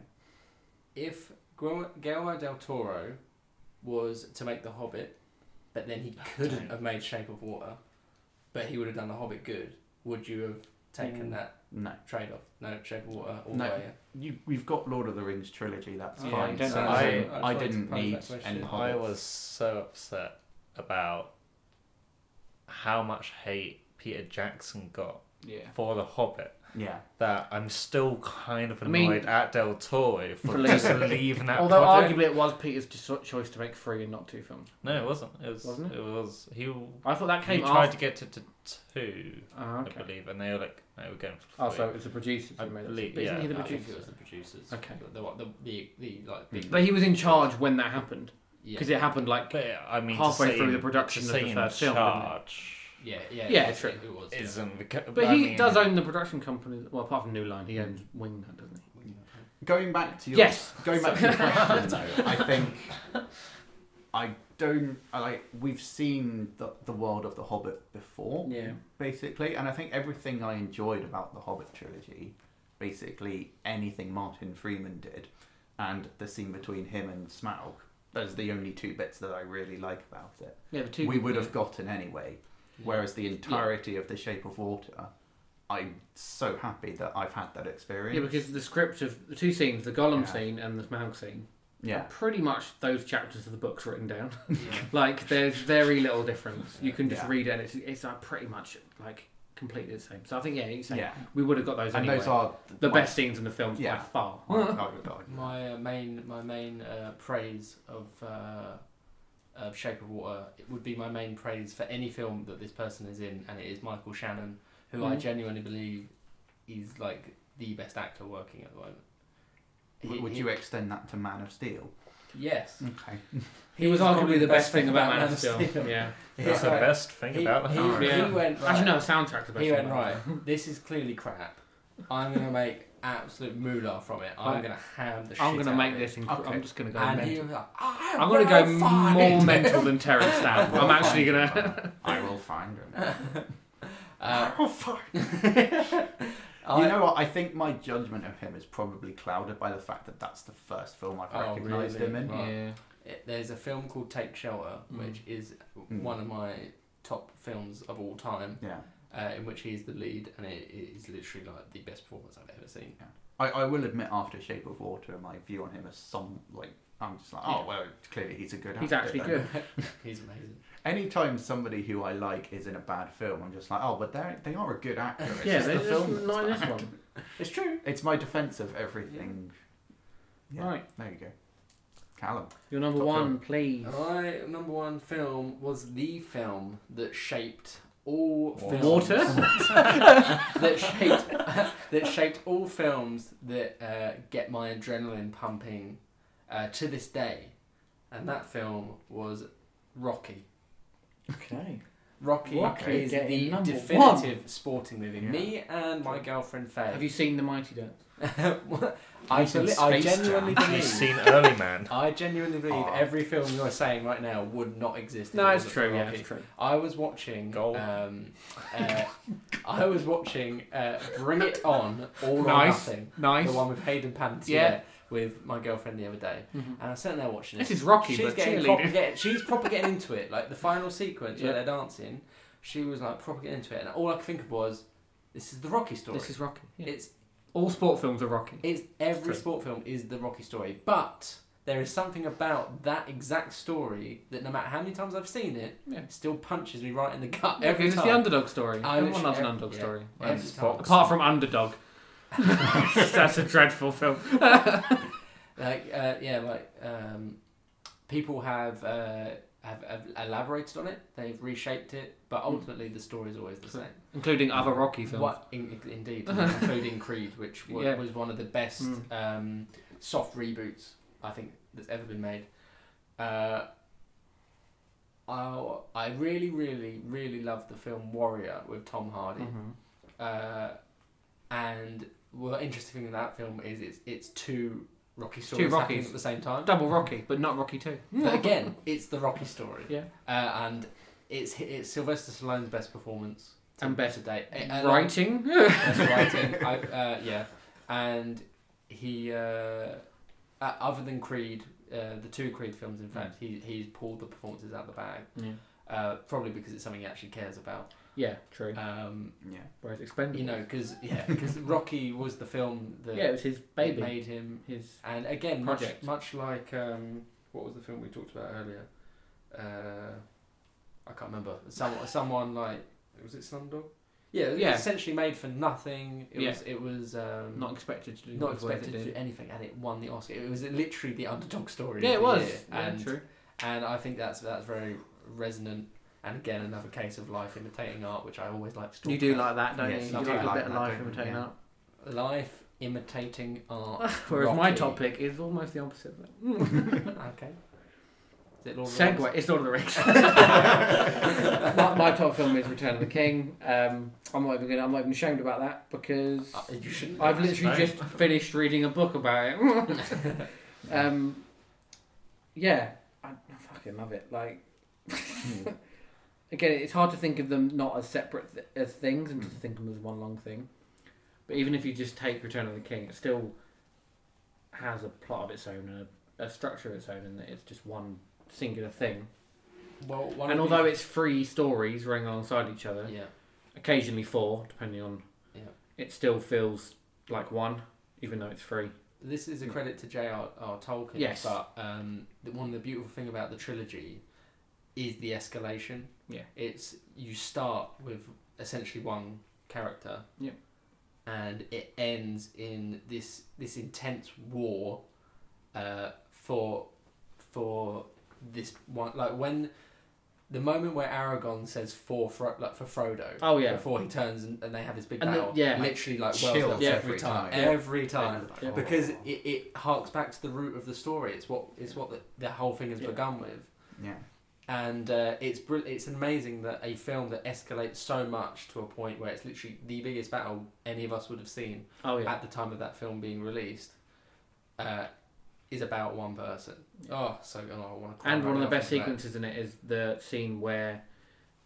[SPEAKER 3] if Guillermo Guillermo del Toro was to make The Hobbit, but then he couldn't
[SPEAKER 4] don't.
[SPEAKER 3] have made Shape of Water, but he would have done The Hobbit good, would you have taken
[SPEAKER 1] Hmm.
[SPEAKER 4] Mm.
[SPEAKER 3] that
[SPEAKER 2] No,
[SPEAKER 3] trade off? No, Shape of Water all
[SPEAKER 2] No.
[SPEAKER 3] the way.
[SPEAKER 2] you we've got Lord of the Rings trilogy. That's
[SPEAKER 1] Yeah, you
[SPEAKER 2] fine.
[SPEAKER 1] don't
[SPEAKER 2] so
[SPEAKER 1] know.
[SPEAKER 2] I,
[SPEAKER 3] I-
[SPEAKER 2] I
[SPEAKER 3] I
[SPEAKER 2] didn't
[SPEAKER 3] thought it's a
[SPEAKER 2] need
[SPEAKER 3] perfect question.
[SPEAKER 2] any.
[SPEAKER 4] I
[SPEAKER 2] hobbits.
[SPEAKER 4] was so upset about how much hate Peter Jackson got
[SPEAKER 1] Yeah.
[SPEAKER 4] for The Hobbit
[SPEAKER 2] Yeah.
[SPEAKER 4] that I'm still kind of
[SPEAKER 1] I
[SPEAKER 4] annoyed
[SPEAKER 1] mean-
[SPEAKER 4] at Del Toro for
[SPEAKER 1] Believe
[SPEAKER 4] just
[SPEAKER 1] it.
[SPEAKER 4] leaving that
[SPEAKER 1] Although
[SPEAKER 4] project.
[SPEAKER 1] arguably it was Peter's cho- choice to make three and not two films.
[SPEAKER 4] No, it wasn't. It was.
[SPEAKER 1] Wasn't
[SPEAKER 4] it? was. He,
[SPEAKER 1] I thought that
[SPEAKER 4] he
[SPEAKER 1] came
[SPEAKER 4] tried
[SPEAKER 1] after.
[SPEAKER 4] to get it to two,
[SPEAKER 1] Ah, okay.
[SPEAKER 4] I believe, and they were like, "No, we're going for
[SPEAKER 1] Oh,
[SPEAKER 4] three.
[SPEAKER 1] so it was the producers who
[SPEAKER 4] I
[SPEAKER 1] made it.
[SPEAKER 4] believe-
[SPEAKER 1] But isn't
[SPEAKER 4] yeah,
[SPEAKER 1] he the
[SPEAKER 3] I think
[SPEAKER 1] producer?
[SPEAKER 3] it was the producers.
[SPEAKER 1] Okay. Hmm.
[SPEAKER 3] The, the, the, the, like, big,
[SPEAKER 1] But he was in charge when that happened
[SPEAKER 3] yeah.
[SPEAKER 1] because it happened like
[SPEAKER 4] But yeah, I mean, to
[SPEAKER 1] Halfway
[SPEAKER 4] say
[SPEAKER 1] through
[SPEAKER 4] in-
[SPEAKER 1] the production
[SPEAKER 4] to
[SPEAKER 1] of the
[SPEAKER 4] say in
[SPEAKER 1] third film, didn't it?
[SPEAKER 4] charge
[SPEAKER 3] Yeah, yeah,
[SPEAKER 1] Yeah,
[SPEAKER 3] it was,
[SPEAKER 1] true.
[SPEAKER 3] It, was. yeah.
[SPEAKER 4] isn't. beca-
[SPEAKER 1] But
[SPEAKER 4] I
[SPEAKER 1] he
[SPEAKER 4] mean-
[SPEAKER 1] does own the production company. Well, apart from New Line, he owns Wing Nut, doesn't he?
[SPEAKER 2] Going back to your
[SPEAKER 1] Yes.
[SPEAKER 2] Going back to your question, though, I think I don't I like. We've seen the the world of the Hobbit before.
[SPEAKER 1] Yeah.
[SPEAKER 2] basically. And I think everything I enjoyed about the Hobbit trilogy, basically anything Martin Freeman did, and the scene between him and Smaug, those are the only two bits that I really like about it.
[SPEAKER 1] Yeah, the two.
[SPEAKER 2] we would have gotten anyway. Whereas the entirety of The Shape of Water, I'm so happy that I've had that experience.
[SPEAKER 1] Yeah, because the script of the two scenes, the Gollum
[SPEAKER 2] Yeah.
[SPEAKER 1] scene and the Smaug scene,
[SPEAKER 2] yeah,
[SPEAKER 1] pretty much those chapters of the books written down.
[SPEAKER 3] Yeah.
[SPEAKER 1] like, there's very little difference. You can just
[SPEAKER 2] Yeah.
[SPEAKER 1] read it, and it's it's uh, pretty much like completely the same. So I think yeah, you say
[SPEAKER 2] yeah,
[SPEAKER 1] we would have got those
[SPEAKER 2] and
[SPEAKER 1] anyway.
[SPEAKER 2] those are
[SPEAKER 1] the
[SPEAKER 2] my-
[SPEAKER 1] best scenes in the films by
[SPEAKER 2] Yeah.
[SPEAKER 1] far.
[SPEAKER 2] my- my regard.
[SPEAKER 3] My uh, main, my main uh, praise of uh, of Shape of Water it would be my main praise for any film that this person is in, and it is Michael Shannon, who I
[SPEAKER 1] Mhm.
[SPEAKER 3] genuinely believe is like the best actor working at the moment.
[SPEAKER 2] W-
[SPEAKER 3] He-
[SPEAKER 2] Would
[SPEAKER 3] he-
[SPEAKER 2] you Mm. extend that to Man of Steel?
[SPEAKER 3] Yes,
[SPEAKER 2] Okay.
[SPEAKER 1] He was arguably the best thing about Man
[SPEAKER 3] Man
[SPEAKER 1] of Steel. Yeah.
[SPEAKER 4] That's the
[SPEAKER 3] Yeah.
[SPEAKER 4] best thing
[SPEAKER 3] He-
[SPEAKER 4] about
[SPEAKER 3] he-
[SPEAKER 4] the horror.
[SPEAKER 3] he
[SPEAKER 1] Yeah.
[SPEAKER 3] went right.
[SPEAKER 1] Actually, no, the soundtrack's the best.
[SPEAKER 3] He
[SPEAKER 1] thing
[SPEAKER 3] went
[SPEAKER 1] about
[SPEAKER 3] right.
[SPEAKER 1] it.
[SPEAKER 3] This is clearly crap. I'm gonna make absolute moolah from it. I'm
[SPEAKER 1] Right.
[SPEAKER 3] gonna ham the.
[SPEAKER 1] I'm
[SPEAKER 3] shit
[SPEAKER 1] gonna
[SPEAKER 3] out
[SPEAKER 1] make
[SPEAKER 3] of
[SPEAKER 1] this.
[SPEAKER 3] it."
[SPEAKER 1] Inc-
[SPEAKER 2] Okay.
[SPEAKER 1] I'm just gonna go.
[SPEAKER 3] And
[SPEAKER 1] mental.
[SPEAKER 3] he was like, I
[SPEAKER 1] I'm gonna go
[SPEAKER 3] will find
[SPEAKER 1] more
[SPEAKER 3] it."
[SPEAKER 1] mental than Terrence Stamp. I'm actually gonna.
[SPEAKER 2] I will find him.
[SPEAKER 3] Uh,
[SPEAKER 2] will find
[SPEAKER 3] I-
[SPEAKER 2] you know what? I think my judgment of him is probably clouded by the fact that that's the first film I've
[SPEAKER 3] Oh,
[SPEAKER 2] recognised
[SPEAKER 3] really?
[SPEAKER 2] him in.
[SPEAKER 3] Right.
[SPEAKER 1] Yeah.
[SPEAKER 3] it- there's a film called Take Shelter,
[SPEAKER 1] Mm.
[SPEAKER 3] which is
[SPEAKER 2] Mm.
[SPEAKER 3] one of my top films of all time.
[SPEAKER 2] Yeah,
[SPEAKER 3] uh, in which he is the lead, and it is literally like the best performance I've ever seen.
[SPEAKER 2] I, I will admit, after Shape of Water, my view on him is some like I'm just like, oh
[SPEAKER 3] Yeah.
[SPEAKER 2] well, clearly he's a good.
[SPEAKER 1] He's
[SPEAKER 2] actor
[SPEAKER 1] actually
[SPEAKER 2] then.
[SPEAKER 1] good.
[SPEAKER 3] He's amazing.
[SPEAKER 2] Anytime somebody who I like is in a bad film, I'm just like, oh, but they they are a good actor. It's
[SPEAKER 1] yeah,
[SPEAKER 2] just
[SPEAKER 1] they're
[SPEAKER 2] the
[SPEAKER 1] just
[SPEAKER 2] film that's
[SPEAKER 1] not in
[SPEAKER 2] bad.
[SPEAKER 1] this one.
[SPEAKER 3] It's true.
[SPEAKER 2] It's my defense of everything. Yeah,
[SPEAKER 1] Right,
[SPEAKER 2] there you go, Callum.
[SPEAKER 1] your number
[SPEAKER 2] Top
[SPEAKER 1] one,
[SPEAKER 2] film.
[SPEAKER 1] please.
[SPEAKER 3] My number one film was the film that shaped all films.
[SPEAKER 1] Water?
[SPEAKER 3] that shaped that shaped all films that uh, get my adrenaline pumping uh, to this day, and that film was Rocky.
[SPEAKER 1] Okay.
[SPEAKER 3] Rocky,
[SPEAKER 1] Rocky
[SPEAKER 3] is
[SPEAKER 1] getting
[SPEAKER 3] the
[SPEAKER 1] number
[SPEAKER 3] definitive sporting movie.
[SPEAKER 2] Yeah.
[SPEAKER 3] Me and my girlfriend Faye.
[SPEAKER 1] Have you seen the Mighty Ducks?
[SPEAKER 3] I,
[SPEAKER 2] He's in
[SPEAKER 3] beli- I
[SPEAKER 2] Space
[SPEAKER 3] genuinely
[SPEAKER 2] Jam.
[SPEAKER 3] believe.
[SPEAKER 4] You've seen Early Man.
[SPEAKER 3] I genuinely believe
[SPEAKER 2] Oh.
[SPEAKER 3] every film you're saying right now would not exist. if
[SPEAKER 1] No,
[SPEAKER 3] it
[SPEAKER 1] it's
[SPEAKER 3] wasn't
[SPEAKER 1] true.
[SPEAKER 3] for
[SPEAKER 1] Yeah,
[SPEAKER 3] Rocky.
[SPEAKER 1] it's true.
[SPEAKER 3] I was watching.
[SPEAKER 4] Goal.
[SPEAKER 3] Um, uh, I was watching uh, Bring It On, All
[SPEAKER 1] Nice.
[SPEAKER 3] or Nothing,
[SPEAKER 1] Nice.
[SPEAKER 3] the one with Hayden Panettiere
[SPEAKER 1] Yeah.
[SPEAKER 3] with my girlfriend the other day,
[SPEAKER 1] Mhm.
[SPEAKER 3] and I was sitting there watching it.
[SPEAKER 1] This is Rocky,
[SPEAKER 3] she's
[SPEAKER 1] but
[SPEAKER 3] getting,
[SPEAKER 1] cheerleading.
[SPEAKER 3] proper get- she's proper getting into it. Like the final sequence
[SPEAKER 1] Yeah.
[SPEAKER 3] where they're dancing, she was like proper getting into it, and all I could think of was, "This is the Rocky story."
[SPEAKER 1] This is Rocky. Yeah.
[SPEAKER 3] it's
[SPEAKER 1] All sport films are Rocky.
[SPEAKER 3] it's every
[SPEAKER 4] True.
[SPEAKER 3] sport film is the Rocky story, but there is something about that exact story that no matter how many times I've seen it,
[SPEAKER 1] Yeah.
[SPEAKER 3] still punches me right in the gut every
[SPEAKER 1] it's
[SPEAKER 3] time.
[SPEAKER 1] the underdog story.
[SPEAKER 3] I
[SPEAKER 1] Everyone
[SPEAKER 3] literally-
[SPEAKER 1] loves an
[SPEAKER 3] ev-
[SPEAKER 1] underdog
[SPEAKER 3] yeah.
[SPEAKER 1] story.
[SPEAKER 3] Every
[SPEAKER 4] It's
[SPEAKER 3] time.
[SPEAKER 4] box.
[SPEAKER 1] Apart from Underdog. That's a dreadful film.
[SPEAKER 3] like uh, yeah, like um, people have, uh, have have elaborated on it, they've reshaped it, but ultimately the story is always the
[SPEAKER 1] Hmm. True.
[SPEAKER 3] same.
[SPEAKER 1] Including other Rocky films.
[SPEAKER 3] What in, in- indeed, including Creed, which was,
[SPEAKER 1] Yeah.
[SPEAKER 3] was one of the best
[SPEAKER 1] Mm.
[SPEAKER 3] um, soft reboots I think that's ever been made. Uh, I I really, really, really love the film Warrior with Tom Hardy.
[SPEAKER 1] Mhm.
[SPEAKER 3] Uh, and the interesting thing in that film is it's it's two Rocky stories happening
[SPEAKER 1] Rockies.
[SPEAKER 3] at the same time.
[SPEAKER 1] Double Rocky, but not Rocky 2.
[SPEAKER 3] But again, it's the Rocky story.
[SPEAKER 1] Yeah.
[SPEAKER 3] Uh, and it's it's Sylvester Stallone's best performance to,
[SPEAKER 1] And best
[SPEAKER 3] to date. Uh,
[SPEAKER 1] Writing.
[SPEAKER 3] Best writing. I, uh, yeah. And he, uh, uh, other than Creed, uh, the two Creed films, in
[SPEAKER 1] Mm.
[SPEAKER 3] fact, he he's pulled the performances out of the bag.
[SPEAKER 1] Yeah.
[SPEAKER 3] Uh, probably because it's something he actually cares about.
[SPEAKER 1] Yeah, true.
[SPEAKER 3] Um,
[SPEAKER 2] Yeah.
[SPEAKER 1] Whereas Expendables.
[SPEAKER 3] you know, because yeah, 'cause Rocky was the film that
[SPEAKER 1] yeah, it was his baby.
[SPEAKER 3] made him
[SPEAKER 1] his
[SPEAKER 3] and again,
[SPEAKER 1] Project.
[SPEAKER 3] much much like um, what was the film we talked about earlier? Uh, I can't remember. Someone, someone like was it Slumdog? Yeah, it was
[SPEAKER 1] Yeah.
[SPEAKER 3] essentially made for nothing. It
[SPEAKER 1] Yeah.
[SPEAKER 3] was it was um,
[SPEAKER 1] not expected to do
[SPEAKER 3] not
[SPEAKER 1] as well as it
[SPEAKER 3] expected to do
[SPEAKER 1] did.
[SPEAKER 3] anything, and it won the Oscar. It was literally the underdog story.
[SPEAKER 1] Yeah,
[SPEAKER 3] of
[SPEAKER 1] it
[SPEAKER 3] the
[SPEAKER 1] was.
[SPEAKER 3] year.
[SPEAKER 1] Yeah,
[SPEAKER 3] and
[SPEAKER 1] true.
[SPEAKER 3] and I think that's that's very resonant. And again, another case of life imitating art, which I always like to talk
[SPEAKER 1] You do like
[SPEAKER 3] about.
[SPEAKER 1] that, don't
[SPEAKER 2] Yes,
[SPEAKER 1] you?
[SPEAKER 2] I
[SPEAKER 1] You
[SPEAKER 2] do
[SPEAKER 1] like a
[SPEAKER 2] like
[SPEAKER 1] bit of
[SPEAKER 2] that,
[SPEAKER 1] life
[SPEAKER 2] don't you?
[SPEAKER 1] imitating
[SPEAKER 2] Yeah.
[SPEAKER 1] art.
[SPEAKER 3] life imitating art.
[SPEAKER 1] Whereas my
[SPEAKER 3] Rocky.
[SPEAKER 1] topic is almost the opposite of that.
[SPEAKER 3] okay. Is it Lord of the Rings?
[SPEAKER 1] Segway. It's Lord of the Rings. my, my top film is Return of the King. Um, I'm not even gonna, I'm not even ashamed about that because
[SPEAKER 3] Uh, you shouldn't.
[SPEAKER 1] I've
[SPEAKER 3] be.
[SPEAKER 1] literally just
[SPEAKER 4] Right.
[SPEAKER 1] finished reading a book about it. um, yeah, I, I fucking love it. Like,
[SPEAKER 3] Hmm.
[SPEAKER 1] again, it's hard to think of them not as separate th- as things and to think of them as one long thing. But even if you just take Return of the King, it still has a plot of its own and a, a structure of its own, and that it's just one singular thing.
[SPEAKER 3] Well, one
[SPEAKER 1] and
[SPEAKER 3] of
[SPEAKER 1] although
[SPEAKER 3] the-
[SPEAKER 1] it's three stories running alongside each other,
[SPEAKER 3] yeah,
[SPEAKER 1] occasionally four, depending on.
[SPEAKER 3] Yeah.
[SPEAKER 1] It still feels like one, even though it's three.
[SPEAKER 3] this is a credit to J.R.R. Tolkien.
[SPEAKER 1] Yes.
[SPEAKER 3] but um, the, one of the beautiful thing about the trilogy is the escalation.
[SPEAKER 1] Yeah.
[SPEAKER 3] it's you start with essentially one character.
[SPEAKER 1] Yeah.
[SPEAKER 3] and it ends in this this intense war, uh, for for this one like when. The moment where Aragon says for Fro- like for Frodo,
[SPEAKER 1] Oh, yeah.
[SPEAKER 3] before he turns and, and they have this big
[SPEAKER 1] And the-
[SPEAKER 3] battle,
[SPEAKER 1] yeah.
[SPEAKER 3] literally like
[SPEAKER 2] Chills
[SPEAKER 3] well,
[SPEAKER 1] Yeah.
[SPEAKER 3] every time,
[SPEAKER 2] Yeah.
[SPEAKER 3] every time,
[SPEAKER 1] Yeah.
[SPEAKER 3] because it, it harks back to the root of the story. It's what it's what the, the whole thing has
[SPEAKER 1] Yeah.
[SPEAKER 3] begun with,
[SPEAKER 2] Yeah.
[SPEAKER 3] and uh, it's br- it's amazing that a film that escalates so much to a point where it's literally the biggest battle any of us would have seen
[SPEAKER 1] Oh yeah.
[SPEAKER 3] at the time of that film being released, uh, is about one person. Oh, so oh, I want to.
[SPEAKER 1] And one of the best sequences in it is the scene where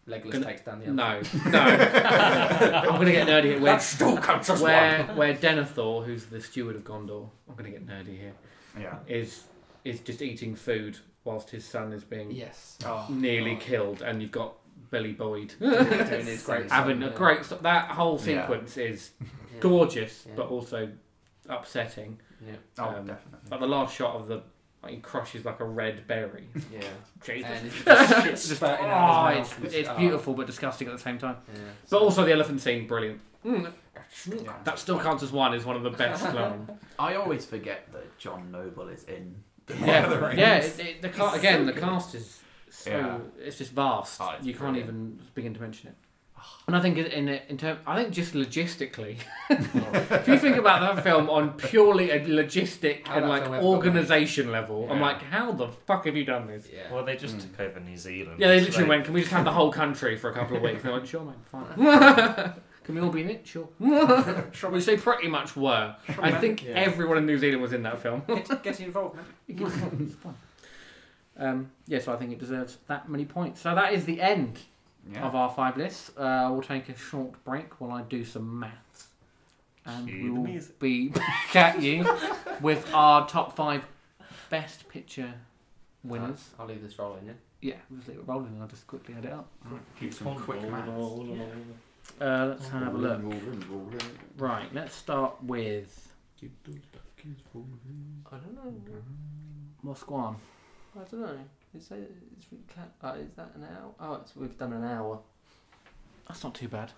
[SPEAKER 3] Legolas
[SPEAKER 1] Gonna-
[SPEAKER 3] takes down the other.
[SPEAKER 1] no, no, I'm gonna get nerdy here. Where
[SPEAKER 3] That's still counts as
[SPEAKER 1] where, where Denethor, who's the steward of Gondor, I'm gonna get nerdy here,
[SPEAKER 2] Yeah.
[SPEAKER 1] is is just eating food whilst his son is being
[SPEAKER 3] Yes. Oh,
[SPEAKER 1] nearly
[SPEAKER 3] God.
[SPEAKER 1] killed, and you've got Billy Boyd.
[SPEAKER 3] doing his great
[SPEAKER 1] Having
[SPEAKER 3] song,
[SPEAKER 1] a
[SPEAKER 3] yeah.
[SPEAKER 1] great so- that whole
[SPEAKER 2] Yeah.
[SPEAKER 1] sequence is
[SPEAKER 3] Yeah.
[SPEAKER 1] gorgeous,
[SPEAKER 3] Yeah.
[SPEAKER 1] but also upsetting.
[SPEAKER 3] Yeah.
[SPEAKER 2] Oh,
[SPEAKER 1] Um,
[SPEAKER 2] definitely.
[SPEAKER 1] Like the last shot of the like he crushes like a red berry.
[SPEAKER 3] Yeah.
[SPEAKER 1] Jesus.
[SPEAKER 3] And it's just shit
[SPEAKER 1] Just-
[SPEAKER 3] spurting out of his
[SPEAKER 1] oh,
[SPEAKER 3] mouth.
[SPEAKER 1] it's, it's
[SPEAKER 3] Oh.
[SPEAKER 1] beautiful but disgusting at the same time.
[SPEAKER 3] Yeah.
[SPEAKER 1] But also the elephant scene, brilliant. Mm,
[SPEAKER 2] Yeah.
[SPEAKER 1] that still counts as one. Is one of the best. um,
[SPEAKER 2] I always forget that John Noble is in. The Lord
[SPEAKER 1] yeah,
[SPEAKER 2] of the Rings.
[SPEAKER 1] yeah. It, it, the
[SPEAKER 3] It's
[SPEAKER 1] ca-
[SPEAKER 3] so
[SPEAKER 1] again, the
[SPEAKER 3] good.
[SPEAKER 1] cast is so
[SPEAKER 2] Yeah.
[SPEAKER 1] it's just vast.
[SPEAKER 2] Oh, it's
[SPEAKER 1] you can't
[SPEAKER 2] brilliant.
[SPEAKER 1] even begin to mention it. And I think in in, in term, I think just logistically, if you think about that film on purely a logistic
[SPEAKER 3] How
[SPEAKER 1] and
[SPEAKER 3] that
[SPEAKER 1] like
[SPEAKER 3] film ever got made.
[SPEAKER 1] organisation level, I'm
[SPEAKER 4] Yeah.
[SPEAKER 1] like, how the fuck have you done this?
[SPEAKER 3] Yeah.
[SPEAKER 4] Well, they just
[SPEAKER 2] Mm.
[SPEAKER 4] took over New Zealand.
[SPEAKER 1] Hmm. Yeah, they
[SPEAKER 4] so
[SPEAKER 1] literally
[SPEAKER 4] they-
[SPEAKER 1] went, can we just have the whole country for a couple of weeks? And they went, sure, mate, fine. can we all be in it? Sure. Which they pretty much were. I think
[SPEAKER 3] Yeah.
[SPEAKER 1] everyone in New Zealand was in that film.
[SPEAKER 3] Get, get involved, man.
[SPEAKER 1] It's fun. um, yeah, so I think it deserves that many points. So that is the end
[SPEAKER 2] Yeah.
[SPEAKER 1] of our five lists. Uh, we'll take a short break while I do some maths. And
[SPEAKER 4] Cue
[SPEAKER 1] we
[SPEAKER 4] the
[SPEAKER 1] will
[SPEAKER 4] music.
[SPEAKER 1] be back at you with our top five best picture winners.
[SPEAKER 3] I'll leave this rolling, yeah?
[SPEAKER 1] Yeah, we'll just leave it rolling and I'll just quickly add it up.
[SPEAKER 2] Do some quick maths.
[SPEAKER 1] Uh, let's
[SPEAKER 2] Oh,
[SPEAKER 1] have a look. Right, let's start with
[SPEAKER 3] I don't know.
[SPEAKER 1] Mosquan.
[SPEAKER 3] I don't know. Is that, is, we can, uh, is that an hour? Oh, it's, we've done an hour.
[SPEAKER 1] That's not too bad.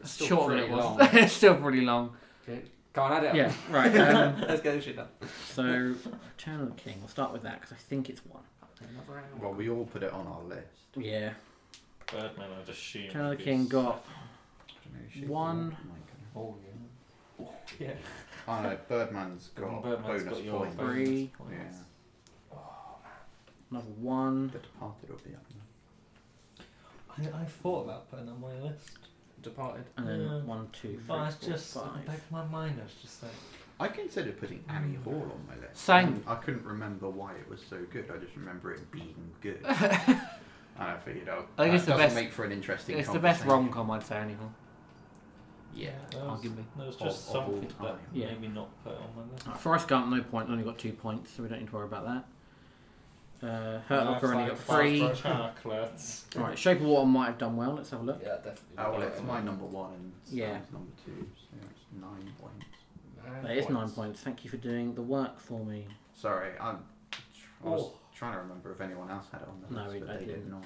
[SPEAKER 3] It's
[SPEAKER 1] It's
[SPEAKER 3] still
[SPEAKER 1] shorter than it
[SPEAKER 3] pretty
[SPEAKER 1] was.
[SPEAKER 3] long.
[SPEAKER 1] it's still pretty long.
[SPEAKER 3] Okay. Go on, add it up.
[SPEAKER 1] Yeah, right. Um,
[SPEAKER 3] Let's get this shit done.
[SPEAKER 1] so, Return of the King. We'll start with that because I think it's one.
[SPEAKER 3] Another hour.
[SPEAKER 2] Well, we all put it on our list.
[SPEAKER 1] Yeah.
[SPEAKER 4] Birdman, I'd assume.
[SPEAKER 1] Return of the
[SPEAKER 4] is-
[SPEAKER 1] King got. One.
[SPEAKER 2] One.
[SPEAKER 3] Oh, yeah.
[SPEAKER 2] I know Oh, Birdman's got
[SPEAKER 4] Birdman's
[SPEAKER 2] bonus
[SPEAKER 4] got your
[SPEAKER 2] points.
[SPEAKER 1] bonus. Three.
[SPEAKER 2] Yeah.
[SPEAKER 4] points.
[SPEAKER 1] Another one.
[SPEAKER 2] The Departed will be up there.
[SPEAKER 5] I, I thought about putting it on my list.
[SPEAKER 3] Departed.
[SPEAKER 1] And then
[SPEAKER 5] Yeah.
[SPEAKER 1] one, two, three,
[SPEAKER 5] But I was
[SPEAKER 1] four,
[SPEAKER 5] just at the
[SPEAKER 1] five.
[SPEAKER 5] back of my mind, I was just like,
[SPEAKER 2] I considered putting Annie Hall on my list.
[SPEAKER 1] Mm.
[SPEAKER 2] Um,
[SPEAKER 1] Same.
[SPEAKER 2] I couldn't remember why it was so good. I just remember it being good. And I figured, oh,
[SPEAKER 1] I think
[SPEAKER 2] that
[SPEAKER 1] it's the
[SPEAKER 2] doesn't
[SPEAKER 1] best-
[SPEAKER 2] make for an interesting.
[SPEAKER 1] It's the best rom
[SPEAKER 2] conversation.
[SPEAKER 1] com I'd say, anyhow.
[SPEAKER 2] Yeah.
[SPEAKER 5] there was,
[SPEAKER 1] Arguably.
[SPEAKER 5] there was
[SPEAKER 2] Of-
[SPEAKER 5] just
[SPEAKER 2] of all
[SPEAKER 5] something that
[SPEAKER 2] time.
[SPEAKER 1] Yeah.
[SPEAKER 5] maybe not put on my list.
[SPEAKER 1] Forrest Gump, no point. Only got two points, so we don't need to worry about that. Uh, Hurt
[SPEAKER 4] No,
[SPEAKER 1] Locker only got
[SPEAKER 4] it's like
[SPEAKER 1] three.
[SPEAKER 4] five chocolates.
[SPEAKER 1] Right, Shape of Water might have done well. Let's have a look.
[SPEAKER 3] Yeah, definitely.
[SPEAKER 2] Oh, well, it's my number one and Sam's
[SPEAKER 1] Yeah.
[SPEAKER 2] number two, so it's nine points.
[SPEAKER 1] That is nine points. Thank you for doing the work for me.
[SPEAKER 2] Sorry, I'm. I was
[SPEAKER 3] Oh.
[SPEAKER 2] trying to remember if anyone else had it on the
[SPEAKER 1] No,
[SPEAKER 2] list,
[SPEAKER 1] we-
[SPEAKER 2] but
[SPEAKER 1] I
[SPEAKER 2] they did
[SPEAKER 1] didn't.
[SPEAKER 2] not.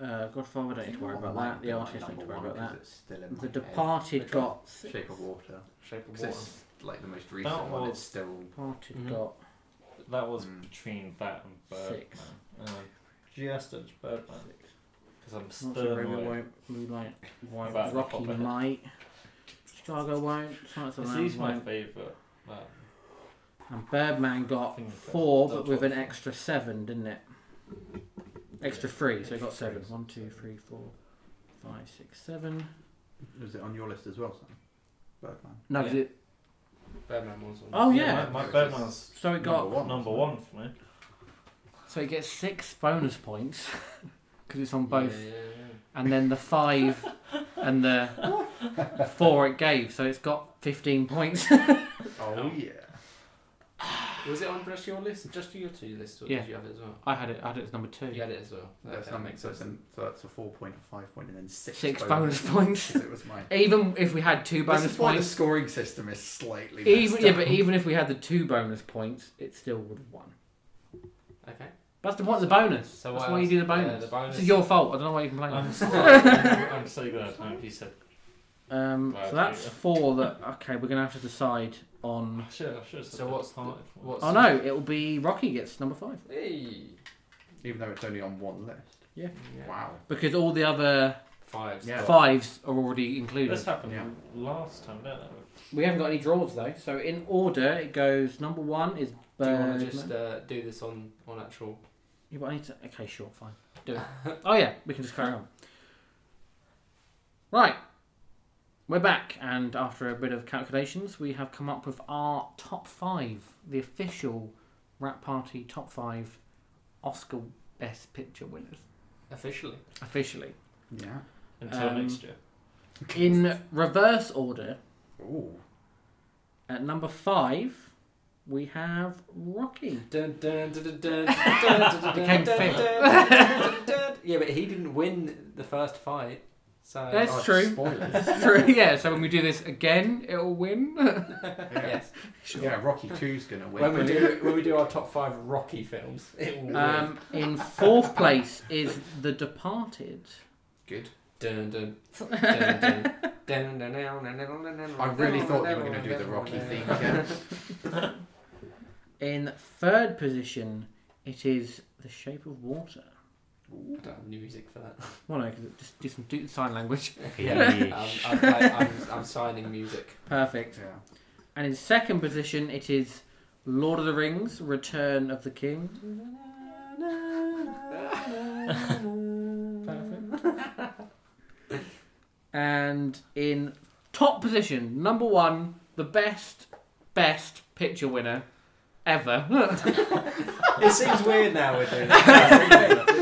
[SPEAKER 1] Uh, Godfather, don't need to worry about that. The artist, don't need to worry about that.
[SPEAKER 2] It's still in my
[SPEAKER 1] The
[SPEAKER 2] head.
[SPEAKER 1] Departed
[SPEAKER 3] Okay.
[SPEAKER 1] got six.
[SPEAKER 2] Shape of Water.
[SPEAKER 3] Shape of
[SPEAKER 2] 'Cause
[SPEAKER 3] water.
[SPEAKER 2] it's like the most recent one.
[SPEAKER 4] was-
[SPEAKER 2] It's still.
[SPEAKER 1] Departed
[SPEAKER 4] Mm-hmm.
[SPEAKER 3] Mhm.
[SPEAKER 1] got
[SPEAKER 4] That was
[SPEAKER 2] Mm.
[SPEAKER 4] between that and Birdman.
[SPEAKER 1] Six.
[SPEAKER 4] And I just edged Birdman
[SPEAKER 1] six.
[SPEAKER 4] because I'm
[SPEAKER 1] Lots of
[SPEAKER 4] still
[SPEAKER 1] Ruby
[SPEAKER 4] annoyed.
[SPEAKER 1] won't. Moonlight won't.
[SPEAKER 4] About the
[SPEAKER 1] Rocky
[SPEAKER 4] Hobbit.
[SPEAKER 1] might. Chicago won't. Science of the
[SPEAKER 4] This
[SPEAKER 1] Lambs
[SPEAKER 4] is my
[SPEAKER 1] won't.
[SPEAKER 4] favourite. Well,
[SPEAKER 1] And Birdman got
[SPEAKER 4] Thing is that-
[SPEAKER 1] four, but
[SPEAKER 4] that's
[SPEAKER 1] with
[SPEAKER 4] what-
[SPEAKER 1] an extra seven, didn't it? Extra three, so it got seven. One, two, three, four, five, six, seven.
[SPEAKER 2] Is it on your list as well, Sam? Birdman.
[SPEAKER 1] No,
[SPEAKER 3] Yeah.
[SPEAKER 1] is it-
[SPEAKER 3] Birdman was on.
[SPEAKER 1] Oh, yeah.
[SPEAKER 4] my, my
[SPEAKER 2] Which
[SPEAKER 4] Birdman's
[SPEAKER 1] so it got
[SPEAKER 4] number one for me.
[SPEAKER 1] so it gets six bonus points because it's on both.
[SPEAKER 3] Yeah, yeah,
[SPEAKER 1] and then the five and the four it gave, so it's got 15 points.
[SPEAKER 2] Oh, yeah.
[SPEAKER 3] yeah. Was it on just your list? Just your two lists, or
[SPEAKER 1] Yeah.
[SPEAKER 3] did you have it as well?
[SPEAKER 1] I had it. I had it as number two.
[SPEAKER 3] You had it as well.
[SPEAKER 2] That's
[SPEAKER 3] Okay,
[SPEAKER 2] not makes sense. And So that's a four point, a five point, and then six.
[SPEAKER 1] six, bonus points.
[SPEAKER 2] 'cause It was mine.
[SPEAKER 1] even if we had two bonus
[SPEAKER 2] this is why the
[SPEAKER 1] points,
[SPEAKER 2] scoring system is slightly.
[SPEAKER 1] even
[SPEAKER 2] messed
[SPEAKER 1] yeah,
[SPEAKER 2] up.
[SPEAKER 1] but even if we had the two bonus points, it still would have won.
[SPEAKER 3] Okay.
[SPEAKER 1] That's the point of the bonus.
[SPEAKER 3] So
[SPEAKER 1] That's
[SPEAKER 3] what
[SPEAKER 1] why you
[SPEAKER 3] else?
[SPEAKER 1] do the
[SPEAKER 3] Yeah,
[SPEAKER 1] bonus.
[SPEAKER 3] the bonus.
[SPEAKER 1] This is your fault. I don't know why you complain.
[SPEAKER 4] I'm so, I'm so glad you said.
[SPEAKER 1] Um,
[SPEAKER 4] Glad
[SPEAKER 1] so that's
[SPEAKER 4] you-
[SPEAKER 1] four. That okay. We're gonna have to decide on.
[SPEAKER 4] I should, I should have said
[SPEAKER 3] So
[SPEAKER 4] that
[SPEAKER 3] what's the-
[SPEAKER 4] part.
[SPEAKER 3] what's-
[SPEAKER 1] Oh no! It will be Rocky gets number five
[SPEAKER 3] Hey.
[SPEAKER 2] Even though it's only on one list.
[SPEAKER 3] Yeah.
[SPEAKER 2] Wow.
[SPEAKER 1] because all the other
[SPEAKER 3] Five.
[SPEAKER 2] Yeah.
[SPEAKER 1] fives are already included.
[SPEAKER 4] This happened
[SPEAKER 2] Yeah.
[SPEAKER 4] last time, didn't it?
[SPEAKER 1] We haven't got any draws though, so in order it goes number one is
[SPEAKER 3] Do you
[SPEAKER 1] Birdman.
[SPEAKER 3] want to just uh, do this on on actual?
[SPEAKER 1] Yeah, but I need to. Okay, sure, fine. Do it. oh yeah, we can just carry on. Right, we're back, and after a bit of calculations, we have come up with our top five, the official Rat Party top five Oscar Best Picture winners
[SPEAKER 3] Officially.
[SPEAKER 1] officially
[SPEAKER 2] Yeah.
[SPEAKER 4] Until
[SPEAKER 1] Um,
[SPEAKER 4] next year.
[SPEAKER 1] in reverse order.
[SPEAKER 2] Ooh.
[SPEAKER 1] At number five, we have Rocky.
[SPEAKER 3] Became
[SPEAKER 1] Became fifth.
[SPEAKER 3] Yeah, but he didn't win the first fight. So
[SPEAKER 1] That's
[SPEAKER 3] Oh,
[SPEAKER 1] true.
[SPEAKER 3] Spoilers.
[SPEAKER 1] True, yeah, so when we do this again, it'll win.
[SPEAKER 3] yes.
[SPEAKER 2] Yeah, Rocky Two's gonna win.
[SPEAKER 3] When we do when we do our top five Rocky films, it will. win.
[SPEAKER 1] Um, in fourth place is The Departed.
[SPEAKER 2] Good.
[SPEAKER 3] Dun, dun, dun, dun, dun, dun, dun, dun, dun, dun, dun,
[SPEAKER 2] I really
[SPEAKER 3] dun,
[SPEAKER 2] thought
[SPEAKER 3] dun,
[SPEAKER 2] you were
[SPEAKER 3] dun,
[SPEAKER 2] gonna do the
[SPEAKER 3] dun,
[SPEAKER 2] Rocky
[SPEAKER 3] dun,
[SPEAKER 2] theme
[SPEAKER 3] dun.
[SPEAKER 2] again.
[SPEAKER 1] In third position, it is The Shape of Water.
[SPEAKER 3] Ooh, I don't have music for that.
[SPEAKER 1] Well, no, 'cause it just do some do sign language.
[SPEAKER 3] Yeah, um, I'm, I, I'm, I'm signing music.
[SPEAKER 1] Perfect.
[SPEAKER 2] Yeah.
[SPEAKER 1] And in second position, it is Lord of the Rings: Return of the King. Perfect. and in top position, number one, the best, best picture winner ever.
[SPEAKER 3] It seems weird now we're doing this.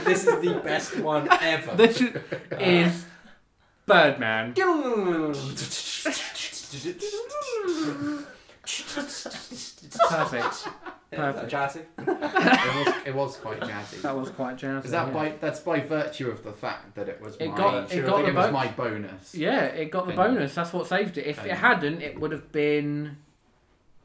[SPEAKER 3] this is the best one ever.
[SPEAKER 1] this is, is Birdman. Perfect. Perfect.
[SPEAKER 3] Jurassic.
[SPEAKER 2] it, was, it was quite jazzy.
[SPEAKER 1] That was quite jazzy.
[SPEAKER 2] Is that
[SPEAKER 1] yeah.
[SPEAKER 2] by that's by virtue of the fact that it was
[SPEAKER 1] It
[SPEAKER 2] my
[SPEAKER 1] got-
[SPEAKER 3] it
[SPEAKER 2] I
[SPEAKER 3] got
[SPEAKER 2] think
[SPEAKER 3] the
[SPEAKER 2] it was
[SPEAKER 1] vote.
[SPEAKER 2] my bonus.
[SPEAKER 1] Yeah, it got the
[SPEAKER 2] Thank you.
[SPEAKER 1] bonus. That's what saved it. If it
[SPEAKER 2] Thank you.
[SPEAKER 1] hadn't, it would have been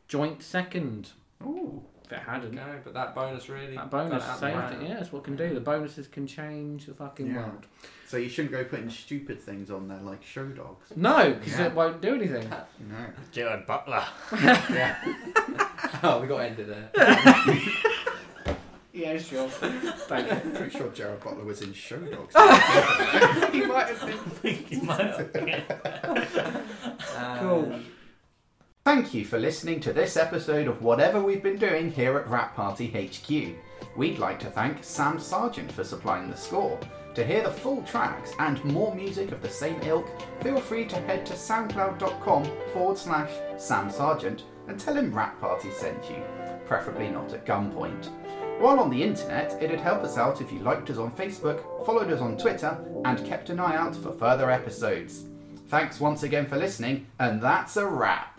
[SPEAKER 1] joint second.
[SPEAKER 2] Ooh.
[SPEAKER 1] If it hadn't.
[SPEAKER 3] No, but that bonus really.
[SPEAKER 1] That bonus
[SPEAKER 3] got out
[SPEAKER 1] saved
[SPEAKER 3] the way.
[SPEAKER 1] it. Yeah, that's what can do. The bonuses can change the fucking
[SPEAKER 2] Yeah.
[SPEAKER 1] world.
[SPEAKER 2] So you shouldn't go putting stupid things on there like show dogs.
[SPEAKER 1] No, because
[SPEAKER 2] Yeah.
[SPEAKER 1] it won't do anything.
[SPEAKER 2] No.
[SPEAKER 4] Jared Butler.
[SPEAKER 3] Oh, we got ended there.
[SPEAKER 1] Yeah, sure. Thank you.
[SPEAKER 2] I'm pretty sure Jared Butler was in show dogs. he might have been.
[SPEAKER 3] Uh,
[SPEAKER 1] Cool.
[SPEAKER 2] Thank you for listening to this episode of whatever we've been doing here at Rap Party HQ. We'd like to thank Sam Sargent for supplying the score. To hear the full tracks and more music of the same ilk, feel free to head to soundcloud.com forward slash Sam Sargent and tell him Rap Party sent you, preferably not at gunpoint. While on the internet, it'd help us out if you liked us on Facebook, followed us on Twitter, and kept an eye out for further episodes. Thanks once again for listening, and that's a wrap.